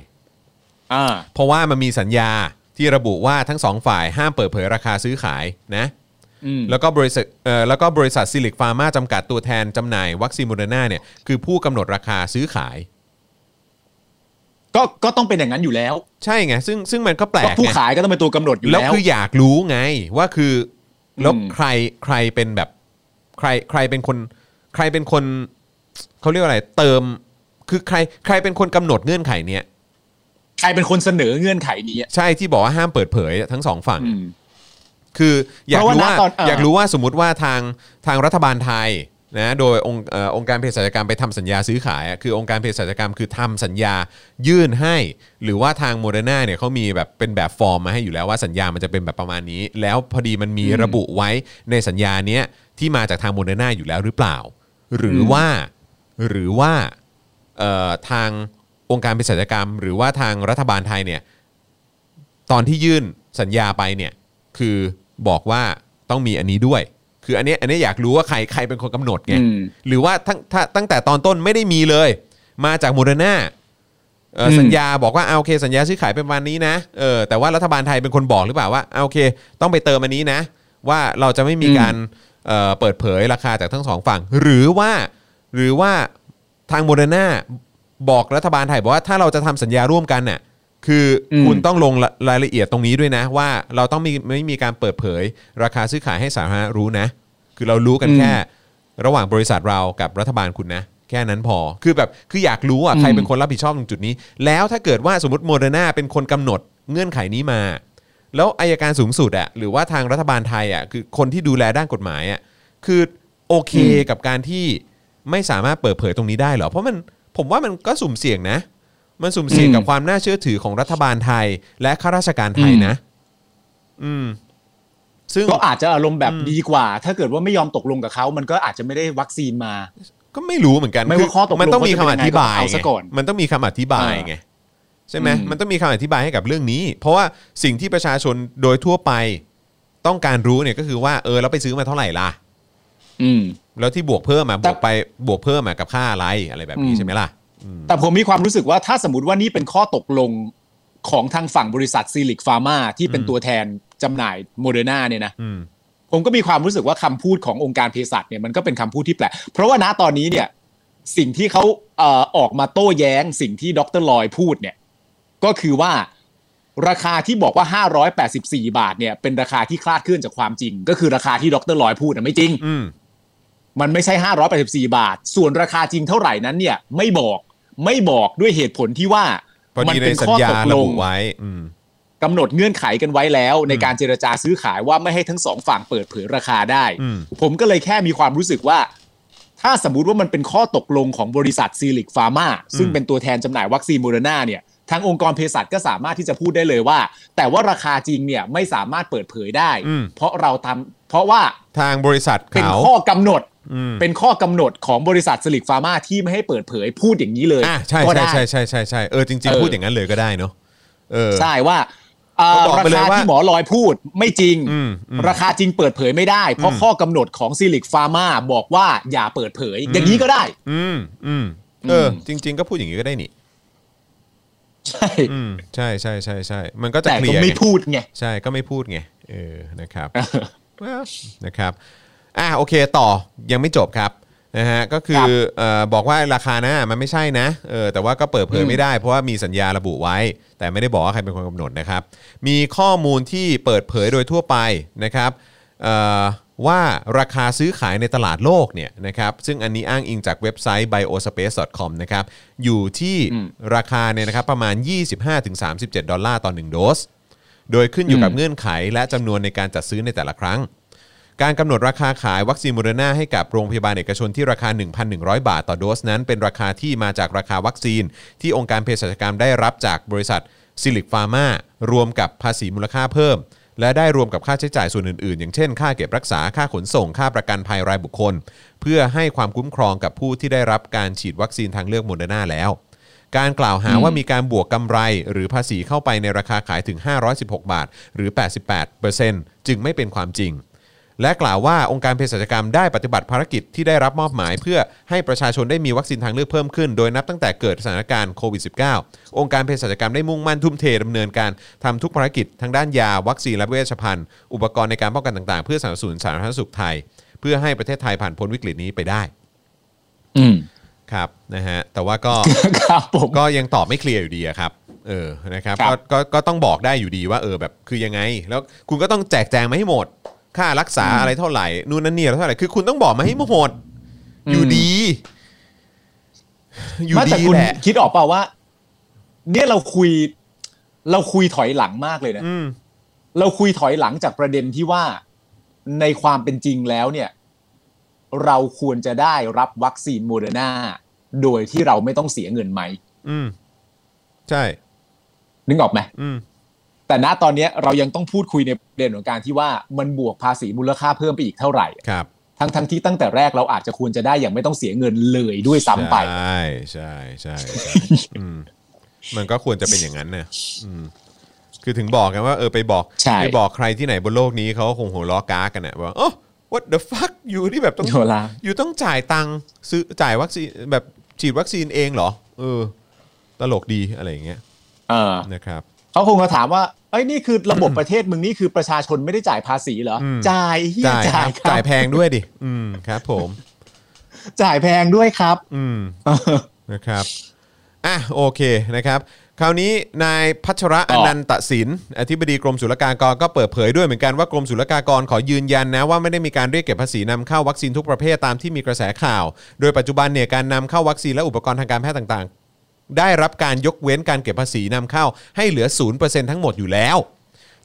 เออ
เพราะว่ามันมีสัญญาที่ระบุว่าทั้งสองฝ่ายห้ามเปิดเผยราคาซื้อขายนะ
อืม
แล้วก็บริษัทเอ่อแล้วก็บริษัทซิลิกฟาร์มาจำกัดตัวแทนจำหน่ายวัคซีนโมเดอร์นาเนี่ยคือผู้กำหนดราคาซื้อขาย
ก็ก็ต้องเป็นอย่างนั้นอยู่แล้ว
ใช่ไงซึ่งซึ่งมันก็แปล
ก็
ก
ผู้
ไง
ขายก็ต้องเป็นตัวกำหนดอยู่
แล้ว
แล้ว
คืออยากรู้ไงว่าคือแล้ว
อืม
ใครใครเป็นแบบใครใครเป็นคน ใครเป็นคนเขาเรียกว่าอะไร เติม คือใครใครเป็นคนกำหนดเงื่อนไขเนี่ย
ใครเป็นคนเสนอเงื่อนไขนี้
ใช่ที่บอกว่าห้ามเปิดเผยทั้งสองฝั่ง
อืม
คืออยากรู้
เพราะว่า
ว่า
ณตอนเอ่อ
อ
อ
ยากรู้ว่าสมมติว่าทางทางรัฐบาลไทยนะโดยองค์เอ่อองค์การเภสัชกรรมไปทำสัญญาซื้อขายอะคือองค์การเภสัชกรรมคือทำสัญญายื่นให้ หรือว่าทางโมเดอร์นาเนี่ยเขามีแบบเป็นแบบฟอร์มมาให้อยู่แล้วว่าสัญญามันจะเป็นแบบประมาณนี้ แล้วพอดีมันมีระบุไว้ในสัญญาเนี้ยที่มาจากทางโมเดอร์นาอยู่แล้วหรือเปล่า หรือว่าหรือว่าเอ่อทางองค์การเภสัชกรรม หรือว่าทางรัฐบาลไทยเนี่ย ตอนที่ยื่นสัญญาไปเนี่ยคือบอกว่าต้องมีอันนี้ด้วย คืออันเนี้ยอันเนี้ยอยากรู้ว่าใครใครเป็นคนกำหนดไง
อืม
หรือว่าทั้งถ้าตั้งแต่ตอนต้นไม่ได้มีเลย มาจากโมเดอร์นาเอ่ออ
ม
สัญญาบอกว่าเอาโอเค สัญญาซื้อขายเป็นวันนี้นะเออแต่ว่ารัฐบาลไทยเป็นคนบอกหรือเปล่าว่าเอาโอเค ต้องไปเติมอันนี้นะ ว่าเราจะไม่มีการเอ่อเปิดเผยราคาจากทั้งสองฝั่ง หรือว่าหรือว่าทางโมเดอร์นาบอกรัฐบาลไทยบอกว่าถ้าเราจะทำสัญญาร่วมกันน่ะคืออ
ม
คุณ ต้องลงรรายละเอียดตรงนี้ด้วยนะ ว่าเราต้องมีไม่มีการเปิดเผย ราคาซื้อขายให้สาธารณะรู้นะ คือเรารู้กัน
อืม
แค่ ระหว่างบริษัทเรากับรัฐบาลคุณนะ แค่นั้นพอ คือแบบคืออยากรู้อ่ะใคร
อืม
เป็นคนรับผิดชอบตรงจุดนี้ แล้วถ้าเกิดว่าสมมติโมเดอร์นาเป็นคนกำหนดเงื่อนไขนี้มา แล้วอายการสูงสุดอ่ะหรือว่าทางรัฐบาลไทยอ่ะคือคนที่ดูแลด้านกฎหมายอ่ะคือโอเคกับการที่ไม่สามารถเปิดเผยตรงนี้ได้เหรอเพราะมันผมว่ามันก็สุ่มเสี่ยงนะ มันสุ่มเสี่ยง
อืม
กับความน่าเชื่อถือของรัฐบาลไทย และข้าราชการไทย
อืม
นะ อืม ซึ่ง
ก็อาจจะอารมณ์แบบ
อืม
ดีกว่า ถ้าเกิดว่าไม่ยอมตกลงกับเขามันก็อาจจะไม่ได้วัคซีนมา
ก็ไม่รู้เหมือนกัน
ไม่ว่าข้อตกลง
มันต้องมีคำอธิบาย
เขาจะเป็นยังไงก็เอาซะก่อน
ไงมันต้องมีคำอธิบายไงใช่ไหม
อืม
มันต้องมีคำอธิบายให้กับเรื่องนี้ เพราะว่าสิ่งที่ประชาชนโดยทั่วไป ต้องการรู้เนี่ยก็คือว่าเออเราไปซื้อมาเท่าไหร่ล่ะ
อืม
แล้วที่บวกเพิ่มมาบ
แต่
วกไปบวกเพิ่มมากับค่าอะไรอะไรแบบนี้ใช่ไหมล่ะ
แต่ผมมีความรู้สึกว่าถ้าสมมติว่านี่เป็นข้อตกลงของทางฝั่งบริษัทซีลิกฟาร์มาที่เป็น
อืม
ตัวแทนจำหน่ายโมเดอร์นาเนี่ยนะ
อืม
ผมก็มีความรู้สึกว่าคำพูดขององค์การเภสัชเนี่ยมันก็เป็นคำพูดที่แปลก เพราะว่าณตอนนี้เนี่ยสิ่งที่เขาเอ่อออกมาโต้แย้ง สิ่งที่ดรลอยพูดเนี่ยก็คือว่าราคาที่บอกว่า 584 บาทเนี่ยเป็นราคาที่คลาดเคลื่อนจากความจริง ก็คือราคาที่ดรลอยพูดนะไม่จริง
อืม
มันไม่ใช่ 584 บาท ส่วนราคาจริงเท่าไหร่นั้นเนี่ยไม่บอกไม่บอกด้วยเหตุผลที่ว่า
พอ
มั
ดีใน
เป็น
สัญ
ข้อ
ญา
ตกล
ระ
ง
บุไว้ อืม
กำหนดเงื่อนไขกันไว้แล้ว ในการเจรจาซื้อขายว่าไม่ให้ทั้งสองฝั่งเปิดเผยราคาได้
อืม
ผมก็เลยแค่มีความรู้สึกว่า ถ้าสมมติว่ามันเป็นข้อตกลงของบริษัทซีลิกฟาร์มาซึ่งเป็นตัวแทนจำหน่ายวัคซีนโมเดอร์นาเนี่ยทางองค์กรเภสัชก็สามารถที่จะพูดได้เลยว่า แต่ว่าราคาจริงเนี่ยไม่สามารถเปิดเผยได้
อืม
เพราะเราทำเพราะว่า
ทางบริษัท
เป็น
เขา
ข้อกำหนด
อืม
เป็นข้อกำหนดของบริษัทซีลิกฟาร์มาที่ไม่ให้เปิดเผยพูดอย่างนี้เลย
อ่ะใช่
ก็
ใช่
ได้
ใช่ใช่ใช่ใช่เออจริง
เอ
ๆ
อ
พูดอย่างนั้นเลยก็ได้เนาะเออ
ใช่ว่าเอ่อ
ก็บอก
รา
ไปเลย
คา
ว่า
ที่หมอลอยพูดไม่จริง
อืมอืม
ราคาจริงเปิดเผยไม่ได้ เพราะ
อืม
ข้อกำหนดของซิลิกฟาร์มาบอกว่าอย่าเปิดเผย อย่างนี้ก็ได้
อืมอืมเอออ
ม
จริง ๆ ก็พูดอย่างนี้ก็ได้นี่
ใช่
อืมใช่ใช่ใช่ใช่มันก็จะ
แต่
เคลี
ก็
ยร์
ไม่
ไง
พูดไง
ใช่ก็ไม่พูดไงเออนะครับ Well นะครับอ่ะโอเคต่อยังไม่จบครับนะฮะก็คือ
ครับ
เอ่อบอกว่าราคานะมันไม่ใช่นะเออแต่ว่าก็เปิดเผย
อืม
ไม่ได้ เพราะว่ามีสัญญาระบุไว้ แต่ไม่ได้บอกว่าใครเป็นคนกำหนดนะครับ มีข้อมูลที่เปิดเผยโดยทั่วไปนะครับเอ่อว่าราคาซื้อขายในตลาดโลกเนี่ยนะครับซึ่งอันนี้อ้างอิงจากเว็บไซต์ biospace.com นะครับอยู่ที่ราคาเนี่ยนะครับประมาณ 25-37 ดอลลาร์ต่อ 1 โดส โดยขึ้นอยู่กับ
อืม
เงื่อนไขและจำนวนในการจัดซื้อในแต่ละครั้ง การกำหนดราคาขายวัคซีนโมเดอร์นาให้กับโรงพยาบาลเอกชนที่ราคา 1,100 บาทต่อโดสนั้น เป็นราคาที่มาจากราคาวัคซีน ที่องค์การเภสัชกรรมได้รับจากบริษัทซิลิกฟาร์มารวมกับภาษีมูลค่าเพิ่ม และได้รวมกับค่าใช้จ่ายส่วนอื่นๆ อย่างเช่น ค่าเก็บรักษาค่าขนส่งค่าประกันภัยรายบุคคล เพื่อให้ความคุ้มครองกับผู้ที่ได้รับการฉีดวัคซีนทางเลือกโมเดอร์นาแล้ว การกล่าวหาว่ามีการบวกกำไรหรือภาษีเข้าไปในราคาขายถึง 516 บาท หรือ 88%จึงไม่เป็นความจริง และกล่าวว่าองค์การเภสัชกรรมได้ปฏิบัติภารกิจที่ได้รับมอบหมาย เพื่อให้ประชาชนได้มีวัคซีนทางเลือกเพิ่มขึ้น โดยนับตั้งแต่เกิดสถานการณ์โควิด -19 องค์การเภสัชกรรมได้มุ่งมั่นทุ่มเทดำเนินการทำทุกภารกิจทั้งด้านยา วัคซีนและเวชภัณฑ์อุปกรณ์ในการป้องกันต่างๆ เพื่อสนับสนุนสาธารณสุขไทย เพื่อให้ประเทศไทยผ่านพ้นวิกฤตนี้ไปได้ ครับนะฮะแต่ว่าก็
ครับผม
ก็ยังตอบไม่เคลียร์อยู่ดีอะครับ เออนะครับ
ครับ
ก็ก็ก็ต้องบอกได้อยู่ดีว่าเออแบบคือยังไง แล้วคุณก็ต้องแจกแจงมาให้หมด ค่ารักษาอะไรเท่าไหร่นู่นนั่นนี่อะไรเท่าไหร่คือคุณต้องบอกมาให้หมด
อืม
อยู่ดี อยู่
ไม่แต่
ดี
คุณ
แหละ
คิดออกเปล่าว่า เนี่ยเราคุย เราคุยถอยหลังมากเลยนะ
อืม
เราคุยถอยหลังจากประเด็นที่ว่าในความเป็นจริงแล้วเนี่ย เราควรจะได้รับวัคซีนโมเดอร์นาโดยที่เราไม่ต้องเสียเงินไหม
อืมใช่
นึกออกไหม
อืม
แต่ณตอนเนี้ยเรายังต้องพูดคุยในประเด็นของการที่ว่ามันบวกภาษีมูลค่าเพิ่มไปอีกเท่าไหร่
ครับ
ทั้งทั้งที่ตั้งแต่แรกเราอาจจะควรจะได้อย่างไม่ต้องเสียเงินเลยด้วยซ้ำไป
ใช่ใช่ใช่ใช่อืมมันก็ควรจะเป็นอย่างนั้นนะอืมคือถึงบอกกันว่าเออไปบอก
ใช่
ไปบอกใครที่ไหนบนโลกนี้เขาคงหัวล้อกากกันนะว่าโอ้ what the fuck อยู่ที่แบบต้อง
โทรลา
อยู่ต้องจ่ายตังค์ซื้อจ่ายวัคซีนแบบฉีดวัคซีนเองเหรอเออ ตลกดีอะไรอย่างเงี้ย
เออ
นะครับ
เขาคงจะถามว่าเอ้ยนี่คือระบบประเทศมึงนี่คือประชาชนไม่ได้จ่ายภาษีเหรอ
อืม
จ่ายเฮีย
จ่ายค
จ่าย
รับ
ครั
จ่าย
บ
แพงด้วยดิ อืมครับ ผม
จ่ายแพงด้วยครับ
อืมนะครับอ่ะโอเคนะครับ คราวนี้นายพัชระ
ต่
อ
อ
นันตศินอธิบดีกรมศุลกากรก็เปิดเผยด้วยเหมือนกันว่ากรมศุลกากรขอยืนยันนะว่าไม่ได้มีการเรียกเก็บภาษีนำเข้าวัคซีนทุกประเภทตามที่มีกระแสข่าว โดยปัจจุบันเนี่ยการนำเข้าวัคซีนและอุปกรณ์ทางการแพทย์ต่างๆ ได้รับการยกเว้นการเก็บภาษีนำเข้า ให้เหลือ 0%ทั้งหมดอยู่แล้ว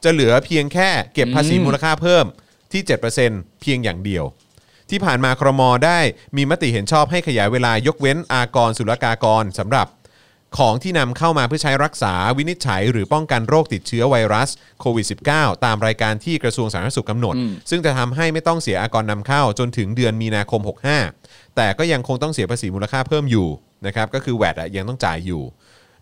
จะเหลือเพียงแค่เก็บภาษีมูลค่าเพิ่มที่ 7%เพียงอย่างเดียว ที่ผ่านมาครมได้มีมติเห็นชอบให้ขยายเวลายกเว้นอากรศุลกากรสำหรับ ของที่นำเข้ามาเพื่อใช้รักษาวินิจฉัย หรือป้องกันโรคติดเชื้อไวรัสโควิด -19 ตามรายการที่กระทรวงสาธารณสุขกำหนด ซึ่งจะทำให้ไม่ต้องเสียอากรนำเข้าจนถึงเดือนมีนาคม 65 แต่ก็ยังคงต้องเสียภาษีมูลค่าเพิ่มอยู่นะครับก็คือแวดยังต้องจ่ายอยู่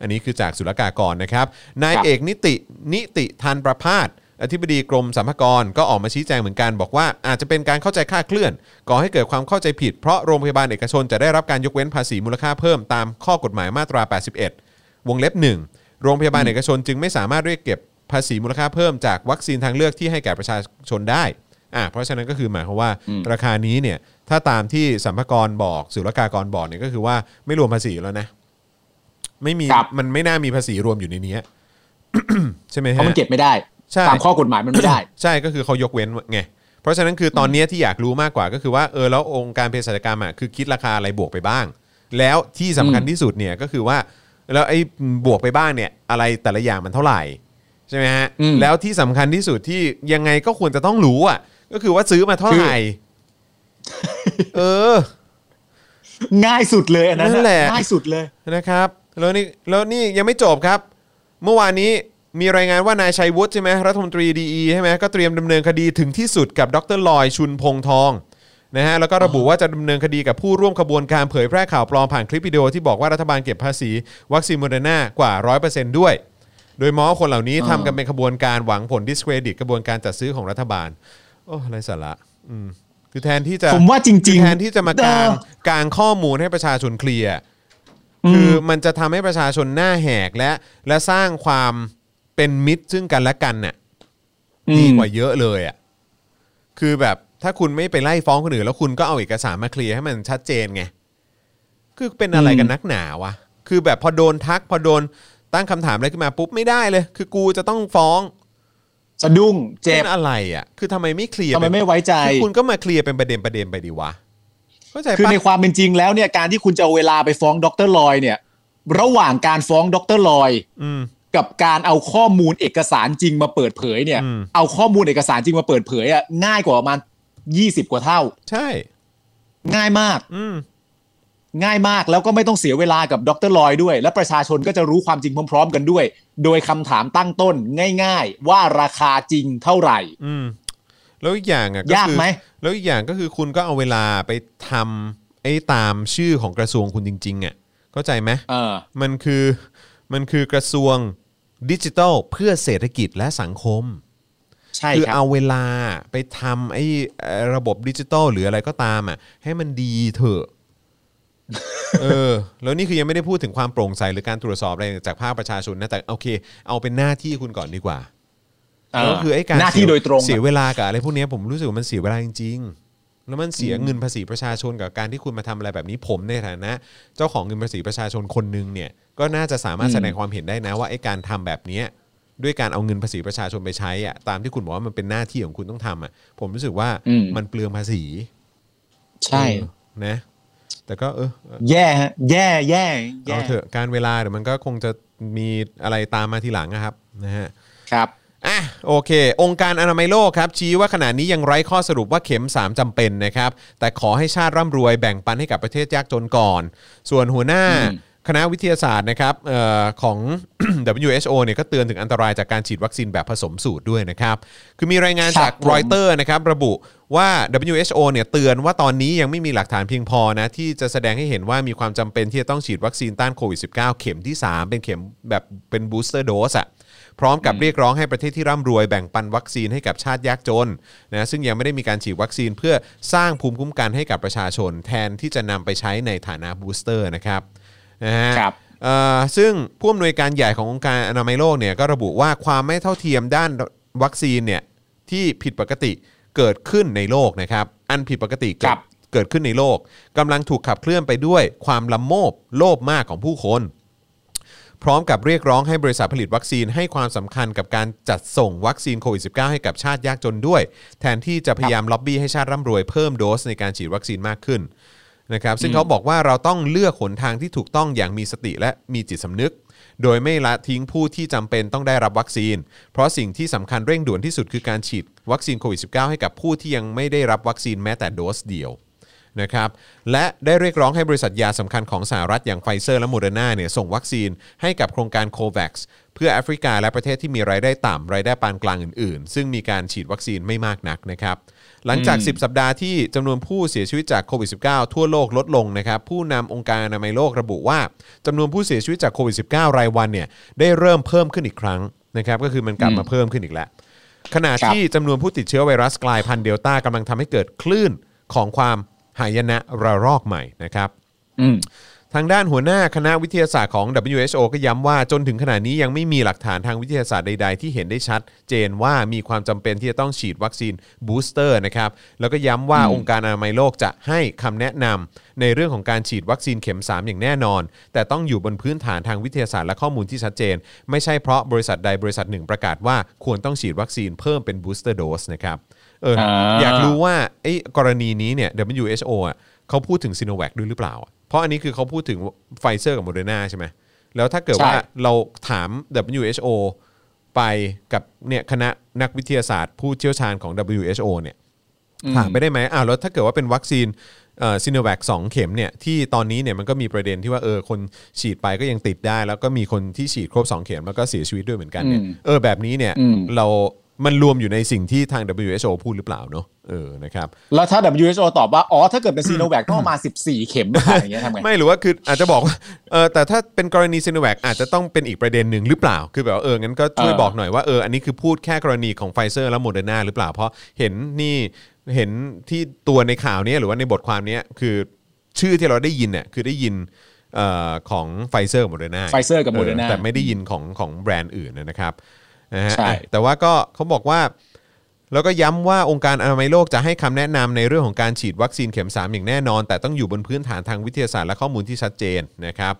อันนี้คือจากศุลกากรนะครับนาย
ครับ
เอกนิตินิติทันประพาสอธิบดีกรมสรรพากรก็ออกมาชี้แจงเหมือนกันบอกว่าอาจจะเป็นการเข้าใจคลาดเคลื่อนก่อให้เกิดความเข้าใจผิดเพราะโรงพยาบาลเอกชนจะได้รับการยกเว้นภาษีมูลค่าเพิ่มตามข้อกฎหมายมาตรา 81 วงเล็บ 1 โรงพยาบาลเอกชนจึงไม่สามารถเรียกเก็บภาษีมูลค่าเพิ่มจากวัคซีนทางเลือกที่ให้แก่ประชาชนได้อ่าเพราะฉะนั้นก็คือหมายความว่าราคานี้เนี่ยถ้าตามที่สรรพากรบอกศุลกากรบอกเนี่ยก็คือว่าไม่รวมภาษีแล้วนะ ไม่มี
ครับ
มันไม่น่ามีภาษีรวมอยู่ในเนี้ย ใช่ไหม
เพ
ฮะ
ราะมันเก็บไม่ได้
ใช่
ตามข้อกฎหมายมันไม่ได้
ใช่ก็คือเขายกเว้นไงเพราะฉะนั้นคือตอนเนี้ยที่อยากรู้มากกว่าก็คือว่าเออแล้วองค์การเภสัชกรรมอ่ะคือคิดราคาอะไรบวกไปบ้าง แล้วที่สำคัญ
อืม
ที่สุดเนี่ยก็คือว่า แล้วไอ้บวกไปบ้างเนี่ย อะไรแต่ละอย่างมันเท่าไหร่ใช่ไหมฮะ
อืม
แล้วที่สำคัญที่สุดที่ยังไงก็ควรจะต้องรู้อ่ะ ก็คือว่าซื้อมาเท่าไหร่เออ
ง่ายสุดเลยอันนั้น
นั่นแหละ
ง่ายสุดเลย
นะครับแล้วนี่แล้วนี่ยังไม่จบครับ เมื่อวานนี้มีรายงานว่านายชัยวุฒิใช่ไหมรัฐมนตรีดีใช่ไหมก็เตรียมดำเนินคดีถึงที่สุดกับดรลอยชุนพงทองนะฮะแล้วก็ระบุว่าจะดำเนินคดีกับผู้ร่วมขบวนการเผยแพร่ข่าวปลอมผ่านคลิปวิดีโอที่บอกว่ารัฐบาลเก็บภาษีวัคซีนโมเดอร์นากว่า 100%ด้วย โดยมองว่าคนเหล่านี้
อ่า
ทำกันเป็นขบวนการหวังผลดิสเครดิตกระบวนการจัดซื้อของรัฐบาลโอ้ไรสาระอืมคือแทนที่จะ
ผมว่าจริง
แทน
ๆ
ที่จะมากลาง
เออ
กลางข้อมูลให้ประชาชนเคลียร์คือมันจะทำให้ประชาชนหน้าแหกและและสร้างความเป็นมิตรซึ่งกันและกันเนี่ยดีกว่าเยอะเลยอ่ะคือแบบถ้าคุณไม่ไปไล่ฟ้องคนอื่นแล้วคุณก็เอาเอกสารมาเคลียร์ให้มันชัดเจนไงคือเป็นอะไรกันนักหนาวะคือแบบพอโดนทักพอโดนตั้งคำถามอะไรขึ้นมาปุ๊บไม่ได้เลย คือกูจะต้องฟ้อง
สะดุ้งเจ็บ
เป็นอะไรอ่ะ คือทำไมไม่เคลียร์
ทำไมไม่ไว้ใจ
คือคุณก็มาเคลียร์เป็นประเด็นประเด็นไปดีวะเข้าใจ
คือ
ปะ
ในความเป็นจริงแล้วเนี่ยการที่คุณจะเอาเวลาไปฟ้องดรลอยเนี่ย ระหว่างการฟ้องดรลอย
อืม
กับการเอาข้อมูลเอกสารจริงมาเปิดเผยเนี่ย
อืม
เอาข้อมูลเอกสารจริงมาเปิดเผยอ่ะง่ายกว่าประมาณ20 กว่าเท่า
ใช่
ง่ายมาก
อืม
ง่ายมากแล้วก็ไม่ต้องเสียเวลากับดรลอยด้วย และประชาชนก็จะรู้ความจริงพร้อม ๆ กันด้วย โดยคำถามตั้งต้นง่าย ๆ ว่าราคาจริงเท่าไหร่
อืม แล้วอีกอย่างอ่ะก็
ยาก
คื
ไหม
แล้วอีกอย่างก็คือคุณก็เอาเวลาไปทำไอ้ตามชื่อของกระทรวงคุณจริง ๆ อ่ะ เข้าใจไหม
เออ
มันคือมันคือกระทรวงดิจิทัลเพื่อเศรษฐกิจและสังคม
ใช่
คือ
ครับ
เอาเวลาไปทำไอ้เอ่อระบบดิจิตอลหรืออะไรก็ตามอ่ะให้มันดีเถอะ เออ แล้วนี่คือยังไม่ได้พูดถึงความโปร่งใสหรือการตรวจสอบอะไรจากภาคประชาชนนะแต่โอเค เอาเป็นหน้าที่คุณก่อนดีกว่า
เออ
ก็คือไอ้การ
หน้าที่
เสี
โดยตรง
เสียเวลากับอะไรพวกเนี้ยผมรู้สึกว่ามันเสียเวลาจริง ๆ แล้วมันเสียเงินภาษีประชาชนกับการที่คุณมาทำอะไรแบบนี้ผมในฐานะ เจ้าของเงินภาษีประชาชนคนหนึ่งเนี่ยก็น่าจะสามารถ
อืม
แสดงความเห็นได้นะว่าไอ้การทำแบบเนี้ยด้วยการเอาเงินภาษีประชาชนไปใช้อะตามที่คุณบอกว่ามันเป็นหน้าที่ของคุณต้องทำอะผมรู้สึกว่า
อืม
มันเปลืองภาษี
ใช่
เออนะ แต่ก็เออ
แย่ฮะแย่แย่แย่
เอาเถอะการเวลาเดี๋ยวมันก็คงจะมีอะไรตามมาทีหลังนะครับนะฮะ
ครับ
อ่ะโอเค องค์การอนามัยโลกครับ ชี้ว่าขณะนี้ยังไร้ข้อสรุปว่าเข็ม 3จำเป็นนะครับ แต่ขอให้ชาติร่ำรวยแบ่งปันให้กับประเทศยากจนก่อน ส่วนหัวหน้า
อืม
คณะวิทยาศาสตร์นะครับเออของ WHO เนี่ยก็เตือนถึงอันตรายจากการฉีดวัคซีนแบบผสมสูตรด้วยนะครับ คือมีรายงานจาก
ครับผม
รอยเตอร์นะครับระบุว่า WHO เนี่ยเตือนว่าตอนนี้ยังไม่มีหลักฐานเพียงพอนะ ที่จะแสดงให้เห็นว่ามีความจำเป็นที่จะต้องฉีดวัคซีนต้านโควิด -19 เข็มที่ 3 เป็นเข็มแบบเป็นบูสเตอร์โดสอะพร้อมกับเรียกร้องให้ประเทศที่ร่ำรวยแบ่งปันวัคซีนให้กับชาติยากจนนะซึ่งยังไม่ได้มีการฉีดวัคซีนเพื่อสร้างภูมิคุ้มกันให้กับประชาชน แทนที่จะนำไปใช้ในฐานะบูสเตอร์นะครับนะฮะ
ครับ
เอ่อซึ่งผู้อำนวยการใหญ่ขององค์การอนามัยโลกเนี่ยก็ระบุว่าความไม่เท่าเทียมด้านวัคซีนเนี่ยที่ผิดปกติเกิดขึ้นในโลกนะครับ อันผิดปกติเกิ
ครั
ด
บ
เกิดขึ้นในโลกกำลังถูกขับเคลื่อนไปด้วยความละโมบโลภมากของผู้คน พร้อมกับเรียกร้องให้บริษัทผลิตวัคซีนให้ความสำคัญกับการจัดส่งวัคซีนโควิด -19 ให้กับชาติยากจนด้วย แทนที่จะพยายามล็อบบี้ให้ชาติร่ำรวยเพิ่มโดสในการฉีดวัคซีนมากขึ้นนะครับซึ่งเขาบอกว่าเราต้องเลือกหนทางที่ถูกต้องอย่างมีสติและมีจิตสำนึก โดยไม่ละทิ้งผู้ที่จำเป็นต้องได้รับวัคซีน เพราะสิ่งที่สำคัญเร่งด่วนที่สุดคือการฉีดวัคซีนโควิด -19 ให้กับผู้ที่ยังไม่ได้รับวัคซีนแม้แต่โดสเดียว นะครับและได้เรียกร้องให้บริษัทยาสำคัญของสหรัฐอย่างไฟเซอร์และโมเดอร์นาเนี่ยส่งวัคซีนให้กับโครงการโควัคเพื่อแอฟริกาและประเทศที่มีรายได้ต่ำรายได้ปานกลางอื่นๆ ซึ่งมีการฉีดวัคซีนไม่มากนักนะครับหลังจาก 10 สัปดาห์ที่จำนวนผู้เสียชีวิตจากโควิด -19 ทั่วโลกลดลงนะครับผู้นำองค์การอนามัยโลกระบุว่าจำนวนผู้เสียชีวิตจากโควิด -19 รายวันเนี่ยได้เริ่มเพิ่มขึ้นอีกครั้งนะครับก็คือมันกลับมาเพิ่มขึ้นอีกแล้ว ขณะ
ครับ
ที่จำนวนผู้ติดเชื้อไวรัสกลายพันธุ์เดลต้ากำลังทำให้เกิดคลื่นของความหายนะระลอกใหม่นะครับ
อืม
ทางด้านหัวหน้าคณะวิทยาศาสตร์ของ WHO ก็ย้ำว่าจนถึงขณะนี้ยังไม่มีหลักฐานทางวิทยาศาสตร์ใด ๆ ที่เห็นได้ชัด เจนว่ามีความจำเป็นที่จะต้องฉีดวัคซีนบูสเตอร์นะครับ แล้วก็ย้ำว่าองค์การอนามัยโลกจะให้คำแนะนำในเรื่องของการฉีดวัคซีนเข็ม 3 อย่างแน่นอน แต่ต้องอยู่บนพื้นฐานทางวิทยาศาสตร์และข้อมูลที่ชัดเจน ไม่ใช่เพราะบริษัทใดบริษัทหนึ่งประกาศว่าควรต้องฉีดวัคซีนเพิ่มเป็นบูสเตอร์โดสนะครับเออ
อ่า
อยากรู้ ว่าไอ้กรณีนี้เนี่ย WHO อ่ะเขาพูดถึงซีโนแวคด้วยหรือเปล่าอ่ะเพราะอันนี้คือเขาพูดถึงไฟเซอร์กับโมเดอร์นาใช่ไหมแล้วถ้าเกิดว่า
ใช่
เราถาม WHO ไปกับเนี่ยคณะนักวิทยาศาสตร์ ผู้เชี่ยวชาญของ WHO เนี่ยถามไปได้ไหมอ้าวแล้วถ้าเกิดว่าเป็นวัคซีนซีโนแวคสองเข็มเนี่ยที่ตอนนี้เนี่ยมันก็มีประเด็นที่ว่าเออคนฉีดไปก็ยังติดได้ แล้วก็มีคนที่ฉีดครบสองเข็มแล้วก็เสียชีวิตด้วยเหมือนกันเนี่ย
อืม
เออแบบนี้เนี่ย
อืม
เรา มันรวมอยู่ในสิ่งที่ทาง WHO พูดหรือเปล่าเนอะเออนะครับ
แล้วถ้า WHO ตอบว่า อ๋อ ถ้าเกิดเป็นซีโนแวคต้องเอามา 14 เข็มนะคะอย่างเงี้ยทำไง
ไม่หรือว่าคืออาจจะบอกว่า เออแต่ถ้าเป็นกรณีซีโนแวคอาจจะต้องเป็นอีกประเด็นหนึ่งหรือเปล่า คือแบบว่าเอองั้นก็ช่วย
เออ
บอกหน่อยว่าเอออันนี้คือพูดแค่กรณีของไฟเซอร์และโมเดอร์นาหรือเปล่า เพราะเห็นนี่เห็นที่ตัวในข่าวเนี้ยหรือว่าในบทความเนี้ยคือชื่อที่เราได้ยินเนี่ยคือได้ยินเอ่อของไฟเซอร์กับโมเดอร์นา
Pfizer กับ Moderna
แต่ไม่ได้ยินของของแบรนด์อื่นนะครับนะฮะ
ใช่
อ่ะแต่ว่าก็เขาบอกว่า แล้วก็ย้ำว่าองค์การอนามัยโลกจะให้คำแนะนำในเรื่องของการฉีดวัคซีนเข็ม 3 อย่างแน่นอน แต่ต้องอยู่บนพื้นฐานทางวิทยาศาสตร์และข้อมูลที่ชัดเจนนะครับ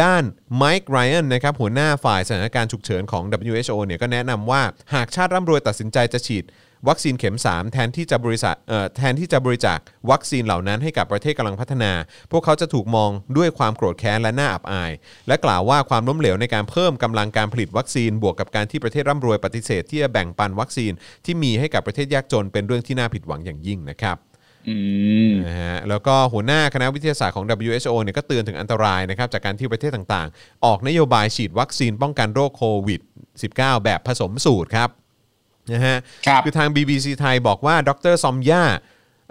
ด้านไมค์ไรอันนะครับหัวหน้าฝ่ายสถานการณ์ฉุกเฉินของ WHO เนี่ยก็แนะนำว่าหากชาติร่ำรวยตัดสินใจจะฉีดวัคซีนเข็ม 3 แทนที่จะบริษัทเอ่อแทนที่จะบริจาควัคซีนเหล่านั้นให้กับประเทศกำลังพัฒนา พวกเขาจะถูกมองด้วยความโกรธแค้นและหน้าอับอาย และกล่าวว่าความล้มเหลวในการเพิ่มกำลังการผลิตวัคซีนบวกกับการที่ประเทศร่ำรวยปฏิเสธที่จะแบ่งปันวัคซีนที่มีให้กับประเทศยากจนเป็นเรื่องที่น่าผิดหวังอย่างยิ่งนะครับ
อืม
นะฮะแล้วก็หัวหน้าคณะวิทยาศาสตร์ของ WHO เนี่ยก็เตือนถึงอันตรายนะครับจากการที่ประเทศต่างๆ ออกนโยบายฉีดวัคซีนป้องกันโรคโควิด -19 แบบผสมสูตรครับนะฮะ
ครับ
อทาง BBC ไทยบอกว่าดรซอมย่า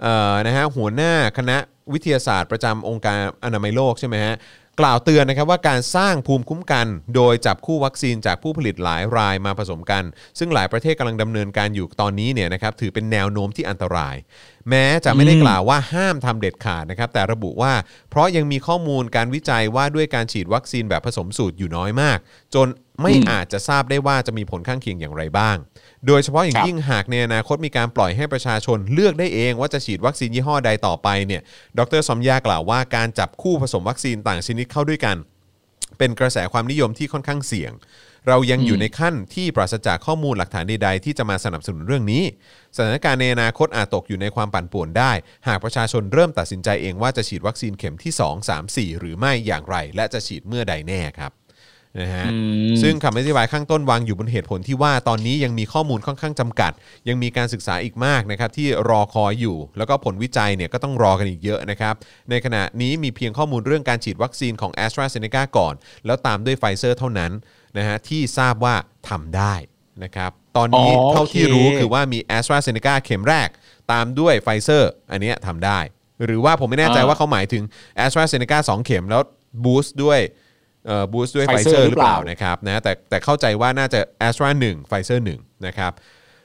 เอ่อนะฮะหัวหน้าคณะวิทยาศาสตร์ประจำองค์การอนามัยโลกใช่ไหมฮะกล่าวเตือนนะครับว่าการสร้างภูมิคุ้มกัน โดยจับคู่วัคซีนจากผู้ผลิตหลายรายมาผสมกัน ซึ่งหลายประเทศกำลังดำเนินการอยู่ตอนนี้เนี่ยนะครับถือเป็นแนวโน้มที่อันตราย แม้จะไม่ได้
อืม
กล่าวว่าห้ามทำเด็ดขาดนะครับ แต่ระบุว่าเพราะยังมีข้อมูลการวิจัยว่าด้วยการฉีดวัคซีนแบบผสมสูตรอยู่น้อยมาก จนไม่อาจจะทราบได้ว่าจะมีผลข้างเคียงอย่างไรบ้าง โดยเฉพาะอย่าง
ครับ
ยิ่งหากในอนาคตมีการปล่อยให้ประชาชนเลือกได้เองว่าจะฉีดวัคซีนยี่ห้อใดต่อไปเนี่ย ดรสมยากล่าวว่าการจับคู่ผสมวัคซีนต่างชนิดเข้าด้วยกัน เป็นกระแสความนิยมที่ค่อนข้างเสี่ยง เรายังอยู่ในขั้นที่ปราศจากข้อมูลหลักฐานใดๆ ที่จะมาสนับสนุนเรื่องนี้ สถานการณ์ในอนาคตอาจตกอยู่ในความปั่นป่วนได้ หากประชาชนเริ่มตัดสินใจเองว่าจะฉีดวัคซีนเข็มที่ 2 3 4 หรือไม่อย่างไร และจะฉีดเมื่อใดแน่ครับนะฮะ
อืม
ซึ่งคำอธิบายข้างต้นวางอยู่บนเหตุผลที่ว่าตอนนี้ยังมีข้อมูลค่อนข้างจำกัด ยังมีการศึกษาอีกมากนะครับที่รอคอยอยู่ แล้วก็ผลวิจัยเนี่ยก็ต้องรอกันอีกเยอะนะครับ ในขณะนี้มีเพียงข้อมูลเรื่องการฉีดวัคซีนของ a s t r a z เซ e c a ก่อน แล้วตามด้วยไฟเซอร์เท่านั้นนะฮะที่ทราบว่าทำได้นะครับ ตอนนี้
อ๋อ
เท่าที่รู้
โอเค
คือว่ามี a s t r a z เซ e c a เข็มแรก ตามด้วยไฟเซอร์อันเนี้ยทำได้ หรือว่าผมไม่แน่ใจว่าเขาหมายถึง a s t r a z เซ e c a สองเข็มแล้วบูสต์ด้วยบูสต์ด้วยไฟเซอ
Pfizer
ร์ห
หรื
รือ อเป
เป
ล่า
ล่า
นะครับนะแต่แต่เข้าใจว่าน่าจะ a s t r a 1 p f i z e r 1นะครับ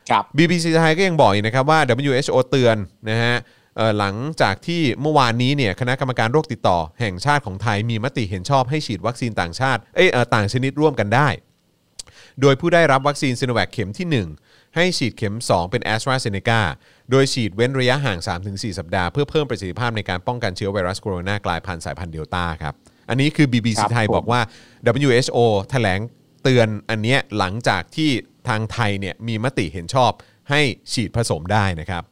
ครับ
BBC ไทยก็ยังบอกอีกนะครับว่า WHO เตือนนะฮะเอ่อหลังจากที่เมื่อวานนี้เนี่ยคณะกรรมการโรคติดต่อแห่งชาติของไทยมีมติเห็นชอบให้ฉีดวัคซีนต่างชาติเอยเอ่อต่างชนิดร่วมกันได้ โดยผู้ได้รับวัคซีนซ i โนแวคเข็มที่ 1 ให้ฉีดเข็ม 2 เป็น a s t r a z เซ e c a โดยฉีดเว้นระยะห่าง 3-4 สัปดาห์ เพื่อเพิ่มประสิทธิภาพในการป้องกันเชื้อไวรัสโคโรนากลายพันธุ์สายพันธุ์เดลต้าครับ อันนี้คือ BBC
ครับ
ไทย
ผม
บอกว่า WHO แถลงเตือนอันเนี้ยหลังจากที่ทางไทยเนี่ยมีมติเห็นชอบให้ฉีดผสมได้นะครับ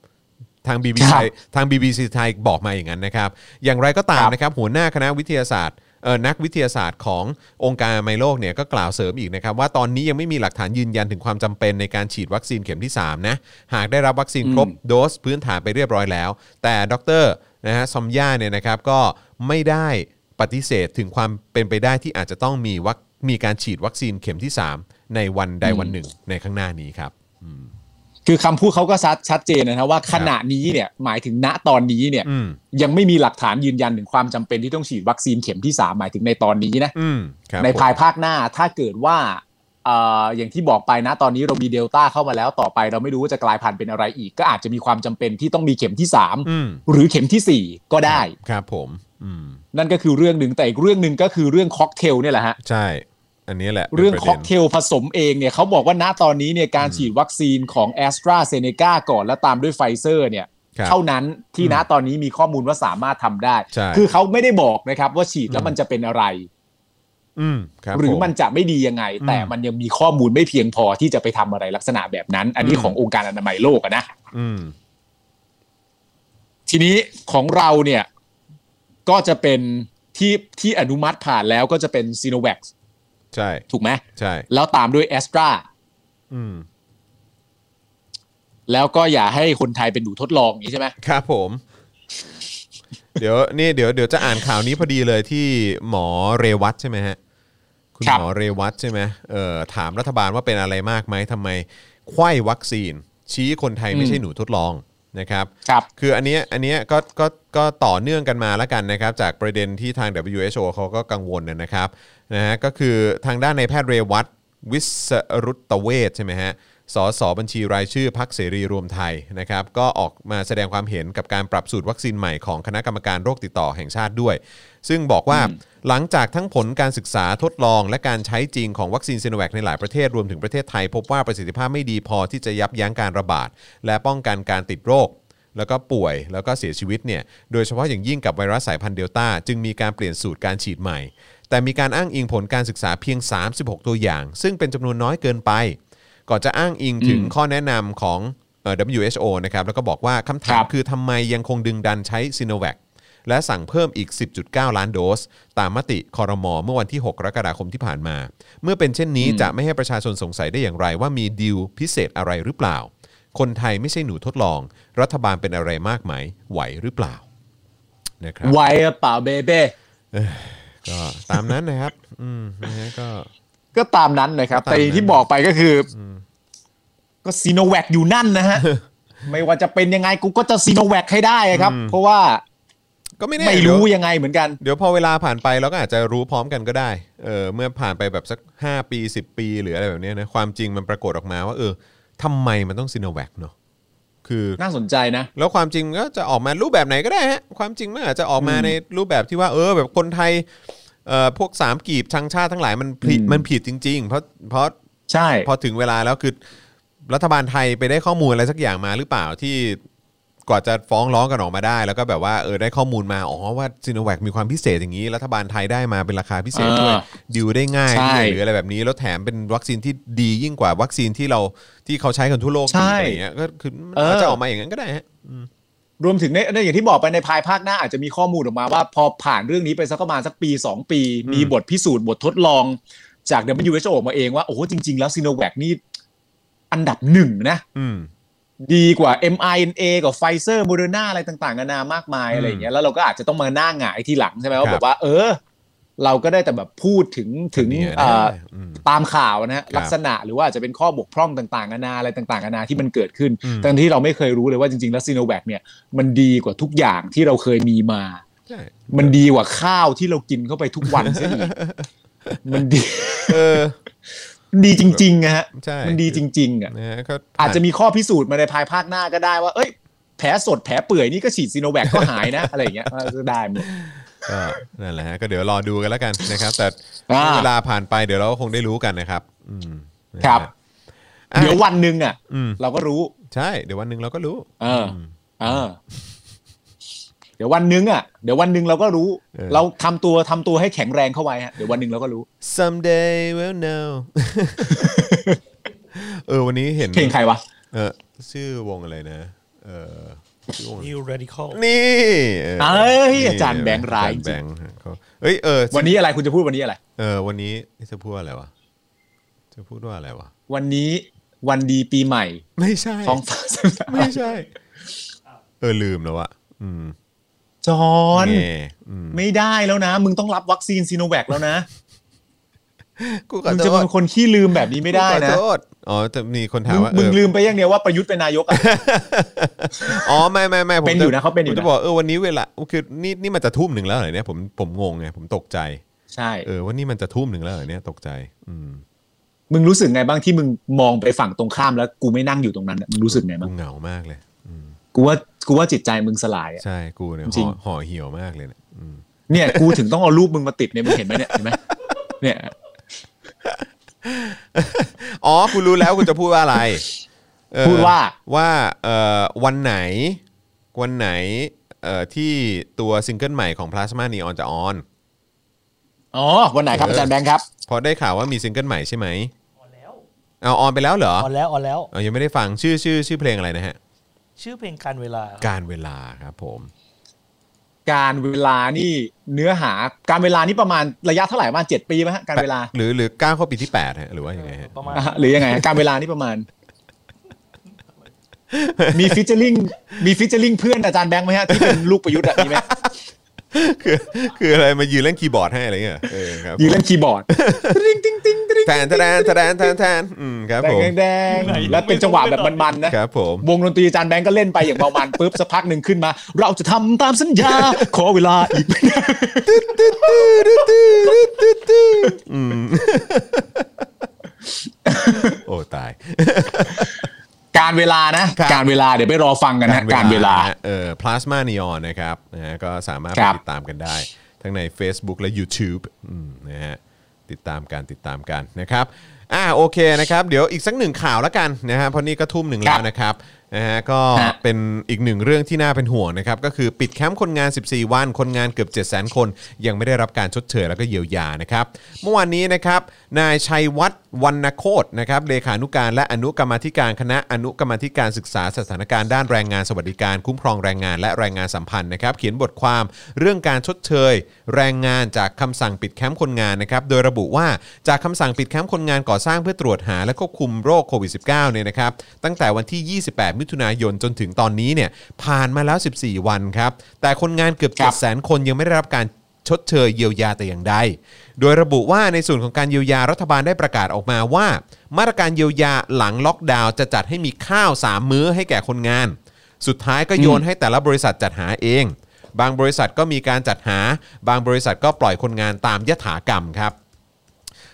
ทาง BBC
ครับ
ไทยทาง BBC ไทยบอกมาอย่างนั้นนะครับ อย่างไรก็ตาม
ครับ
นะครับ หัวหน้าคณะวิทยาศาสตร์เอ่อนักวิทยาศาสตร์ขององค์การอนามัยโลกเนี่ยก็กล่าวเสริมอีกนะครับ ว่าตอนนี้ยังไม่มีหลักฐานยืนยันถึงความจำเป็นในการฉีดวัคซีนเข็มที่ 3 นะ หากได้รับวัคซีนครบโดสพื้นฐานไปเรียบร้อยแล้ว แต่ดรนะฮะซอมย่าเนี่ยนะครับก็ไม่ได้ปฏิเสธถึงความเป็นไปได้ที่อาจจะต้องมีวัคมีการฉีดวัคซีนเข็มที่ 3 ในวันใดวันหนึ่งในข้างหน้านี้ครับ
คือคำพูดเขาก็ชัดชัดเจนนะฮะว่าขณะนี้เนี่ยหมายถึงณตอนนี้เนี่ย
อืม
ยังไม่มีหลักฐานยืนยันถึงความจำเป็นที่ต้องฉีดวัคซีนเข็มที่ 3 หมายถึงในตอนนี้นะ
อืมครับ
ใน
ผม
ภายภาคหน้าถ้าเกิดว่าเอ่ออย่างที่บอกไปนะตอนนี้เรามีเดลต้าเข้ามาแล้วต่อไป เราไม่รู้ว่าจะกลายพันธุ์เป็นอะไรอีก ก็อาจจะมีความจำเป็นที่ต้องมีเข็มที่
อืม
3 หรือเข็มทีสี่4 ก็ได้
ครับผม อืม
นั่นก็คือเรื่องหนึ่งแต่อีกเรื่องหนึ่งก็คือเรื่องค็อกเทลเนี่ยแหละฮะ
ใช่ อันนี้แหละป็น
เรื่อง
ประด็
ค็อน กเทลผสมเองเนี่ยเขาบอกว่าณตอนนี้เนี่ยการฉีดวัคซีนของ a s t r a z เซ e c a ก่อนและตามด้วยไฟเซอร์เนี่ย
ครับ
เท่านั้นที่ณตอนนี้มีข้อมูลว่าสามารถทำได้
ใช่
คือเขาไม่ได้บอกนะครับว่าฉีดแล้วมันจะเป็นอะไร
อืมครับ
หรือ
ผ
มันจะไม่ดียังไง
อืม
แต่มันยังมีข้อมูลไม่เพียงพอที่จะไปทำอะไรลักษณะแบบนั้น อันนี้ขององค์การอนามัยโลกอะนะ
อืม
ทีนี้ของเราเนี่ยก็จะเป็นที่ที่อนุมัติผ่านแล้วก็จะเป็นซีโนแวค
ใช่
ถูกไหม
ใช่
แล้วตามด้วยแอสตรา
อืม
แล้วก็อย่าให้คนไทยเป็นหนูทดลองอย่างนี้ใช่ไหม
ครับผม เดี๋ยวนี่เดี๋ยวเดี๋ยวจะอ่านข่าวนี้พอดีเลยที่หมอเรวัตใช่ไหมฮะ คุณ
ครับ
หมอเรวัตใช่ไหมเอ่อถามรัฐบาลว่าเป็นอะไรมากไหมทำไมไขว้วัคซีน ชี้คนไทยไม่ใช่หนูทดลองนะครับ
ครับ
คืออันเนี้ยอันเนี้ยก็ก็ก็ต่อเนื่องกันมาแล้วกันนะครับ จากประเด็นที่ทาง WHO เขาก็กังวลนะนะครับนะฮะก็คือทางด้านในแพทย์เรวัตวิสรุตตเวชใช่ไหมฮะสสบัญชีรายชื่อพักเสรีรวมไทยนะครับก็ออกมาแสดงความเห็นกับการปรับสูตรวัคซีนใหม่ของคณะกรรมการโรคติดต่อแห่งชาติด้วย ซึ่งบอกว่าหลังจากทั้งผลการศึกษาทดลองและการใช้จริงของวัคซีนซีโนแวคในหลายประเทศรวมถึงประเทศไทย พบว่าประสิทธิภาพไม่ดีพอที่จะยับยั้งการระบาด และป้องกันการติดโรค แล้วก็ป่วยแล้วก็เสียชีวิตเนี่ย โดยเฉพาะอย่างยิ่งกับไวรัสสายพันธุ์เดลต้า จึงมีการเปลี่ยนสูตรการฉีดใหม่ แต่มีการอ้างอิงผลการศึกษาเพียง 36 ตัวอย่าง ซึ่งเป็นจำนวนน้อยเกินไป ก่อนจะอ้างอิงถึงข้อแนะนำของเอ่อ WHO นะครับ แล้วก็บอกว่าคำถาม
ครับ
คือทำไมยังคงดึงดันใช้ซิโนแวคและสั่งเพิ่มอีก 10.9 ล้านโดส ตามมติคอรมอเมื่อวันที่ 6กกรกฎาคมที่ผ่านมา เมื่อเป็นเช่นนี้จะไม่ให้ประชาชนสงสัยได้อย่างไร ว่ามีดีลพิเศษอะไรหรือเปล่า คนไทยไม่ใช่หนูทดลอง รัฐบาลเป็นอะไรมากไหมไหวหรือเปล่านะครับ
ไว้เปล่าเบเบ้
ก็ตามนั้นนะครับ อืมนะฮะก็
ก็ตามนั้นนะครับ
ก็ตามนั้
แต่
น
อย่างที่บอกไปก็คืออก็ซีโนแวคอยู่นั่น นะฮะ ไม่ว่าจะเป็นยังไงกูก็จะซีโนแวคให้ได้ครับ เพราะว่า
ก็ไม่แน่
ไม่
เดี๋ยว
รู้ยังไงเหมือนกัน
เดี๋ยวพอเวลาผ่านไปเราก็อาจจะรู้พร้อมกันก็ได้เออเมื่อผ่านไปแบบสัก 5 ปี 10 ปี หรืออะไรแบบเนี้ยนะความจริงมันปรากฏออกมาว่า เออทำไมมันต้องซีโนแวคเนาะค คือ
น่าสนใจนะ
แล้วความจริงก็จะออกมารูปแบบไหนก็ได้ฮะความจริงมันอาจจะออกมา
อืม
ในรูปแบบที่ว่าเออแบบคนไทยเอ่อพวกสามกีบชังชาติทั้งหลายมันผิด
อืม
มันผิดจริง ๆ เพราะเพราะ
ใช่
พอถึงเวลาแล้วคือรัฐบาลไทยไปได้ข้อมูลอะไรสักอย่างมาหรือเปล่าที่กว่าจะฟ้องร้องกันออกมาได้ แล้วก็แบบว่าเออได้ข้อมูลมาอ๋อว่าซีโนแวคมีความพิเศษอย่างนี้ รัฐบาลไทยได้มาเป็นราคาพิเศษด้วย
อ่า
ดิวได้ง่าย
ใช่
ด้วยหรืออะไรแบบนี้แล้วแถมเป็นวัคซีนที่ดียิ่งกว่าวัคซีนที่เราที่เขาใช้กันทั่วโลก
ใช่
อีกอะไรอย่างเงี้ยก็คือมัน
เออ
อาจจะออกมาอย่างนั้นก็ได้ฮะ
รวมถึงในในอย่างที่บอกไปในภายภาคหน้าอาจจะมีข้อมูลออกมาว่า พอผ่านเรื่องนี้ไปสักประมาณสักปี 2 ปี มีบทพิสูจน์บททดลองจาก WHO ออกมาเองว่า โอ้โหจริง ๆ แล้วซีโนแวคนี่อันดับหนึ่งนะ
อืม
ดีกว่า mRNA กับไฟเซอร์โมเดอร์นาอะไรต่างๆนานามากมายอะไรอย่างเงี้ยแล้วเราก็อาจจะต้องมาหน้าหงายทีหลังใช่ไหม
ค
ว่า
รับ
แบบว่า เออ เราก็ได้แต่แบบพูดถึงถึง
เนี่ยนะ
เอ่ออ
ม
ตามข่าวนะฮะ
ครับ
ลักษณะหรือว่าอาจจะเป็นข้อบกพร่องต่างๆนานาอะไรต่างๆนานาที่มันเกิดขึ้น
อืม
แต่ที่เราไม่เคยรู้เลยว่าจริงๆแล้วซีโนแวคเนี่ยมันดีกว่าทุกอย่างที่เราเคยมีมา
ใช่
มันดีกว่าข้าวที่เรากินเข้าไปทุกวันซะอีกมันดี
เออ
ดีจริงๆนะฮะ
ใช่
มันดีจริงๆอ่ะ
นะฮะก็
อาจจะมีข้อพิสูจน์มาในภายภาคหน้าก็ได้ว่า เอ้ย แผลสดแผลเปื่อยนี่ก็ฉีดซีโนแวคก็หายนะ อะไรอย่างเงี้ยก็ได้หมด
ก็นั่นแหละฮะก็เดี๋ยวรอดูกันแล้วกันนะครับ แต่
อ่า
เวลาผ่านไปเดี๋ยวเราก็คงได้รู้กันนะครับ อืมนะฮะ
ครับ
อ่ะ
เดี๋ยววันหนึ่งอ่ะ
อืม
เราก็รู้
ใช่ เดี๋ยววันหนึ่งเราก็รู้
เอออเออ เดี๋ยววันหนึงอ่ะ เดี๋ยววันหนึงเราก็รู้
เออ
เราทำตัวทำตัวให้แข็งแรงเข้าไว้ฮะ เดี๋ยววันหนึงเราก็รู้
someday we'll know เออ วันนี้เห็น
เพลงใครวะ
เออ ชื่อวงอะไรนะ เออชื่อวง
New Radical
นี่เออ
เอ้ย
นี่
อาจารย์แบงค์ร้าย
อจแบงค์เขาเอ้ย เออ
วันนี้อะไรคุณจะพูดวันนี้อะไร
เออ วันนี้จะพูดว่าอะไรวะ จะพูดว่าอะไรวะ
วันนี้วันดีปีใหม่
ไม่ใช่
ท้องฟ้าสดใส
ไม่ใช่ เออ ลืมแล้วอะอืม
จอห์น
แง่อืม
ไม่ได้แล้วนะ มึงต้องรับวัคซีนซีโนแวคแล้วนะ
กูขอ
มึง
โท
จะ
ษ
เป็นคนขี้ลืมแบบนี้ไม่ได้
กูขอ
นะ
โทษอ๋อแต่มีคนถาม
มึง
ว่า
มึ
เอง อ
ลืมไปยังเนี่ยว่าประยุทธ์เป็นนายกอะ
อ๋อไม่ไม่ไม่ผม
เป็น
จ
อยู่นะเขาเป็นอ
ผ
ยู่
ม
นะ
จะบอกเออวันนี้เวลาคือนี่นี่มันจะทุ่มหนึ่งแล้วเหรอเนี่ยผมผมงงไงผมตกใจ
ใช่
เออว่านี่มันจะทุ่มหนึ่งแล้วเหรอเนี่ยตกใจ อืม
มึงรู้สึกไงบ้างที่มึงมองไปฝั่งตรงข้ามแล้วกูไม่นั่งอยู่ตรงนั้นอะมึงรู้สึกไง
กู
บ้าง
เหงามากเลย อืม
กูว่ากูว่าจิตใจมึงสลายอะ
ใช่กูเนี่ย
จริ
ห่อง ห่อเหี่ยวมากเลยเนี่ยอืม
เนี่ยกูถึงต้องเอารูปมึงมาติดเนี่ยมึงเห็นไหมเนี่ยเห็นไหมเนี่ย
อ๋อคุณรู้แล้วคุณจะพูดว่าอะไรเออ
พูดว่า
ว่าเอ่อวันไหนวันไหนเอ่อที่ตัวซิงเกิลใหม่ของ Plasma Neon จะออน
อ๋อ วันไหนครับอาจารย์แบงค์ครับ
พอได้ข่าวว่ามีซิงเกิลใหม่ใช่ไหม
ออนแล้ว
เอาออนไปแล้วเหรอ
ออนแล้วออนแล้ว
เอายังไม่ได้ฟังชื่อชื่อชื่อเพลงอะไรนะฮะ
ชื่อเพลงการเวลา
การเวลาครับผม
การเวลานี่เนื้อหาการเวลานี่ประมาณระยะเท่าไหร่ประมาณเจ็ดปีไหมฮะการเวลา
หรือหรือก้าวเข้าปีที่8ฮะหรือว่ายังไงฮะ
ประมาณ
อ่ะหรือยังไงฮะการเวลานี่ประมาณ มีฟิชเชอร์ลิงมีฟิชเชอร์ลิงเพื่อนอาจารย์แบงค์ไหมฮะที่เป็นลูกประยุทธ์อะมีไหม
คือคืออะไรมายืนเล่นคีย์บอร์ดให้อะไรเงี้ยเออครับ
ยืนเล่นคีย์บอร์ ดติ๊งติ๊งติ๊งติ๊ง
แทนแทนแทนแทนแทนอืมครับ
แด
ผ
ง
ม
แดงแดงแล้วเป็นจังหวะแบบมันๆนะ
ครับผม
วงดนตรีอาจานแบงก์ก็เล่นไปอย่างเบามันปุ๊บ สักพักหนึ่งขึ้นมา เราจะทำตามสัญ ญา ขอเวลาอีก
อืมโอ้ตาย
การเวลานะ
ครับ
การเวลาเดี๋ยวไปรอฟังกันนะการเวลา
เออ plasma neon นะครับนะฮะก็สามารถ
ค
ไป
รับ
ติดตามกันได้ ทั้งใน Facebook และ YouTube อืมนะฮะติดตามกันติดตามกันนะครับอ่าโอเคนะครับเดี๋ยวอีกสักหนึ่งข่าวแล้วกันนะฮะเพราะนี่ก็ทุ่มหนึ่งแล้วนะครับนะฮะก็
ฮะ
เป็นอีกหนึ่งเรื่องที่น่าเป็นห่วงนะครับ ก็คือปิดแคมป์คนงาน 14 วัน คนงานเกือบ 7 0 0 0 0 คน ยังไม่ได้รับการชดเชยแล้วก็เยียวยานะครับ เมื่อวานนี้นะครับนายชัยวัฒน์วรรณโคตรนะครับเลขานุการและอนุกรรมาธิการคณะอนุกรรมาธิการศึกษาสถานการณ์ด้านแรงงานสวัสดิการคุ้มครองแรงงานและแรงงานสัมพันธ์นะครับ เขียนบทความเรื่องการชดเชย แรงงานจากคำสั่งปิดแคมป์คนงานนะครับโดยระบุว่าจากคำสั่งปิดแคมป์คนงานก่อสร้างเพื่อตรวจหาและควบคุมโรคโควิด -19 เนี่ยนะครับตั้งแต่วันที่ 28 มิถุนายนจนถึงตอนนี้เนี่ยผ่านมาแล้ว 14 วันครับแต่คนงานเกือบ
ครั
7
บ
แสนคนยังไม่ได้รับการชดเชยเยียวยาแต่อย่างใด โดยระบุว่าในส่วนของการเยียวยารัฐบาลได้ประกาศออกมาว่า มาตรการเยียวยาหลังล็อกดาวน์จะจัดให้มีข้าว 3 มื้อให้แก่คนงาน สุดท้ายก็โยนให้แต่ละบริษัทจัดหาเอง บางบริษัทก็มีการจัดหา บางบริษัทก็ปล่อยคนงานตามยถากรรมครับ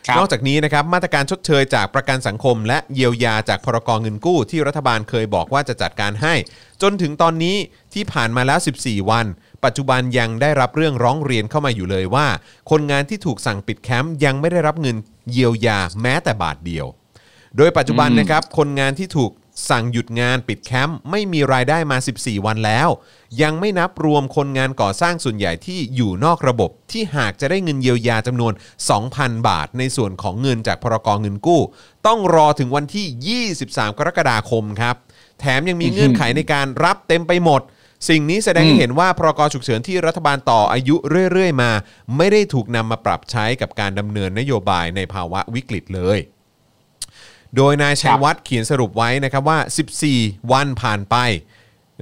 ครับ
นอกจากนี้นะครับมาตรการชดเชยจากประกันสังคม และเยียวยาจากพรกองเงินกู้ที่รัฐบาลเคยบอกว่าจะจัดการให้ จนถึงตอนนี้ที่ผ่านมาแล้ว 14 วัน ปัจจุบันยังได้รับเรื่องร้องเรียนเข้ามาอยู่เลยว่า คนงานที่ถูกสั่งปิดแคมป์ยังไม่ได้รับเงินเยียวยาแม้แต่บาทเดียว โดยปัจจุบันนะครับ คนงานที่ถูกสั่งหยุดงานปิดแคมป์ไม่มีรายได้มา 14 วันแล้ว ยังไม่นับรวมคนงานก่อสร้างส่วนใหญ่ที่อยู่นอกระบบ ที่หากจะได้เงินเยียวยาจำนวน 2,000 บาท ในส่วนของเงินจากพรกองเงินกู้ ต้องรอถึงวันที่ 23 กรกฎาคมครับ แถมยังมีเงื่อนไขในการรับเต็มไปหมด สิ่งนี้แสดงให้เห็นว่าพรกฉุกเฉินที่รัฐบาลต่ออายุเรื่อยๆ มา ไม่ได้ถูกนำมาปรับใช้กับการดำเนินนโยบายในภาวะวิกฤตเลย โดยนายชัยวัฒน์เขียนสรุปไว้นะครับว่า 14 วันผ่านไป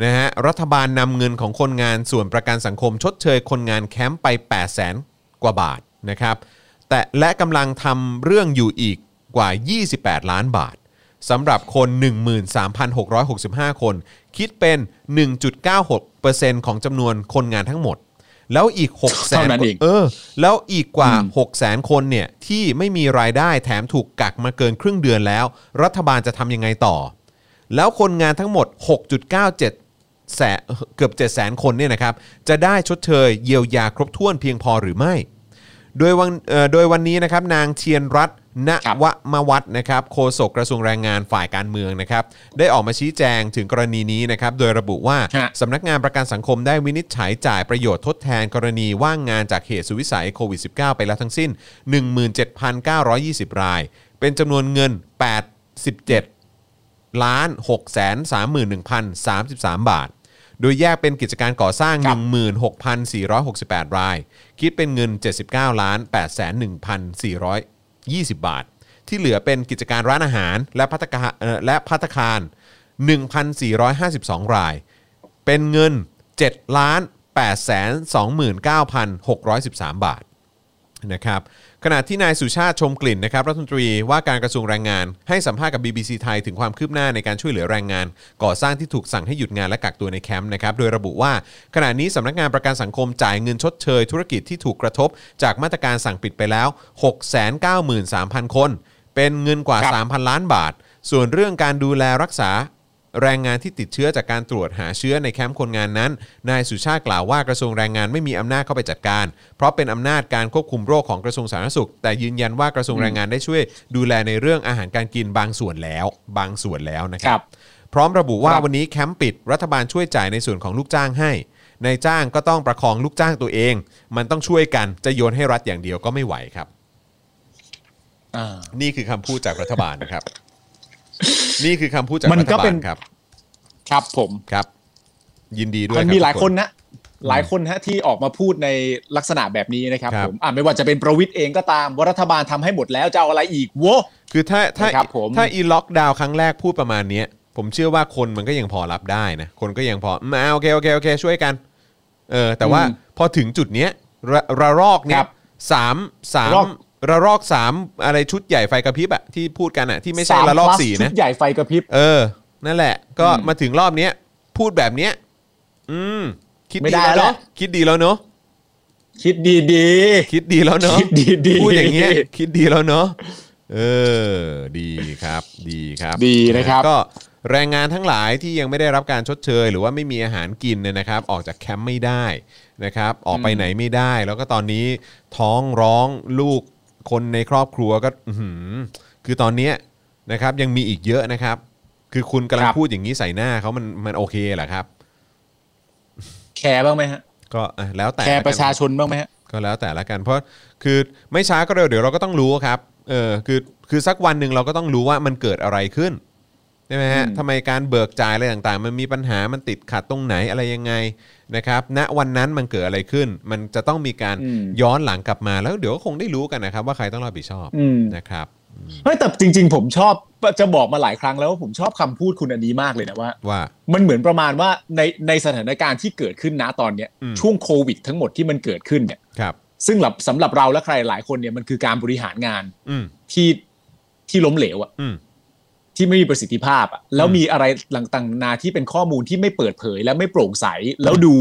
นะฮะรัฐบาลนำเงินของคนงานส่วนประกันสังคม ชดเชยคนงานแคมป์ไป 8 0 0แสนกว่าบาทนะครับแต่และกำลังทำเรื่องอยู่อีกกว่า 28 ล้านบาทสำหรับคน 13,665 คน คิดเป็น 1.96%ของจำนวนคนงานทั้งหมด แล้วอีก6แสน
เท่านั้นเอง
เออ แล้วอีกกว่า 6 0แสนคนเนี่ย ที่ไม่มีรายได้แถมถูกกักมาเกินครึ่งเดือนแล้ว รัฐบาลจะทำยังไงต่อ แล้วคนงานทั้งหมด 6.97 แสนเกือบ 7 แสนคนเนี่ยนะครับ จะได้ชดเชยเยียวยาครบถ้วนเพียงพอหรือไม่ โดยวันเอ่อโดยวันนี้นะครับนางเทียนรัตน์ณ
ครับ
วมวัฒน์นะครับโฆษกกระทรวงแรงงานฝ่ายการเมืองนะครับ ได้ออกมาชี้แจงถึงกรณีนี้นะครับ โดยระบุว่า
ฮะ
สำนักงานประกันสังคมได้วินิจฉัยจ่ายประโยชน์ทดแทนกรณีว่างงานจากเหตุสุวิสัยโควิด -19 ไปแล้วทั้งสิ้น 17,920 ราย เป็นจำนวนเงิน 87 ล้าน6 3 1 0 3 3 บาท โดยแยกเป็นกิจการก่อสร้าง
ครับ
16,468 ราย คิดเป็นเงิน 79 ล้าน8 1 420 บาท ที่เหลือเป็นกิจการร้านอาหารและพัตคาเอ่อและพัตคาร 1,452 ราย เป็นเงิน 7 ล้าน8 2 9 6 1 3 บาท นะครับขณะที่นายสุชาติชมกลิ่นนะครับรัฐมนตรีว่าการกระทรวงแรงงาน ให้สัมภาษณ์กับ BBC ไทยถึงความคืบหน้าในการช่วยเหลือแรงงาน ก่อสร้างที่ถูกสั่งให้หยุดงานและกักตัวในแคมป์นะครับโดยระบุว่า ขณะนี้สำนักงานประกันสังคมจ่ายเงินชดเชย ธุรกิจที่ถูกกระทบ จากมาตรการสั่งปิดไปแล้ว 693,000 คน เป็นเงินกว่า
ครับ
3,000 ล้านบาท ส่วนเรื่องการดูแลรักษา แรงงานที่ติดเชื้อจากการตรวจหาเชื้อในแคมป์คนงานนั้น นายสุชาติกล่าวว่ากระทรวงแรงงานไม่มีอำนาจเข้าไปจัดการ เพราะเป็นอำนาจการควบคุมโรคของกระทรวงสาธารณสุข แต่ยืนยันว่ากระทรวงแรงงานได้ช่วย ดูแลในเรื่องอาหารการกินบางส่วนแล้ว บางส่วนแล้วนะค
ค
รั
รับ บ
พร้อมระบุว่า
ครับ
วันนี้แคมป์ปิดรัฐบาลช่วยจ่ายในส่วนของลูกจ้างให้นายจ้างก็ต้องประคองลูกจ้างตัวเอง มันต้องช่วยกันจะโยนให้รัฐอย่างเดียวก็ไม่ไหวครับ
อ่า
นี่คือคำพูดจากรัฐบาลนะครับ นี่คือคำพูดจาก
มัน
รัฐ
ก็
บา
เป็
ล
น
ครับ
ครับผม
ครับ ยินดีด้วย
มัน
รับ
มีหลาย
ทุก
คนนะ หลายคนฮะที่ออกมาพูดในลักษณะแบบนี้นะครับ
ครับ
ผมอ่ะไม่ว่าจะเป็นประวิทย์เองก็ตามว่ารัฐบาลทำให้หมดแล้วจะเอาอะไรอีกโว้
คือถ้าถ้า
นะครับผม
ถ้าอีล็อกดาวน์ครั้งแรกพูดประมาณเนี้ย ผมเชื่อว่าคนมันก็ยังพอรับได้นะ คนก็ยังพออืมาโอเคโอเคโอเค ช่วยกัน เออ แต่ว่าพอถึงจุดเนี้ยระระรอกเนี้
ค
ย
รับ
สามสาม
ระลอก
ระรอกสามอะไรชุดใหญ่ไฟกระพริบอะที่พูดกันอะที่ไม่ใช่
สา
ระลอก
พส
สี่
ชุ
นะ
ดใหญ่ไฟกระพริบ
เออ นั่นแหละ ก็
อืม
มาถึงรอบเนี้ยพูดแบบเนี้ย อืม คิด
ไม่
ดี
ได้
แล้ว
แล้ว
เนาะคิดดีแล้วเนาะ
คิดดีดี
คิดดีแล้วเนาะ
คิดดีๆ
พูดอย่างเงี้ยคิดดีแล้วเนาะเออ ดีครับ ดีครับ
ๆดีนะครับ
ก็แรงงานทั้งหลายที่ยังไม่ได้รับการชดเชย หรือว่าไม่มีอาหารกินเนี่ยนะครับ ออกจากแคมป์ไม่ได้นะครับ ออกไปไหนไม่ได้ แล้วก็ตอนนี้ท้องร้องลูกคนในครอบครัวก็อื้อหือคือตอนเนี้ยนะครับยังมีอีกเยอะนะครับ คือคุณกำลัง
ครับ
พูดอย่างนี้ใส่หน้าเขามันมันโอเคเหรอครับ
แคร์บ้างไหมฮะ
ก็อ่ะแล้วแต่
แคร์ประชา
ลกัน
ชนบ้างไหมฮะ
ก็แล้วแต่ละกัน เพราะคือไม่ช้าก็เร็วเดี๋ยวเราก็ต้องรู้ครับเออคือคือสักวันหนึ่งเราก็ต้องรู้ว่ามันเกิดอะไรขึ้นใช่ไหมฮะ
อืม
ทำไมการเบิกจ่ายอะไรต่างๆ มันมีปัญหามันติดขัดตรงไหนอะไรยังไงนะครับณวันนั้นมันเกิดอะไรขึ้น มันจะต้องมีการย้อนหลังกลับมาแล้วเดี๋ยวก็คงได้รู้กันนะครับ ว่าใครต้องรับผิดชอบ
อืม
นะครับ
ไม่แต่จริง ๆ ผมชอบจะบอกมาหลายครั้งแล้วว่าผมชอบคำพูดคุณอันนี้มากเลยนะว่า
ว่า
มันเหมือนประมาณว่าในในสถานการณ์ที่เกิดขึ้นนะตอนเนี้ย
อืม
ช่วงโควิดทั้งหมดที่มันเกิดขึ้นเนี่ย
ครับ
ซึ่งหลับสำหรับเราและใครหลายคนเนี่ยมันคือการบริหารงาน
อืม
ที่ที่ล้มเหลวอะ
อืม
ที่ไม่มีประสิทธิภาพอะแล้ว
อืม
มีอะไรต่างๆนานาที่เป็นข้อมูลที่ไม่เปิดเผย และไม่โปร่งใส แล้วดู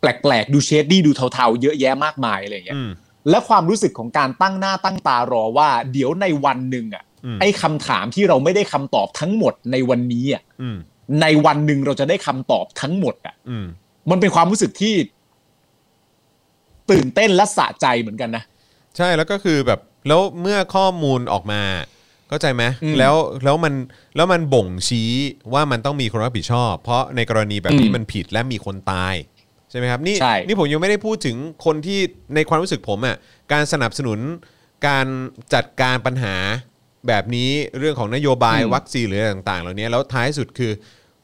แปลกๆ ดูเชดดี้ดูเทาๆ เยอะแยะมากมายอะไรอย่างเงี้ย
อืม
และความรู้สึกของการตั้งหน้าตั้งตารอว่า เดี๋ยวในวันหนึ่งอ่ะ
อืม
ไอ้คำถามที่เราไม่ได้คำตอบทั้งหมดในวันนี้อ่ะ
อืม
ในวันหนึ่งเราจะได้คำตอบทั้งหมดอ่ะ
อืม
มันเป็นความรู้สึกที่ ตื่นเต้นและสะใจเหมือนกันนะ
ใช่แล้วก็คือแบบแล้วเมื่อข้อมูลออกมาเข้าใจไหม
อืม
แล้วแล้วมันแล้วมันบ่งชี้ว่ามันต้องมีคนรับผิดชอบ เพราะในกรณีแบบนี้
อืม
มันผิดและมีคนตายใช่ไหมครับนี่
ใช่
นี่ผมยังไม่ได้พูดถึงคนที่ในความรู้สึกผมอ่ะการสนับสนุนการจัดการปัญหาแบบนี้เรื่องของนโยบายวัคซีนหรืออะไรต่างๆ เหล่านี้แล้วท้ายสุดคือ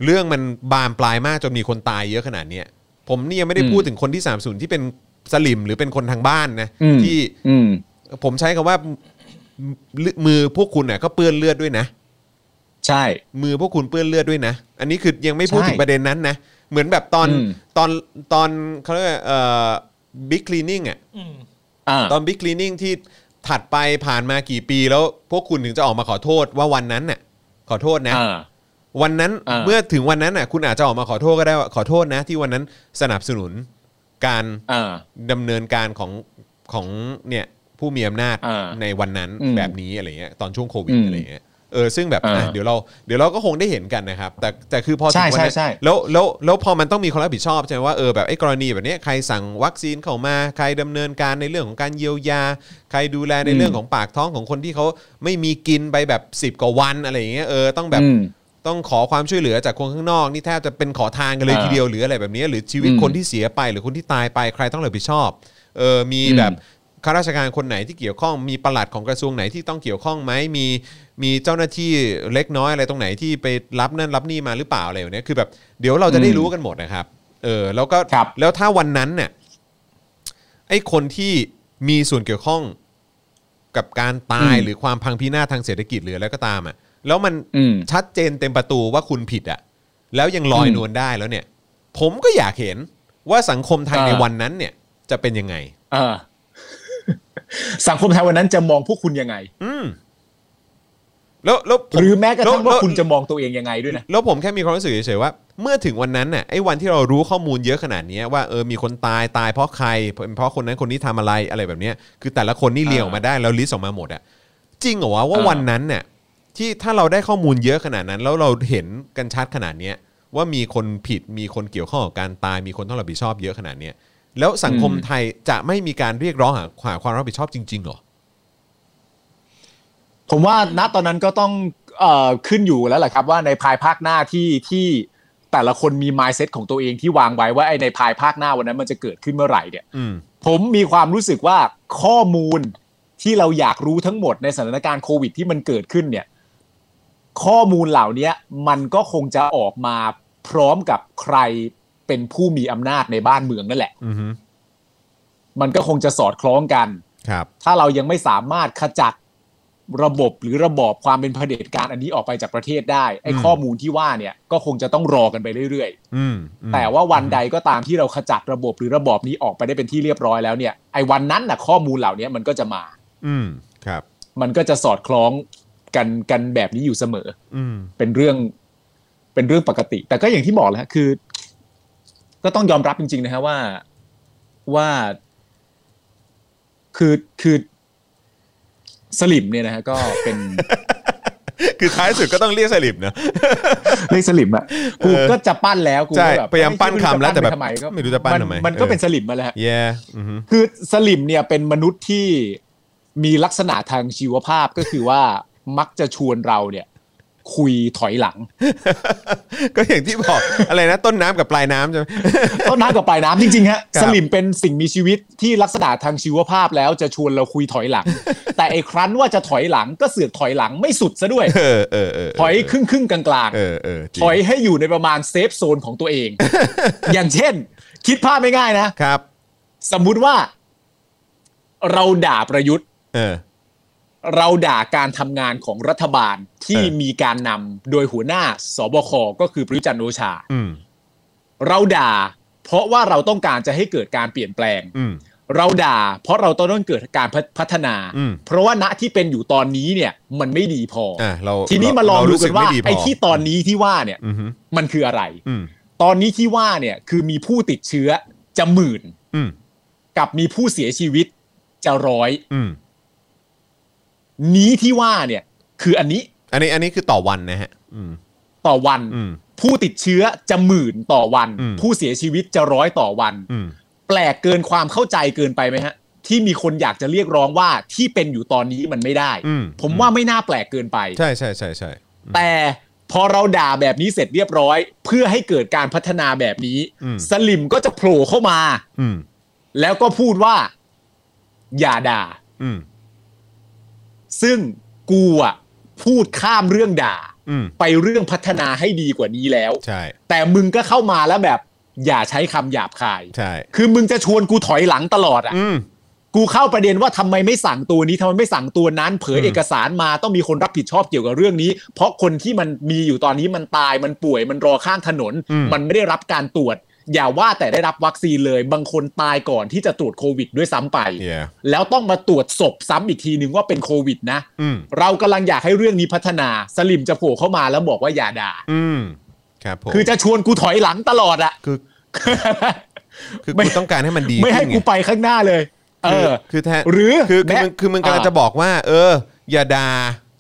เรื่องมันบานปลายมากจนมีคนตายเยอะขนาดเนี้ยผมนี่ยังไม่ได้พูดถึงคนที่สามสูนที่เป็นสลิมหรือเป็นคนทางบ้านนะ
อืม
ที่
อืม
ผมใช้คำว่ามือมือพวกคุณเนี่ยก็เปื้อนเลือดด้วยนะ
ใช่
มือพวกคุณเปื้อนเลือดด้วยนะ อันนี้คือยังไม่พูด
ใช่
ถึงประเด็นนั้นนะ เหมือนแบบตอน
อืม
ตอนตอนเขาเรียกว่าเอ่อบิ๊กคลีนิ่งอ่ะ
อืม
อ่า
ตอนบิ๊กคลีนิ่งที่ถัดไปผ่านมากี่ปีแล้วพวกคุณถึงจะออกมาขอโทษว่าวันนั้นน่ะขอโทษนะ
อ่า
วันนั้น
อ่า
เมื่อถึงวันนั้นน่ะคุณอาจจะออกมาขอโทษก็ได้ว่าขอโทษนะ ที่วันนั้นสนับสนุนการ
อ่า
ดำเนินการของของเนี่ยผู้มีอำนาจ
อ่า
ในวันนั้น
อืม
แบบนี้อะไรเงี้ยตอนช่วงโควิด
อืม
อะไรเงี้ยเออซึ่งแบบ
อ่า
อ่ะเดี๋ยวเราเดี๋ยวเราก็คงได้เห็นกันนะครับ แต่แต่คือพอถึงวันั้
ใช่ใช่
น
ใช่
แล้วแล้วแล้วพอมันต้องมีคนรับผิดชอบใช่ไหมว่าเออแบบไอ้กรณีแบบเนี้ยใครสั่งวัคซีนเข้ามาใครดำเนินการในเรื่องของการเยียวยา ใครดูแลในเรื่องของปากท้องของคนที่เขาไม่มีกินไปแบบสิบกว่าวันอะไรอย่างเงี้ยเออต้องแบบ
อืม
ต้องขอความช่วยเหลือจากคนข้างนอกนี่แทบจะเป็นขอทานกันเลย
อ่า
ทีเดียวหรืออะไรแบบนี้ หรือชีวิต
อืม
คนที่เสียไปหรือคนที่ตายไปใครต้องรับผิดชอบเออมี
อืม
แบบข้าราชการคนไหนที่เกี่ยวข้องมีปลัดของกระทรวงไหนที่ต้องเกี่ยวข้องไหมมีมีเจ้าหน้าที่เล็กน้อยอะไรตรงไหนที่ไปรับนั่นรับนี่มาหรือเปล่าอะไรแบบนี้คือแบบเดี๋ยวเราจะได้
อืม
รู้กันหมดนะครับเออแล้วก็
ครับ
แล้วถ้าวันนั้นเนี่ยไอ้คนที่มีส่วนเกี่ยวข้อง กับการตาย
อืม
หรือความพังพินาศทางเศรษฐกิจหรืออะไรก็ตามอ่ะแล้วมัน
อืม
ชัดเจนเต็มประตูว่าคุณผิดอะแล้วยังลอย
อืม
นวลได้แล้วเนี่ย ผมก็อยากเห็นว่าสังคมไทย
อ่า
ในวันนั้นเนี่ย จะเป็นยังไง
อ่า สังคมไทยวันนั้นจะมองพวกคุณยังไง
อืมแล้วแล้วผม
หรือแม้กระทั่ง
แล้
ว่าคุณจะมองตัวเองยังไงด้วยนะ
แล้วผมแค่มีความรู้สึกเฉยๆว่า เมื่อถึงวันนั้นน่ะไอ้วันที่เรารู้ข้อมูลเยอะขนาดเนี้ยว่าเออมีคนตายตายเพราะใครเป็นเพราะคนนั้นคนนี้ทำอะไรอะไรแบบเนี้ยคือแต่ละคนนี่เรียงออกมาได้แล้วลิสต์ออกมาหมดอะจริงเหรอวะว่า
อ่า
วันนั้นเนี่ยที่ถ้าเราได้ข้อมูลเยอะขนาดนั้น แล้วเราเห็นกันชัดขนาดเนี้ยว่ามีคนผิดมีคนเกี่ยวข้องกับการตายมีคนต้องรับผิดชอบเยอะขนาดเนี้ยแล้วสังคมไทยจะไม่มีการเรียกร้องหาหาความรับผิดชอบจริงๆเหรอ
ผมว่าณตอนนั้นก็ต้องเอ่อขึ้นอยู่แล้วแหละครับว่าในภายภาคหน้าที่ที่แต่ละคนมี mindset ของตัวเองที่วางไว้ว่าไอ้ในภายภาคหน้าวันนั้นมันจะเกิดขึ้นเมื่อไหร่เนี่ย
อืม
ผมมีความรู้สึกว่าข้อมูลที่เราอยากรู้ทั้งหมดในสถานการณ์โควิดที่มันเกิดขึ้นเนี่ย ข้อมูลเหล่านี้มันก็คงจะออกมาพร้อมกับใครเป็นผู้มีอำนาจในบ้านเมืองนั่นแหละ
อือฮึ
มันก็คงจะสอดคล้องกัน
ครับ
ถ้าเรายังไม่สามารถขจัดระบบหรือระบอบความเป็นเผด็จการอันนี้ออกไปจากประเทศได้ไอ้
อืม
ข้อมูลที่ว่าเนี่ยก็คงจะต้องรอกันไปเรื่อย
อืมอืม
ๆ แต่ว่าวันใดก็ตามที่เราขจัดระบบหรือระบอบนี้ออกไปได้เป็นที่เรียบร้อยแล้วเนี่ยไอ้วันนั้นน่ะข้อมูลเหล่านี้มันก็จะมา
อืมครับ
มันก็จะสอดคล้องกันกันแบบนี้อยู่เสมอ
อืม
เป็นเรื่องเป็นเรื่องปกติ แต่ก็อย่างที่บอกแหล้วคือ ก็ต้องยอมรับจริง ๆ นะฮะว่าว่าคือคือสลิมเนี่ยนะฮะก็เป็น
คือท้ายสุดก็ต้องเรียกสลิปนะ
เรียกสลิมอะกู
เออ
ก็จะปั้นแล้วกู
ใช่
ก็แบบ
พยายามปั้นคำแล้วแต่แบบ
ไม่รู้จะปั้นป
ไม่รู้จะปั้น
ทำ
ทำไม
มันก็
เออ
เป็นสลิมมาแล้วฮะ
แย่อือฮึ
คือสลิมเนี่ยเป็นมนุษย์ที่มีลักษณะทางชีวภาพก็คือว่า มักจะชวนเราเนี่ย คุยถอยหลัง
ก็อย่างที่บอก อะไรนะต้นน้ำกับปลายน้ำใช่ไหม
ต้นน้ำกับปลายน้ำจริงๆฮะ
ครับ
สลิมเป็นสิ่งมีชีวิตที่ลักษณะทางชีวภาพแล้วจะชวนเราคุยถอยหลัง แต่ไอ้ครั้นว่าจะถอยหลังก็เสือกถอยหลังไม่สุดซะด้วย
เออเออเออ
ถอยครึ่งครึ่งๆกลาง
เออเออจริ
ๆ
ง
ถอยให้อยู่ในประมาณเซฟโซนของตัวเอง อย่างเช่น คิดภาพไม่ง่ายนะครับ สมมุติว่า เราด่าประยุทธ์
เออ
เราด่าการทำงานของรัฐบาลที่
เออ
มีการนำโดยหัวหน้าสบคก็คือประยุทธ์จันทร์โอชา
อืม
เราด่า เพราะว่าเราต้องการจะให้เกิดการเปลี่ยนแปลง
อืม
เราด่า เพราะเราต้องเกิดการพัฒพัฒนา
อืม
เพราะว่าณที่เป็นอยู่ตอนนี้เนี่ย มันไม่ดีพออ
อ่ะเรา
ทีนี้มาลอง
เร
ดู
รู้
กั
สึ
นว่า
ม่ดีพ
ไอ้ที่ตอนนี้ที่ว่าเนี่ย
อืมฮึ
มันคืออะไร
อืม
ตอนนี้ที่ว่าเนี่ยคือมีผู้ติดเชื้อจะหมื่น
อืม
กับมีผู้เสียชีวิต จะร้อย
อืม
นี้ที่ว่าเนี่ย คืออันนี้
อันนี้อันนี้คือต่อวันนะฮะ อืม
ต่อวัน
อืม
ผู้ติดเชื้อจะหมื่นต่อวัน
อืม
ผู้เสียชีวิตจะร้อยต่อวัน
อืม
แปลกเกินความเข้าใจเกินไปไหมฮะ ที่มีคนอยากจะเรียกร้องว่าที่เป็นอยู่ตอนนี้มันไม่ได้
อืม
ผมว่าไม่น่าแปลกเกินไป
ใช่ใช่ใช่ใช่
แต่พอเราด่าแบบนี้เสร็จเรียบร้อย เพื่อให้เกิดการพัฒนาแบบนี้ สลิมก็จะโผล่เข้ามา
อืม
แล้วก็พูดว่า อย่าด่า
อืม
ซึ่งกูอ่ะพูดข้ามเรื่องด่า
อืม
ไปเรื่องพัฒนาให้ดีกว่านี้แล้ว
ใช่
แต่มึงก็เข้ามาแล้วแบบ อย่าใช้คำหยาบคาย
ใช่
คือมึงจะชวนกูถอยหลังตลอดอ่ะ
อืม
กูเข้าประเด็นว่าทำไมไม่สั่งตัวนี้ทำไมไม่สั่งตัวนั้น เผย
อืม
เอกสารมาต้องมีคนรับผิดชอบเกี่ยวกับเรื่องนี้ เพราะคนที่มันมีอยู่ตอนนี้มันตายมันป่วยมันรอข้างถนน มันไม่ได้รับการตรวจ อย่าว่าแต่ได้รับวัคซีนเลย บางคนตายก่อนที่จะตรวจโควิดด้วยซ้ำไป
เย
แล้วต้องมาตรวจศพซ้ำอีกทีนึงว่าเป็นโควิดนะ
อืม
เรากำลังอยากให้เรื่องนี้พัฒนาสลิมจะโผล่เข้ามาแล้วบอกว่าอย่าด่า
อืมครับผม
คือจะชวนกูถอยหลังตลอดอะ
คือ คือกู ต้องการให้มันดี
ไม่ให้
ขึ้นง
กูไปข้างหน้าเลย เอ
คือ
อ
คือแทน
หรือ
คือคือ
แนะ
มึงคือมึงกำลัง
อ่า
จะบอกว่า เออ อย่าด่า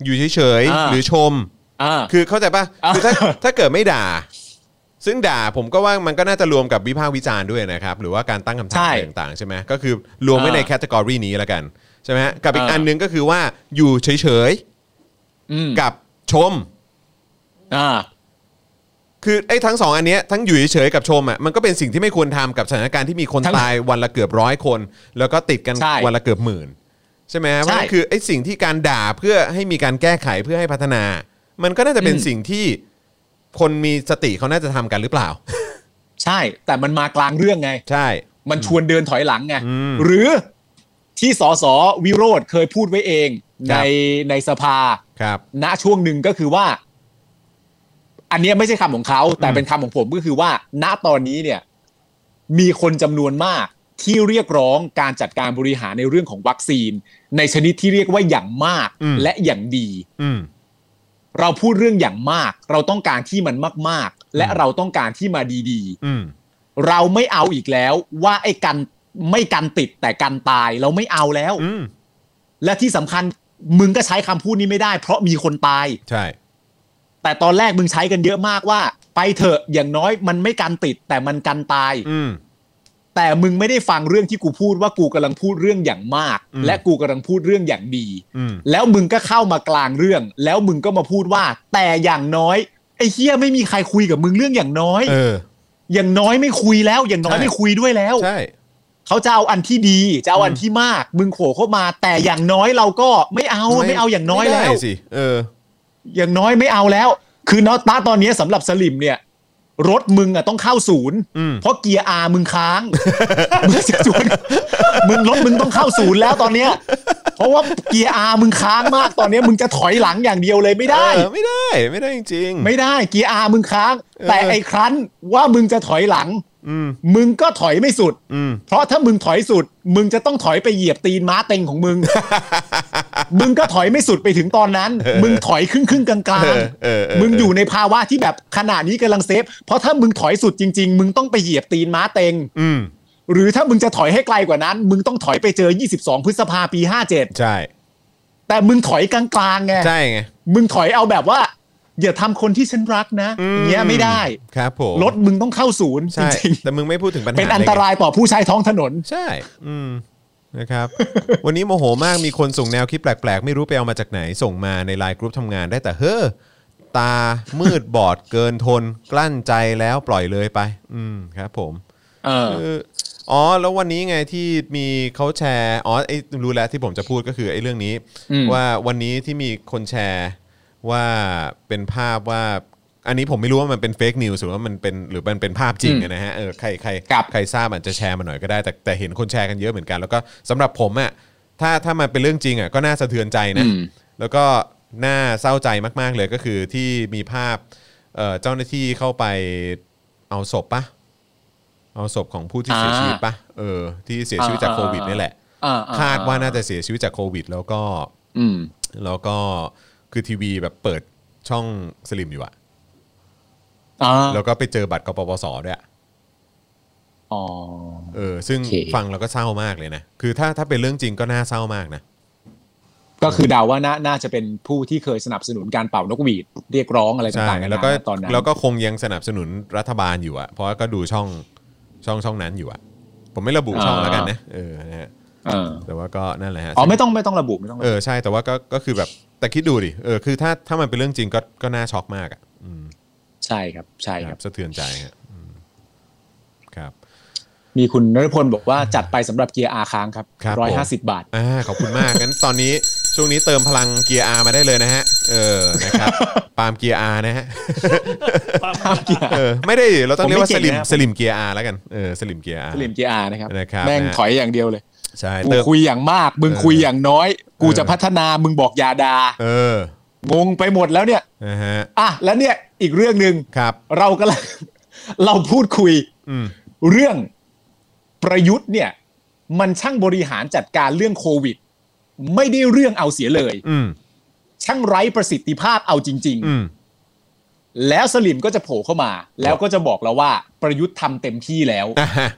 อยู่เฉย
อ่า
ๆหรือชม
อ่า
คือเข้าใจป่ะ
อ่า
คือถ้าถ้าเกิดไม่ด่า ซึ่งด่าผมก็ว่ามันก็น่าจะรวมกับวิพากษ์วิจารณ์ด้วยนะครับ หรือว่าการตั้งคำถามอะไรต่างๆใช่ไหมก็คือรวมไว้ในแคตตากรีนี้แล้วกันใช่ไหมฮะกับอีกอันหนึงก็คือว่าอยู่เฉย
อืม
ๆกับชม
อ่า
คือไอ้ทั้งสองอันเนี้ยทั้งอยู่เฉยๆกับชมอ่ะมันก็เป็นสิ่งที่ไม่ควรทำกับสถานการณ์ที่มีคน
ทั้ง
ตายวันละเกือบร้อยคน แล้วก็ติดกัน
ใช่
วันละเกือบหมื่น ใช่ไหมฮะเพราะ
ใช่
ฉะนั้นคือไอ้สิ่งที่การด่าเพื่อให้มีการแก้ไขเพื่อให้พัฒนา มันก็น่าจะเป็น
อืม
สิ่งที่คนมีสติเขาน่าจะทำกันหรือเปล่า
ใช่ แต่มันมากลางเรื่องไง
ใช่
มันชวนเดินถอยหลังไง
อืม
หรือที่สสวิโรธเคยพูดไว้เอง
ค
ใน
รับ
ในสภา
ครับ
ณช่วงหนึ่งก็คือว่า อันเนี้ยไม่ใช่คำของเขา แต่เป็นคำของผมก็คือว่า ณตอนนี้เนี่ย มีคนจำนวนมากที่เรียกร้องการจัดการบริหารในเรื่องของวัคซีน ในชนิดที่เรียกว่าอย่างมาก
อืม
และอย่างดี
อืม
เราพูดเรื่องอย่างมาก เราต้องการที่มันมาก ๆ และ
อืม
เราต้องการที่มาดี
อืม
ๆ เราไม่เอาอีกแล้ว ว่าไอ้กันไม่กันติดแต่กันตายเราไม่เอาแล้ว
อืม
และที่สำคัญมึงก็ใช้คำพูดนี้ไม่ได้ เพราะมีคนตาย
ใช่
แต่ตอนแรกมึงใช้กันเยอะมากว่า ไปเถอะอย่างน้อยมันไม่กันติดแต่มันกันตาย
อืม
แต่มึงไม่ได้ฟังเรื่องที่กูพูดว่ากูกำลังพูดเรื่องอย่างมาก
อืม
และกูกำลังพูดเรื่องอย่างดี
อืม
แล้วมึงก็เข้ามากลางเรื่อง แล้วมึงก็มาพูดว่า แต่อย่างน้อยไอ้เฮียไม่มีใครคุยกับมึงเรื่องอย่างน้อย
เออ
อย่างน้อยไม่คุยแล้ว อย่างน้อย
ใช่
ไม่คุยด้วยแล้ว
ใช่
เขาจะเอาอันที่ดีจะเอาอัน
อืม
ที่มาก มึงโขเข้ามา แต่อย่างน้อยเราก็ไม่เอาไม่เอาอย่างน้อย
ไม่ได้
แล้ว
สิเออ
อย่างน้อยไม่เอาแล้ว คือเนาะตาตอนนี้สำหรับสลิมเนี่ย รถมึงอ่ะต้องเข้าศูนย์
อืม
เพราะเกียร์อามึงค้าง มึงจะชวนมึงรถมึงต้องเข้าศูนย์แล้วตอนเนี้ย เพราะว่าเกียร์อามึงค้างมากตอนเนี้ยมึงจะถอยหลังอย่างเดียวเลยไม่ได้
เออไม่ได้ไม่ได้จริงๆ
ไม่ได้เกียร์อามึงค้าง
เออ
แต่ไอ้ครั้นว่ามึงจะถอยหลัง
อืม
มึงก็ถอยไม่สุด
อืม
เพราะถ้ามึงถอยสุด มึงจะต้องถอยไปเหยียบตีนม้าเต็งของ มึง มึงก็ถอยไม่สุดไปถึงตอนนั้น มึงถอยครึ่งครึ่งๆกลางกลา
เอง อเออเ
มึงอยู่ในภาวะที่แบบขณะนี้กำลังเซฟ เพราะถ้ามึงถอยสุดจริง ๆ มึงต้องไปเหยียบตีนม้าเต็ง
อืม
หรือถ้ามึงจะถอยให้ไกลกว่านั้น มึงต้องถอยไปเจอ 22 พฤษภาปี
ใช่
57 แต่มึงถอยกลางๆไง
ใช่ไง
มึงถอยเอาแบบว่า อย่าทำคนที่ฉันรักนะ
อื
อย่างเงี้ยไม่ได้
ครับผม
รถมึงต้องเข้าศูนย์จ
ใช่
ริง
แต่มึงไม่พูดถึงปัญ
ๆ
หา
เป็นอันตรายต่อผู้ใช้ท้องถนน
ใช่ อืมนะครับ วันนี้โมโหมากมีคนส่งแนวคิดแปลกๆ ไม่รู้ไปเอามาจากไหนส่งมาในไลน์กรุ๊ปทำงานได้แต่เฮ้อตามืดบอดเกินทน กลั้นใจแล้วปล่อยเลยไป อืมครับผม
เออ
คืออ๋อ แล้ววันนี้ไงที่มีเขาแชร์ อ๋อไอ้รู้แล้วที่ผมจะพูดก็คือไอ้เรื่องนี้
อืม
ว่าวันนี้ที่มีคนแชร์ว่าเป็นภาพว่า อันนี้ผมไม่รู้ว่ามันเป็นเฟกนิวส์หรือว่ามันเป็นหรือมันเป็นภาพจริง
อืม
อะนะฮะเออใครใคร
ครับ
ใครทราบอาจจะแชร์มาหน่อยก็ได้ แต่แต่เห็นคนแชร์กันเยอะเหมือนกัน แล้วก็สำหรับผมอ่ะถ้าถ้ามันเป็นเรื่องจริงอ่ะก็น่าสะเทือนใจนะ
อืม
แล้วก็น่าเศร้าใจมาก ๆ เลยก็คือที่มีภาพเอ่อเจ้าหน้าที่เข้าไปเอาศพปะเอาศพของผู้ที่เสียชีวิตปะเออที่เสียชีวิตจากโควิดนี่แหละ
อ่ๆๆ
คาดว่าน่าจะเสียชีวิตจากโควิด แล้วก็
อืม
แล้วก็คือทีวีแบบเปิดช่องสลิมอยู่อะ
อ่า
แล้วก็ไปเจอบัตรกปปสด้วยอะ
อ๋อ
เออซึ่ง
โอเค
ฟังแล้วก็เศร้ามากเลยนะ คือถ้าถ้าเป็นเรื่องจริงก็น่าเศร้ามากนะ
ก็คือเดาว่าน่าน่าจะเป็นผู้ที่เคยสนับสนุนการเป่านกหวีดเรียกร้องอะไร
ใช่
ต่างๆนานา
แล้วก็
ตอนนั้น
แล้วก็คงยังสนับสนุนรัฐบาลอยู่อะเพราะว่าก็ดูช่องช่องช่องนั้นอยู่อะผมไม่ระบุช่องแล้วกันนะเออนะฮะ
เออ
แต่ว่าก็นั่นแหละฮะ
อ๋อไม่ต้องไม่ต้องระบุไม่ต้องระ
เอ
บุ
อใช่แต่ว่าก็ก็คือแบบแต่คิดดูดิเออคือถ้าถ้ามันเป็นเรื่องจริงก็ก็น่าช็อกมากอะอืม
ใช่ครับใช่
ครั
ครั
บบ สะเทือนใจฮะอืมครับ
มีคุณนฤพลบอกว่าจัดไปสำหรับเกียร์อาค้างครับ
ครับ
ร้อยห้าสิบบาท
อ่าขอบคุณมาก งั้นตอนนี้ช่วงนี้เติมพลังเกียร์อามาได้เลยนะฮะ เออ นะครับ ปาล์มเกียร์อานะฮะ
ปั๊ม
เออไม่ได้เราต้องเรียกว่าส
ผมไม่
ลิม
เก่งนะ
สลิมเกียร์อาแล้วกันเออสลิมเกียร์อา
สลิมเกียร์อานะครับ
นะครับ
แม่ง
นะ
ถอยอย่างเดียวเลย
ใช่
กู
เติม
คุยอย่างมาก มึงคุยอย่างน้อย กูจะพัฒนามึงบอกอยาดา
เออง
งไปหมดแล้วเนี่ย
นะฮะ
อ่ะแล้วเนี่ยอีกเรื่องหนึ่ง
ครับ
เรากำลัง เราพูดคุย
อืม
เรื่องประยุทธ์เนี่ย มันช่างบริหารจัดการเรื่องโควิด ไม่ได้เรื่องเอาเสียเลย
อืม
ช่างไร้ประสิทธิภาพเอาจริง
อืม
ๆ แล้วสลิมก็จะโผล่เข้ามา แล้วก็จะบอกเราว่าประยุทธ์ทำเต็มที่แล้ว
อ่าฮะ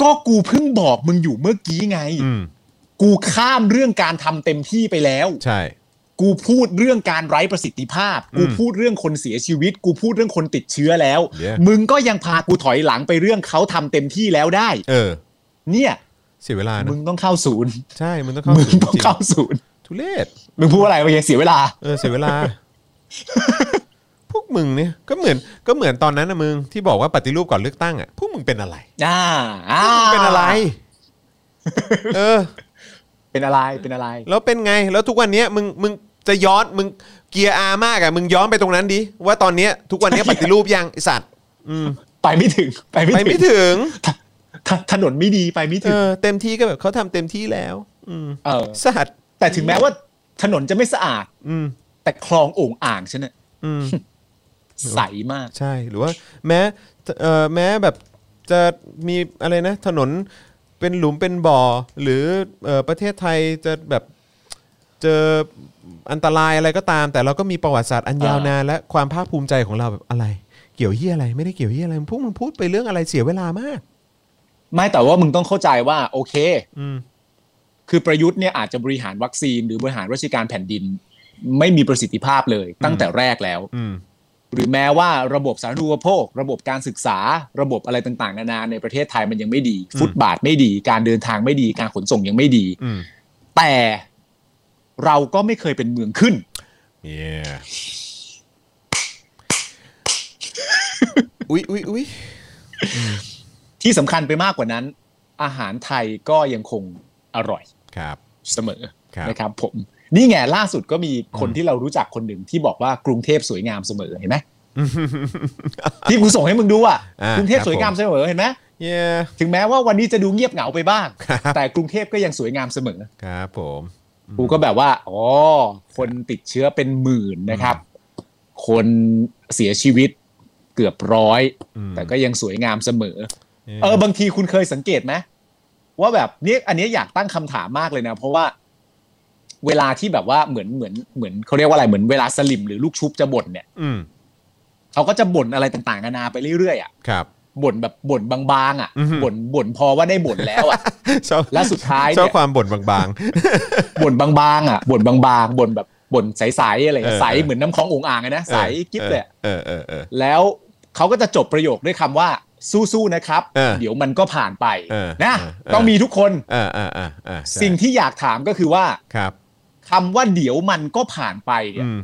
ก็กูเพิ่งบอกมึงอยู่เมื่อกี้ไง
อืม
กูข้ามเรื่องการทำเต็มที่ไปแล้ว
ใช่
กูพูดเรื่องการไร้ประสิทธิภาพ กู
อืม
พูดเรื่องคนเสียชีวิต กูพูดเรื่องคนติดเชื้อแล้ว
เย้
มึงก็ยังพากูถอยหลังไปเรื่องเขาทำเต็มที่แล้วได้
เออ
เนี่ย
เสียเวลา
มึ
นะ
งต้องเข้าศูนย์
ใช่มึงต้องเข้า
มึง
ศูนย์
ต้อง
จริ
เข้าศูนย์
ทุเรศ
มึงพูดว่าอะไรไปยังเสียเวลา
เออเสียเวลา พวกมึงเนี่ยก็เหมือนก็เหมือนตอนนั้นนะมึงที่บอกว่าปฏิรูปก่อนเลือกตั้งอ่ะพวกมึงเป็นอะไร
อ่าอ่า
พวกมึงเป็นอะไร เออ
เป็นอะไร เป็นอะไร
แล้วเป็นไงแล้วทุกวันเนี้ยมึงมึงจะย้อนมึงเกียร์อามากอ่ะมึงย้อนไปตรงนั้นดิว่าตอนเนี้ยทุกวันเนี้ยปฏิรูปยังไอสัตว์อืม
ไปไม่ถึง ไปไม่
ไป
ถึ
ไม่
ง
ถึ ง
ถถถนนไม่ดี ไปไม่
เอ
ถึง
อเต็มที่ก็แบบเขาทำเต็มที่แล้ว อืม
เออ
สัตว์
แต่ถึงแม้ว่าถนนจะไม่สะอาด
อืม
แต่คลองโอ่งอ่างฉันน่ะ
อืม
ใสมาก
ใช่หรือว่าแม้เอ่อแม้แบบจะมีอะไรนะ ถนนเป็นหลุมเป็นบ่อ หรือเอ่อประเทศไทยจะแบบเจออันตรายอะไรก็ตาม แต่เราก็มีประวัติศาสตร์อันยาวนานและความภาคภูมิใจของเราแบบอะไร เกี่ยวเหี้ยอะไรไม่ได้เกี่ยวเหี้ยอะไรพวกมึงพูดไปเรื่องอะไรเสียเวลามาก
ไม่แต่ว่ามึงต้องเข้าใจว่า โอเค
อืม
คือประยุทธ์เนี่ยอาจจะบริหารวัคซีนหรือบริหารราชการแผ่นดิน ไม่มีประสิทธิภาพเลย ตั้งแต่แรกแล้ว
อืม
หรือแม้ว่าระบบสาธารณูปโภค ระบบการศึกษา ระบบอะไรต่างๆ นานาในประเทศไทยมันยังไม่ดี
อืม
ฟุตบาทไม่ดี การเดินทางไม่ดีการขนส่งยังไม่ดี
อืม
แต่เราก็ไม่เคยเป็นเมืองขึ้น
เย่อุ๊ยอุ๊ยอุ๊ย
ที่สำคัญไปมากกว่านั้น อาหารไทยก็ยังคงอร่อย
ครับ
เสมอ
ครับ
นะครับ ผมนี่ไงล่าสุดก็มีคนที่เรารู้จักคนหนึ่งที่บอกว่ากรุงเทพสวยงามเสมอเห็นไหม ที่กูส่งให้มึงดูอ่ะ
อ่าก
รุงเทพ
ครับ
สวยงาม
ผม
เสมอเห็นไหม
เย่
ถึงแม้ว่าวันนี้จะดูเงียบเหงาไปบ้าง
ครับ
แต่กรุงเทพก็ยังสวยงามเสมอ
ครับผม
กูก็แบบว่าอ๋อคนติดเชื้อเป็นหมื่นนะครับ คนเสียชีวิตเกือบร้อย
อืม
แต่ก็ยังสวยงามเสมอ เออบางทีคุณเคยสังเกตไหมว่าแบบเนี่ยอันเนี้ยอยากตั้งคำถามมากเลยนะ เพราะว่า เวลาที่แบบว่าเหมือนเหมือนเหมือนเขาเรียกว่าอะไรเหมือนเวลาสลิมหรือลูกชุบจะบ่นเนี่ย
อืม
เขาก็จะบ่นอะไรต่างๆนานาไปเรื่อยๆอ่ะ
ครับ
บ่นแบบบ่นบางๆอ่ะ
อือหือ
บ่นบ่นพอว่าได้บ่นแล้วอ่ะ
ชอบ
และสุดท้ายเนี่ย
ชอบความบ่นบาง
บ่นบางๆอ่ะบ่นบางๆบ่นแบบบ่นใสๆอะไร
เออ
ใสเหมือนน้ำขององอ่างอะนะ
ๆ
ใสกิ๊บเลยอะ
เออเออเออ
แล้วเขาก็จะจบประโยคด้วยคำว่าสู้ๆนะครับ
เออ
เดี๋ยวมันก็ผ่านไป
เออ
นะ
เออเออ
ต้องมีทุกคน
เออเออเออเออใช่
สิ่งที่อยากถามก็คือว่า
ครับ
คำว่าเดี๋ยวมันก็ผ่านไปเนี่ย
อืม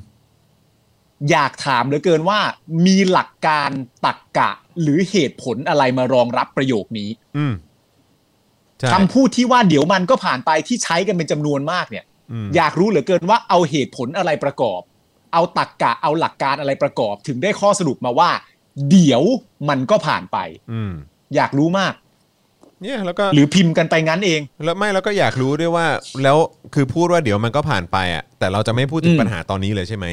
อยากถามเหลือเกินว่า มีหลักการตักกะหรือเหตุผลอะไรมารองรับประโยคนี้
อืมใช่
คำพูดที่ว่าเดี๋ยวมันก็ผ่านไปที่ใช้กันเป็นจำนวนมากเนี่ย
อืม
อยากรู้เหลือเกินว่าเอาเหตุผลอะไรประกอบ เอาตรกกะเอาหลักการอะไรประกอบ ถึงได้ข้อสรุปมาว่า เดี๋ยวมันก็ผ่านไป
อืม
อยากรู้มาก
เนี่ยแล้วก็
หรือพิมพ์กันไปงั้นเอง
แล้วไม่แล้วก็อยากรู้ด้วยว่า แล้วคือพูดว่าเดี๋ยวมันก็ผ่านไปอ่ะแต่เราจะไม่พูดถึง
อืม
ปัญหาตอนนี้เลยใช่ไหม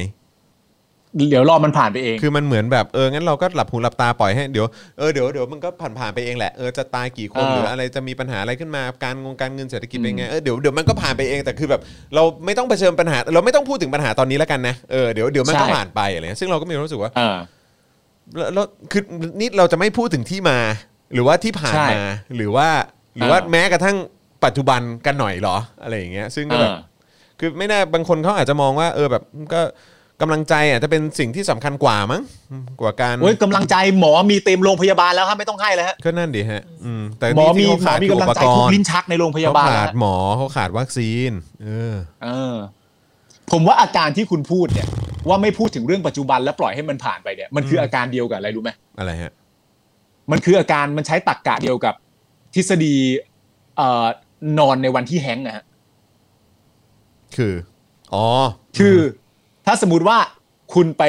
เดี๋ยวรอมันผ่านไปเอง
คือมันเหมือนแบบเอองั้นเราก็หลับหูหลับตาปล่อยให้เดี๋ยวเออเดี๋ยวเดี๋ยวมันก็ผ่านผ่านไปเองแหละเออจะตายกี่คน
เออ
หรืออะไรจะมีปัญหาอะไรขึ้นมาการงงการเงินเศรษฐกิจเป็นไง
อืม
เออเดี๋ยวเดี๋ยวมันก็ผ่านไปเองแต่คือแบบเราไม่ต้องเผชิญปัญหา เราไม่ต้องพูดถึงปัญหาตอนนี้แล้วกันนะเออเดี๋ยวเดี๋ยวมันก็ผ่านไปอะไรเงี้ยซึ่งเราก็มีความรู้สึกว่า
เออ
แล้วแล้วคือนี่เราจะไม่พูดถึงที่มา หรือว่าที่ผ่าน
ใช่
มา หรือว่าหรือว่าแม้กระทั่งปัจจุบันกันหน่อยเหรออะไรอย่างเงี้ยซึ่งก็แบบ
อ่า
คือไม่แน่บางคนเขาอาจจะมองว่า เออแบบก็กำลังใจอ่ะจะเป็นสิ่งที่สำคัญกว่ามั้งกว่าการ
โอ้ยกำลังใจหมอมีเต็มโรงพยาบาลแล้วครับไม่ต้องให้แล้วฮะ
ก็นั่นดีฮะ อืมแต่
หมอ
นี่
มี
ที่
ห
เขา
มอ
ขาดคือก
มีำ
อุป
ลังใจ
ก
ทุ
ร
ก
ณ์
ลิ้นชักในโรงพยา
เขา
บาล
ขา
แล้ว
ด
ฮะ
หมอเขาขาดวัคซีน เออ
เออ ผมว่าอาการที่คุณพูดเนี่ย ว่าไม่พูดถึงเรื่องปัจจุบันแล้วปล่อยให้มันผ่านไปเนี่ยมันคืออาการเดียวกับอะไรรู้ไหม
อะไรฮะ
มันคืออาการมันใช้ตรกกะเดียวกับทฤษฎีเอ่อนอนในวันที่แฮงก์นะฮะ
คือ อ๋อ
คือถ้าสมมติว่าคุณไป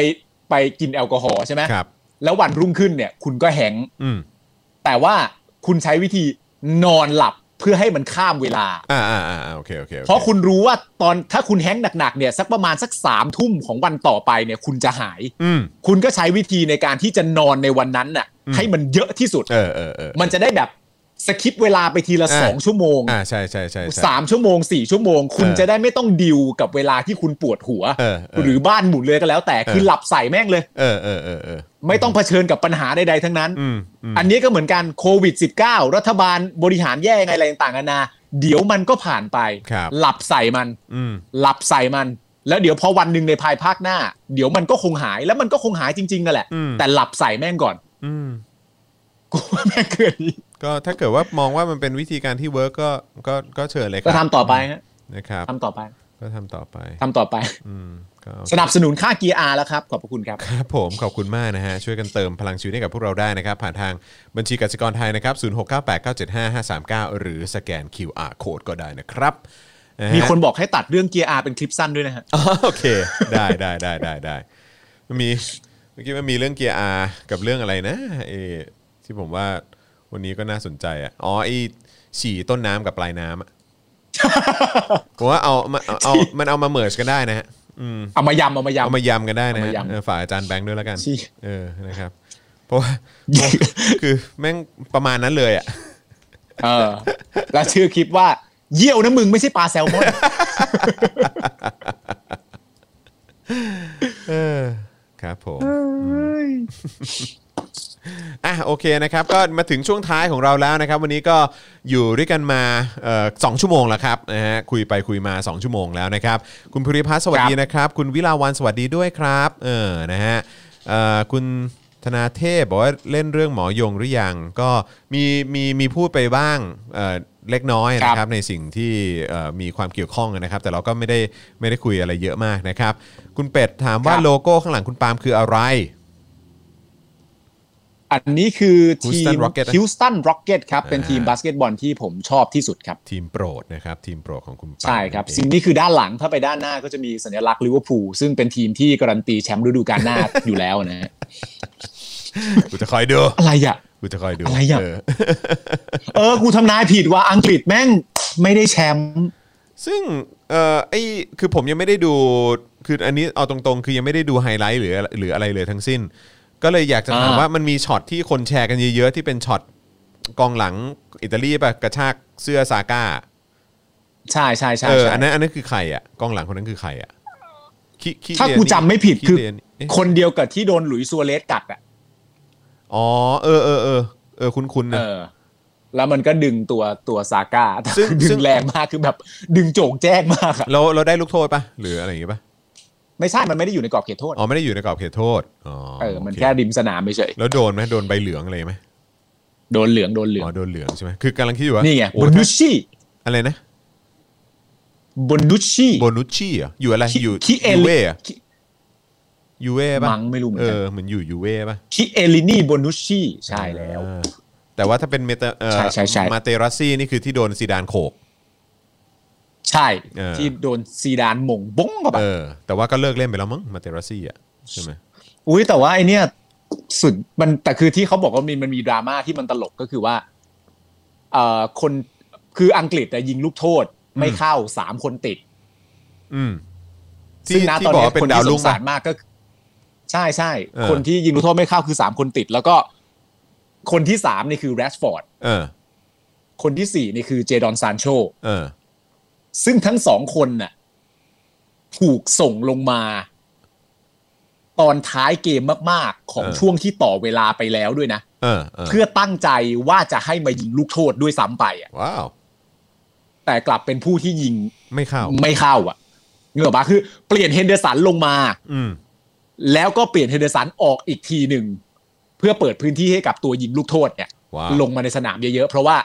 ไปกินแอลกอฮอล์ใช่ไหม
ครับ
แล้ววันรุ่งขึ้นเนี่ย คุณก็แฮงก์
อืม
แต่ว่าคุณใช้วิธีนอนหลับเพื่อให้มันข้ามเวลา
อ่าอ่าอ่าโอเคโอเคโอเ
เพราะคุณรู้ว่าตอนถ้าคุณแฮงก์หนักๆเนี่ยสักประมาณสักสามทุ่มของวันต่อไปเนี่ย คุณจะหาย
อืม
คุณก็ใช้วิธีในการที่จะนอนในวันนั้นน่ะ
อืม
ให้มันเยอะที่สุด
เออเออเออ
มันจะได้แบบสคิปเวลาไปทีละ
อ่า
สองชั่วโมง
อ่าใช่ใช่ใช่ใช่
สามชั่วโมงสี่ชั่วโมง คุณ
เออ
จะได้ไม่ต้องดิวกับเวลาที่คุณปวดหัว
เออเออ
หรือบ้านหมุนเลยก็แล้วแต่
เออ
คือหลับใส่แม่งเลย
เออเออเออเออ
ไม่ต้องเผชิญกับปัญหาใดๆทั้งนั้น
อืมอืม
อันนี้ก็เหมือนกันโควิด -19 รัฐบาลบริหารแย่ยังไงอะไรต่างๆนานาเดี๋ยวมันก็ผ่านไป
ครับ
หลับใส่มัน
อืม
หลับใส่มัน แล้วเดี๋ยวพอวันหนึ่งในภายภาคหน้า เดี๋ยวมันก็คงหายแล้วมันก็คงหายจริงๆนั่นแหละ
อืม
แต่หลับใส่แม่งก่อน
อืม
กูว่าแม่งเกินนี้
ก็ถ้าเกิดว่ามองว่ามันเป็นวิธีการที่เวิร์กก็ก็ก็เชิญเลยค
ก็
รั
ทำต่อไปฮะ
นะครับ
ทำต่อไป
ก็ทำต่อไป
ทำต่อไป
อืมก็
สนับสนุนค่าเกียร์อาร์แล้วครับขอบพระคุณครับ
ครับผมขอบคุณมากนะฮะ ช่วยกันเติมพลังชีวิตให้กับพวกเราได้นะครับ ผ่านทางบัญชีกสิกรไทยนะครับ 0698975539 หรือสแกน QR code ก็ได้นะครับะฮะ
มีคนบอกให้ตัดเรื่องเกียร์อาเป็นคลิปสั้นด้วยนะฮะ
อ๋อ โอเค ได้ได้ได้ได้ได้มันมีเมื่อกี้มันมีเรื่องเกียร์อากับเรื่องอะไรนะเออที่ผมว่าวันนี้ก็น่าสนใจอ่ะอ๋อไอฉี่ต้นน้ำกับปลายน้ำ อะ ผมว่าเอามาเอาเอามันเอามาเมิร์กันได้นะฮะอืม
เอามายำเอามายำ
เอามายำกันได้นะฮะ
เอามายำ
เออฝากอาจารย์แบงค์ด้วยแล้วกัน
ฉี่
เออนะครับเพราะว่าเพราะว่าคือแม่งประมาณนั้นเลยอ่ะ
เออ แล้วชื่อคลิปว่า เยี่ยวนะมึงไม่ใช่ปลาแซลม อน
เออครับผม อ่ะโอเคนะครับ ก็มาถึงช่วงท้ายของเราแล้วนะครับ วันนี้ก็อยู่ด้วยกันมาเอ่อสองชั่วโมงแล้วครับนะฮะคุยไปคุยมา 2 ชั่วโมงแล้วนะครับ คุณภูริพัฒน์สวัสดีนะครับ คุณวิลาวันสวัสดีด้วยครับเออนะฮะเอ่อคุณธนาเทพบอกว่าเล่นเรื่องหมอยงหรือยัง ก็มีมีมีพูดไปบ้างเอ่อเล็กน้อยนะค
ครั
รับ
บ
ในสิ่งที่เอ่อมีความเกี่ยวข้องนะครับ แต่เราก็ไม่ได้ไม่ได้คุยอะไรเยอะมากนะครับ คุณเป็ดถามว่า
ครับ
โลโก้ข้างหลังคุณปาล์มคืออะไร
อันนี้คือทีม
Houston Rocket นะ
ฮิวสตันร็อกเก็ตครับ เป็น
อ่า
ทีมบาสเกตบอลที่ผมชอบที่สุดครับ
ทีมโปรดนะครับ ทีมโปรดของคุณปาล์ม
ใช่ครับ
นั่นเอง
สิ่งนี้คือด้านหลังถ้าไปด้านหน้าก็จะมีสัญลักษณ์ลิเวอร์พูลซึ่งเป็นทีมที่การันตีแชมป์ฤดูกาลหน้า อยู่แล้วนะฮะ
กูจะคอยดู
อะไรอ่ะ
กูจะคอยดู
อะไรอ่ะ
เ
เออกูทำนายผิดว่าอังกฤษแม่งไม่ได้แชมป์
ซึ่งเอ่อไอคือผมยังไม่ได้ดูคืออันนี้เอาตรงๆ คือยังไม่ได้ดูไฮไลท์หรือหรืออะไรเลยทั้งสิ้น ก็เลยอยากจะถาม
อ่า
ว่ามันมีช็อตที่คนแชร์กันเยอะๆ ที่เป็นช็อตกองหลังอิตาลีปะกระชากเสื้อซาก้า
ใช่ใช่ใช่
เออ
ใช่
อันนั้นอันนั้นคือใครอ่ะกองหลังคนนั้นคือใครอ่ะคิคิ
ถ้า
เดีย
กู
นี่
จำไม่ผิดคือ
เยนี่เอ๊ะ
คนเดียวกับที่โดนหลุยส์ซัวเรสกัดอ่ะ
อ๋อเออเออเออเออคุณคุณนะ
เออ แล้วมันก็ดึงตัวตัวซาก้า
ซึ่ง
ดึ
ซึ่
ง
ง
แรงมากคือแบบ ดึงโจงแจ้งมากอะ
เราเราได้ลูกโทษปะหรืออะไรอย่างงี้ปะ
ไม่ใช่ มันไม่ได้อยู่ในกรอบเขตโทษ
อ๋อไม่ได้อยู่ในกรอบเขตโทษอ๋อ
เออ มัน
โค
แค่ริมสนามเฉย
แล้วโดนไหมโดนใบเหลืองอะไรไหม
ๆโดนเหลืองโดนเหลือง
อ๋อโดนเหลืองใช่ไหมคือกำลังคิดอยู่ว่า
นี่
นี่
ไง
โอ้
บ
ย
นุชชี่
อะไรนะ
บนุชชี่
โบนุชชี่เหรออยู่อะไร
คิ
อยู่
คิเอ
ยู
ลิ
เว่อะยูเว่ปะ
มั้งไม่รู้เหมือน
เอ
กัน
อเหมือนอยู่ยูเว่ปะ
คิเอลินี่บนุชชี่ ใช่แล้ว
อ่าแต่ว่าถ้าเป็นเมเตเออ
ใช่ใช่ใช่
มาเตรัสซี่นี่คือที่โดนซีดานโขก
ใช่
เออ
ที่โดนซีดานหม่งบ้งกับ
เออ แต่ว่าก็เลิกเล่นไปแล้วมั้งมาเตรัสซี่อ่ะใช่ไหม
อุ้ยแต่ว่าไอเนี้ยสุดมันแต่คือที่เขาบอกว่ามันมันมีดราม่าที่มันตลกก็คือว่าเอ่อคนคืออังกฤษอะยิงลูกโทษไม่เข้าสามคนติด
อืม
ซึ่งณ
ที่
ตอน
บอก
นี้
ว่าเป็
คน
นดาว
ที่ส
รุ่ง
ง
ปะ
สารมากก็คือใช่ใช่
เออ
คนที่ยิงลูกโทษไม่เข้าคือสามคนติด แล้วก็คนที่สามนี่คือแรชฟอร์ด
เออ
คนที่สี่นี่คือเจดอนซานโช
เออ
ซึ่งทั้งสองคนน่ะถูกส่งลงมา ตอนท้ายเกมมาก ๆ ของ
เออ
ช่วงที่ต่อเวลาไปแล้วด้วยนะ
เออเออ
เพื่อตั้งใจว่าจะให้มายิงลูกโทษด้วยซ้ำไปอ่ะ
ว้าว
แต่กลับเป็นผู้ที่ยิง
ไม่เข้า
ไม่เข้าอ่ะเงือกปะคือเปลี่ยนเฮนเดอร์สันลงมา
อืม
แล้วก็เปลี่ยนเฮนเดอร์สันออกอีกทีหนึ่ง เพื่อเปิดพื้นที่ให้กับตัวยิงลูกโทษเนี่ย
ว้าว
ลงมาในสนามเยอะๆ เพราะว่า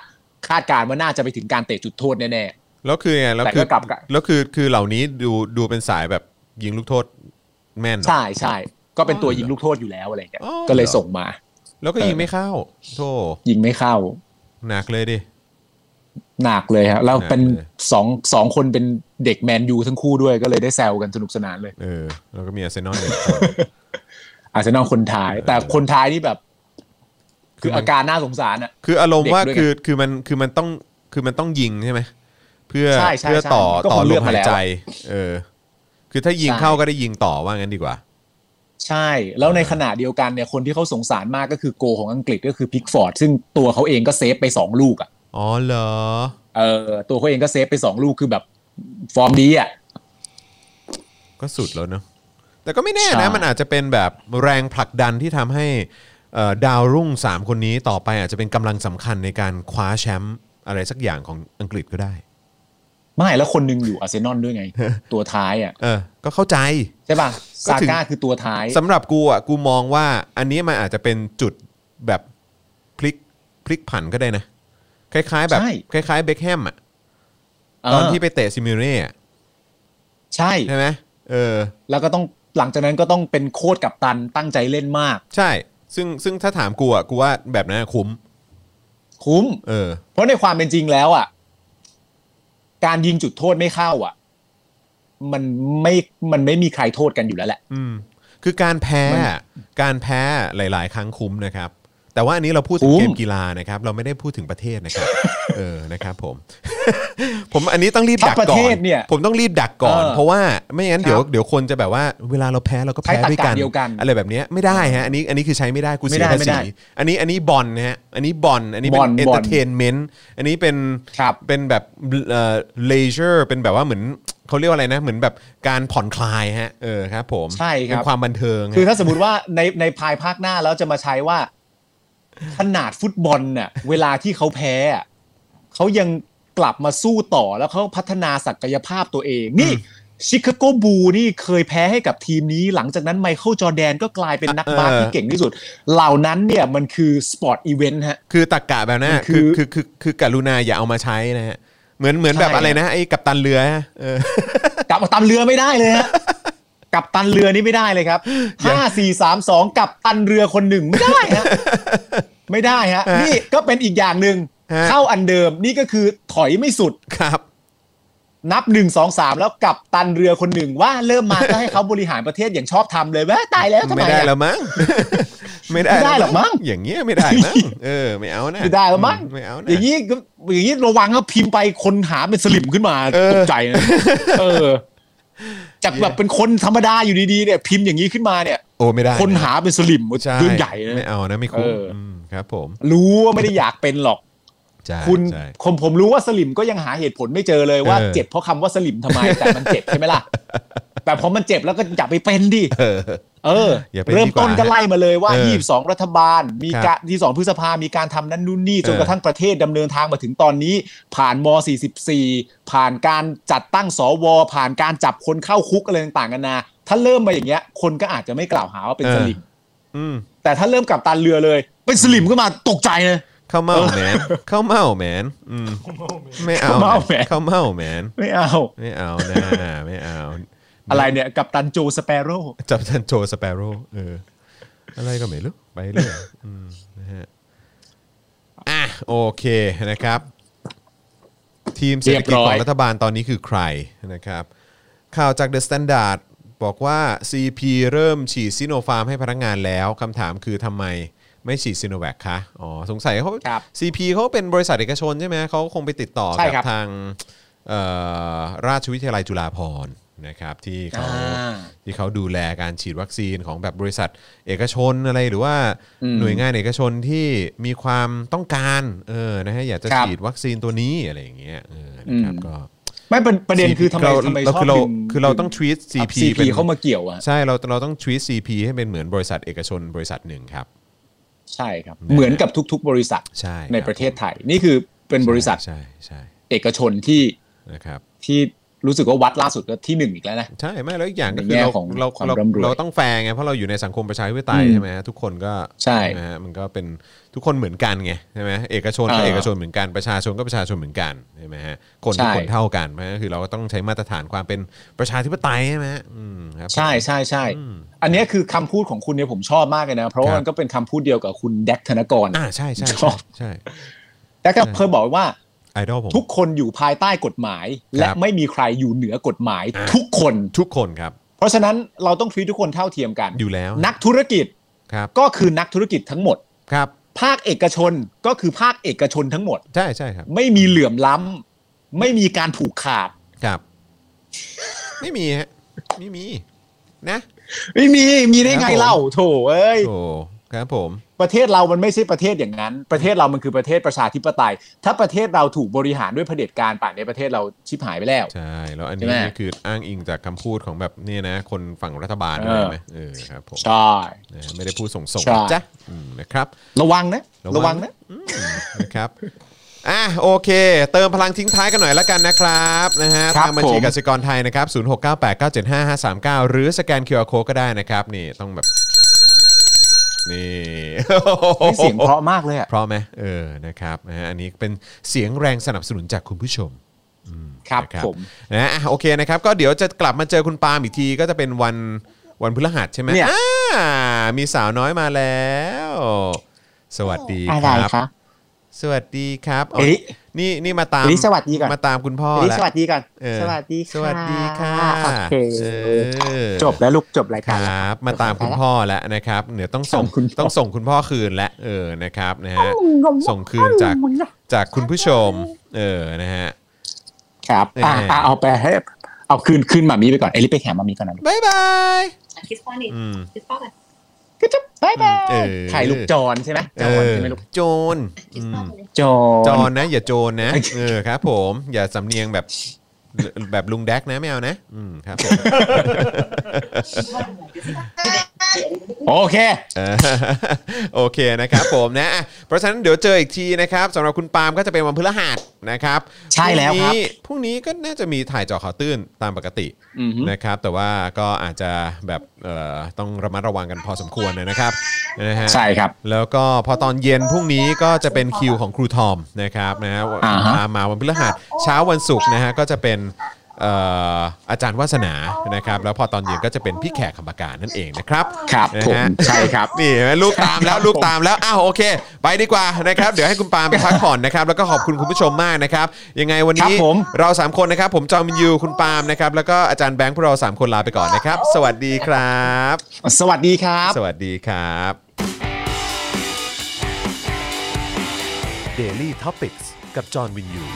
คาดการณ์ว่าน่าจะไปถึงการเตะจุดโทษแน่
แล้วคือไงแล้ว
แต่
คื
ก็
อก
ลับกัน
แล้วคือคือเหล่านี้ดูดูเป็นสายแบบยิงลูกโทษแม่นเน
ๆ
อะ
ใช่ใช่ก็เป็นตัว
อ๋อ
ยิงลูกโทษอยู่แล้วอะไรอย่างเงี้ย
อ๋อ
ก็เลยส่งมา
แล้วก็ยิงไม่เข้าโธ่
ยิงไม่เข้า
หนักเลยดิ
หนักเลยครับแล้วเป็น
หนักเลย
สองสองคนเป็นเด็กแมนยูทั้งคู่ด้วยก็เลยได้แซวกันสนุกสนานเลย
เออ แล้วก็มีอาร์เซนอลอีก
อาจจะนอกคนท้าย แต่คนท้ายนี่แบบ คืออาการน่าสงสารอ่ะ
คืออารมณ์ว่า
เด็กด้วย
คือคือมันคือมันต้องคือมันต้องยิงใช่ไหมเพื่อ
ใช่ใช่
เพื่อ
ใช่
ต่อ
ก็คง
ต่อล
เลือ
ม
กมา
หาย
แล้ว
ใจ เออ คือถ้ายิง
ใช่
เข้าก็ได้ยิงต่อว่างั้นดีกว่า
ใช่ แล้วในขณะเดียวกันเนี่ยคนที่เขาสงสารมากก็คือโกของอังกฤษก็คือพิกฟอร์ดซึ่งตัวเขาเองก็เซฟไปสองลูกอ่ะ
อ๋อเหรอ
เออตัวเขาเองก็เซฟไปสองลูกคือแบบ ฟอร์มดีอ่ะ
ก็สุดแล้วเนอะแต่ก็ไม่แน่นะ
ใช่
มันอาจจะเป็นแบบแรงผลักดันที่ทำให้เอ่อดาวรุ่ง 3 คนนี้ต่อไปอาจจะเป็นกำลังสำคัญในการคว้าแชมป์อะไรสักอย่างของอังกฤษก็ได้
ไม่แล้วคนหนึงอยู่อาร์เซนอลด้วย ไง ตัวท้ายอ่ะ
เออ ก็เข้าใจ
ใช่ป่ะ
ก็
ซา
ถึง
ก้าคือตัวท้าย
สำหรับกูอ่ะกูมองว่าอันนี้มันอาจจะเป็นจุดแบบพลิกพลิกผันก็ได้นะ คล้ายๆแบบ
ใช่
คล้ายๆเบคแฮมอ่ะ
เออ
ตอนที่ไปเตะซิมิเน่อะ
ใช่
ใช่ไหมเออ
แล้วก็ต้องหลังจากนั้นก็ต้องเป็นโคตรกับตันตั้งใจเล่นมาก
ใช่ ซึ่งซึ่งถ้าถามกูอ่ะกูว่าแบบนั้นอะคุ้ม
คุ้ม
เออ
เพราะในความเป็นจริงแล้วอ่ะการยิงจุดโทษไม่เข้าอ่ะ มันไม่มันไม่มีใครโทษกันอยู่แล้วแหละ
อืมคือการแพ้
มัน
การแพ้หลาย ๆ ครั้งคุ้มนะครับ แต่ว่าอันนี้เราพูดถึง
คุ้ม
เกมกีฬานะครับ เราไม่ได้พูดถึงประเทศนะครับ เออนะครับผม ผมอันนี้ต้องรีบดัก
ถ้าประ
ก่อ
เท
น
ศเนี่ย
ผมต้องรีบดักก่อน
เออ
เพราะว่าไม่งั้น
ครับ
เดี๋ยวเดี๋ยวคนจะแบบว่าเวลาเราแพ้เราก็แพ้
ใช้ตรรกะ
ด้วยกัน
เดียวกัน
อะไรแบบเนี้ยไม่ได้ฮะอันนี้อันนี้คือใช้ไม่ได้กูเสีย
ไม่ได้
ภา
ไม่
ษี
ได้
อันนี้อันนี้บอลนะฮะอันนี้บอลอันนี้เป็
บอน ล
เอน
บอล
เตอร์เทนเมนต์อันนี้เป็น
ครับ
เป็นแบบเอ่อเลเยอร์เป็นแบบว่าเหมือนเขาเรียกว่าอะไรนะ เหมือนแบบการผ่อนคลายฮะเออครับผม
ใช่ครับ
เป็นความบันเทิง
คือ
ฮะ
ถ้าสมมติว่าในในภายภาคหน้าแล้วจะมาใช้ว่า ขนาดฟุตบอลน่ะ เวลาที่เขาแพ้อะเขายังกลับมาสู้ต่อแล้วเขาพัฒนาศักยภาพตัวเอง นี่ชิคาโกบูนี่เคยแพ้ให้กับทีมนี้ หลังจากนั้นไมเคิลจอร์แดนก็กลายเป็นนักบาสที่เก่งที่สุด เหล่านั้นเนี่ยมันคือสปอร์ตอีเวนต์ฮะ
คือตักกะแบบนั้นอะ
คื
คือ
อ
คือคือคือกรุณาอย่าเอามาใช้นะฮะเหมือนเหมือน
ใช่
แบบอะไรนะไอ้กัปตันเรือฮะเออ
กลับมาตันเรือไม่ได้เลย ฮะ กับตันเรือนี่ไม่ได้เลยครับห้าสี่สามสองกับตันเรือคนหนึ่งไม่ได้ ฮะ ไม่ได้ฮะ
ฮะ
นี่ก็เป็นอีกอย่างหนึ่ง
ฮะ
เข้าอันเดิมนี่ก็คือถอยไม่สุด
ครับ
นับหนึ่งสองสามแล้วกับตันเรือคนหนึ่งว่าเริ่มมาก็ให้เขาบริหารประเทศอย่างชอบทำเลยแว่ตายแล้วทำไม
ไม่ได้
อะ
แล้ว มั้ง
ไม่ได้หรอกมั้ง
อย่างเงี้ยไม่ได้มั้งเออไม่เอานะ
ไม่ได้แล้วมั้ง
ไม่เอานะ
อย่างนี้ก็อย่างนี้ระวังก็พิมพ์ไปคนหาเป็นสลิมขึ้นมา
เออ
ตกใจ นะเออ จากแบบเป็นคนธรรมดาอยู่ดีๆเนี่ย พิมพ์อย่างนี้ขึ้นมาเนี่ย
โอ้ไม่ได้
คนหาเป็นสลิม
ใช่
เรื่องใหญ่นะ
ไม่เอานะไม่คุ้ม
เอออื
มครับผม
รู้ว่าไม่ได้อยากเป็นหรอก
ใช่
คุณ
ใช่
ผมผมรู้ว่าสลิมก็ยังหาเหตุผลไม่เจอเลยว่า
เออ
เจ็บเพราะคำว่าสลิมทำไม แต่มันเจ็บใช่ไหม ล่ะ แต่พอมันเจ็บแล้วก็อย่าไปเป็นดิ
เออ
เออ
อย่าเป็น
เริ่มต้น
ดีกว่า
ก็ไล่มาเลยว่า
เออ
22 รัฐบาล มี
ครับ
การที่2พฤษภา มีการทำนั่นนู่นนี่จน
เออ
กระทั่งประเทศดำเนินทางมาถึงตอนนี้ ผ่านม 44 ผ่านการจัดตั้งสว ผ่านการจับคนเข้าคุกอะไรต่างๆกันานาถ้าเริ่มมาอย่างเงี้ย คนก็อาจจะไม่กล่าวหาว่าเป็นสลิม
อืม
แต่ถ้าเริ่มกับตันเรือเลย เป็นสลิมก็มาตกใจเลย
เข้าเมาแมนเข้าเมาแมนอืมไม่เอา
เข้าเม่าแมน
เข้าเมาแมน
ไม่เอา
ไม่เอานะไม่เอา
อะไรเนี่ยกับตันโจสเปโร่
จับทันโจสเปโร่เออ อะไรก็ไม่รู้ไปเรื่อยอืมนะฮะอ่ะโอเคนะครับ ทีมเศรษฐกิจ
เรียบ
ข
ร้อ
อย งรัฐบาลตอนนี้คือใครนะครับ ข่าวจาก The Standard บอกว่า CP เริ่มฉีดซิโนฟาร์มให้พนักงานแล้วคำถามคือทำไมไม่ฉีดซิโนแวคคะอ๋อสงสัยเขา
ครับ
CP เขาเป็นบริษัทเอกชนใช่ไหมเขาคงไปติดต่อ
ใช่
กั
ครับ
บทางเอ่อราชวิทยาลัยจุฬาภรณ์นะครับที่เขา
อ่า
ที่เขาดูแลการฉีดวัคซีนของแบบบริษัทเอกชนอะไรหรือว่าหน่วยงานเอกชนที่มีความต้องการเออนะฮะอยากจะ
ครับ
ฉีดวัคซีนตัวนี้อะไรอย่างเงี้ยเออนะครับ
อืม
ก็
ไม่เป็นประเด็น
CP
คือทำไม
เรา
ทำไม
เรา
ชอบ
คือเรา
ดึง
คือเราต้อง treat
ดึง
CP
เอา CP
เป็น
เข้ามาเกี่ยวอะ
ใช่เราเราต้อง treat CP ให้เป็นเหมือนบริษัทเอกชนบริษัทหนึ่งครับ
ใช่ครับ
นะครับ
เหมือนกับทุก ๆ บริษัท
ใช่
ในประเทศไทย นี่คือเป็นบริษัท
ใช่ใช่
เอกชนที่
ใช่นะครับ
ที่รู้สึกว่าวัดล่าสุดก็ที่หนึ่งอีกแล้วนะ
ใช่ไม่แล้วอีกอย่างก็
ใน
คือ
แง่
เรา
ของ
เรา
ความ
เรา
ร่ำรวย
เราต้องแฟร์ไงเพราะเราอยู่ในสังคมประชาธิปไตย
อืม
ใช่ไหมฮะทุกคนก็
ใช่
นะฮะมันก็เป็นทุกคนเหมือนกันไงใช่ไหมเอกชนก็
อ่า
เอกชนเหมือนกันประชาชนก็ประชาชนเหมือนกันใช่ไหมฮะคน
ใช่
ทุกคนเท่ากันเพราะฉะนั้นคือเราก็ต้องใช้มาตรฐานความเป็นประชาธิปไตยใช่ไหมฮะอืมครับ
ใช่ใช่ใช่
อืม
อันเนี้ยคือคำพูดของคุณเนี่ยผมชอบมากเลยนะ เพราะว่า
ครับ
มันก็เป็นคำพูดเดียวกับคุณแดกธนกร
อ่าใช่ใช่
ช
ใช่
อบ
ใช่
แต่ก็เพิ่มบอกว่า
ไอดอลผม
ทุกคนอยู่ภายใต้กฎหมาย
ครับ
และไม่มีใครอยู่เหนือกฎหมาย
อ่า
ทุกคน
ทุกคนครับ
เพราะฉะนั้นเราต้องฟีทุกคนเท่าเทียมกัน
อยู่แล้ว
นักธุรกิจ
ครับ
ก็คือนักธุรกิจทั้งหมด
ครับ
ภาคเอกชนก็คือภาคเอกชนทั้งหมด
ใช่ใช่ครับ
ไม่มีเหลื่อมล้ำไม่มีการผูกขาด
ครับ ไม่มีฮะไม่มีนะ
ไม่มีมีได้ไงเล่าโถเอ้ย
โอ้ครับผม
ประเทศเรามันไม่ใช่ประเทศอย่างนั้น ประเทศเรามันคือประเทศประชาธิปไตย ถ้าประเทศเราถูกบริหารด้วยเผด็จการป่านในประเทศเราชิบหายไปแล้ว
ใช่ แล้วอันนี้
ใช่ไหม
นี่คืออ้างอิงจากคำพูดของแบบเนี่ยนะ คนฝั่งรัฐบาลด้วยไหมเออครับผม
ใช่
นะฮะไม่ได้พูดส่ง
ใช่
ๆนะจ้ะอืมนะครับ
ระวังนะ ระวังนะ
อืมนะครับอ่ะโอเค เติมพลังทิ้งท้ายกันหน่อยละกันนะครับนะฮะ
ครับ
ทางบัญชี
ผม
กสิกรไทยนะครับ 0698975539 หรือสแกน QR Code ก็ได้นะครับ นี่ต้องแบบ นี่
ไม่เสียงเพราะมากเลยอะ
พร้อมไหมเออนะครับนะฮะอันนี้เป็นเสียงแรงสนับสนุนจากคุณผู้ชม
ครับ
นะครับ
ผม
นะอ่ะโอเคนะครับ ก็เดี๋ยวจะกลับมาเจอคุณปาล์มอีกทีก็จะเป็นวันวันพฤหัสใช่ไหม
เนี่ย
อ่ามีสาวน้อยมาแล้ว สวัสดีค
อะไร
รับ
คะ
สวัสดีครับ
เอ๊ะ
นี่นี่มาตาม
เอ๊ะสวัสดีก่อน
มาตามคุณพ่อ
อันนี้
แล้ว
สวัสดีก่อน
เออ
สวัสดี
สวัสดีค่ะ
โอเค
เออ
จบแล้วลูกจบราย
ค
การ
ร
แล้ว
ับ มาตามคุณพ่อแล้วนะครับเดี๋ยวต้องส่ง
ตามคุณพ่อ
ต้องส่งคุณพ่อคืนและเออนะครับนะฮะส่งคืนจากจากคุณผู้ชม เออนะฮะ
ครับอ่า
เอออ่
เอาไปให้เอาคืนคืนหมามีไปก่อนเอลิไปแถมหมามีก่อนนะ
บายบาย
คิดพ่อนี่
อืม
คิดพ่อกัน
ก็จะบายบาย
เออ
ใครลูกจอนใช่ไหมจ
เอ
อน
อ
ใช่ไหมลูก
โจร
คิดพ่อกันเลย
จอ
จร
น
นะ อย่าโจรนะ
โอเค
เออครับผม อย่าสำเนียงแบบ แบบลุงแดกนะไม่เอานะ อืมครับผม
คิดพ่อกันเลยเดี๋ยวนี้
โอเค
เออโอเคนะครับผมนะอ่ะเพราะฉะนั้นเดี๋ยวเจออีกทีนะครับสำหรับคุณปาล์มก็จะเป็นวันพฤหัสนะครับ
ใช่แล้วครับ
พงนี้พรุ่งนี้ก็น่าจะมีถ่ายเจอข่าวตื้นตามปกติ
อือหือ
นะครับ แต่ว่าก็อาจจะแบบเอ่อต้องระมัดระวังกันพอสมควรนะครับนะฮะ
ใช่ครับ
แล้วก็พอตอนเย็นพรุ่งนี้ก็จะเป็นคิวของครูทอมนะครับนะฮะ
อ่าฮะ
มามาวันพฤหัสเช้าวันศุกร์นะฮะก็จะเป็นเอ่ออาจารย์วาสนานะครับแล้วพอตอนเย็นก็จะเป็นพี่แขกคำปากานั่นเองนะครับ
ครับ
นะ
ผม
ฮะ
ใช่ครับ
นี่เห็นไหมลูกตามแล้วลูกตามแล้วอ้าวโอเค ไปดีกว่านะครับ เดี๋ยวให้คุณปาล์มไปพักผ่อนนะครับ แล้วก็ขอบคุณคุณผู้ชมมากนะครับ ยังไงวันนี้
ครับผม
เราสามคนนะครับ ผมจอมยูคุณปาล์มนะครับแล้วก็อาจารย์แบงค์พวกเราสามคนลาไปก่อนนะครับ สวัสดีครับ
สวัสดีครับ
สวัสดีครับ
Daily t o p i c กกับจอห์นวินยู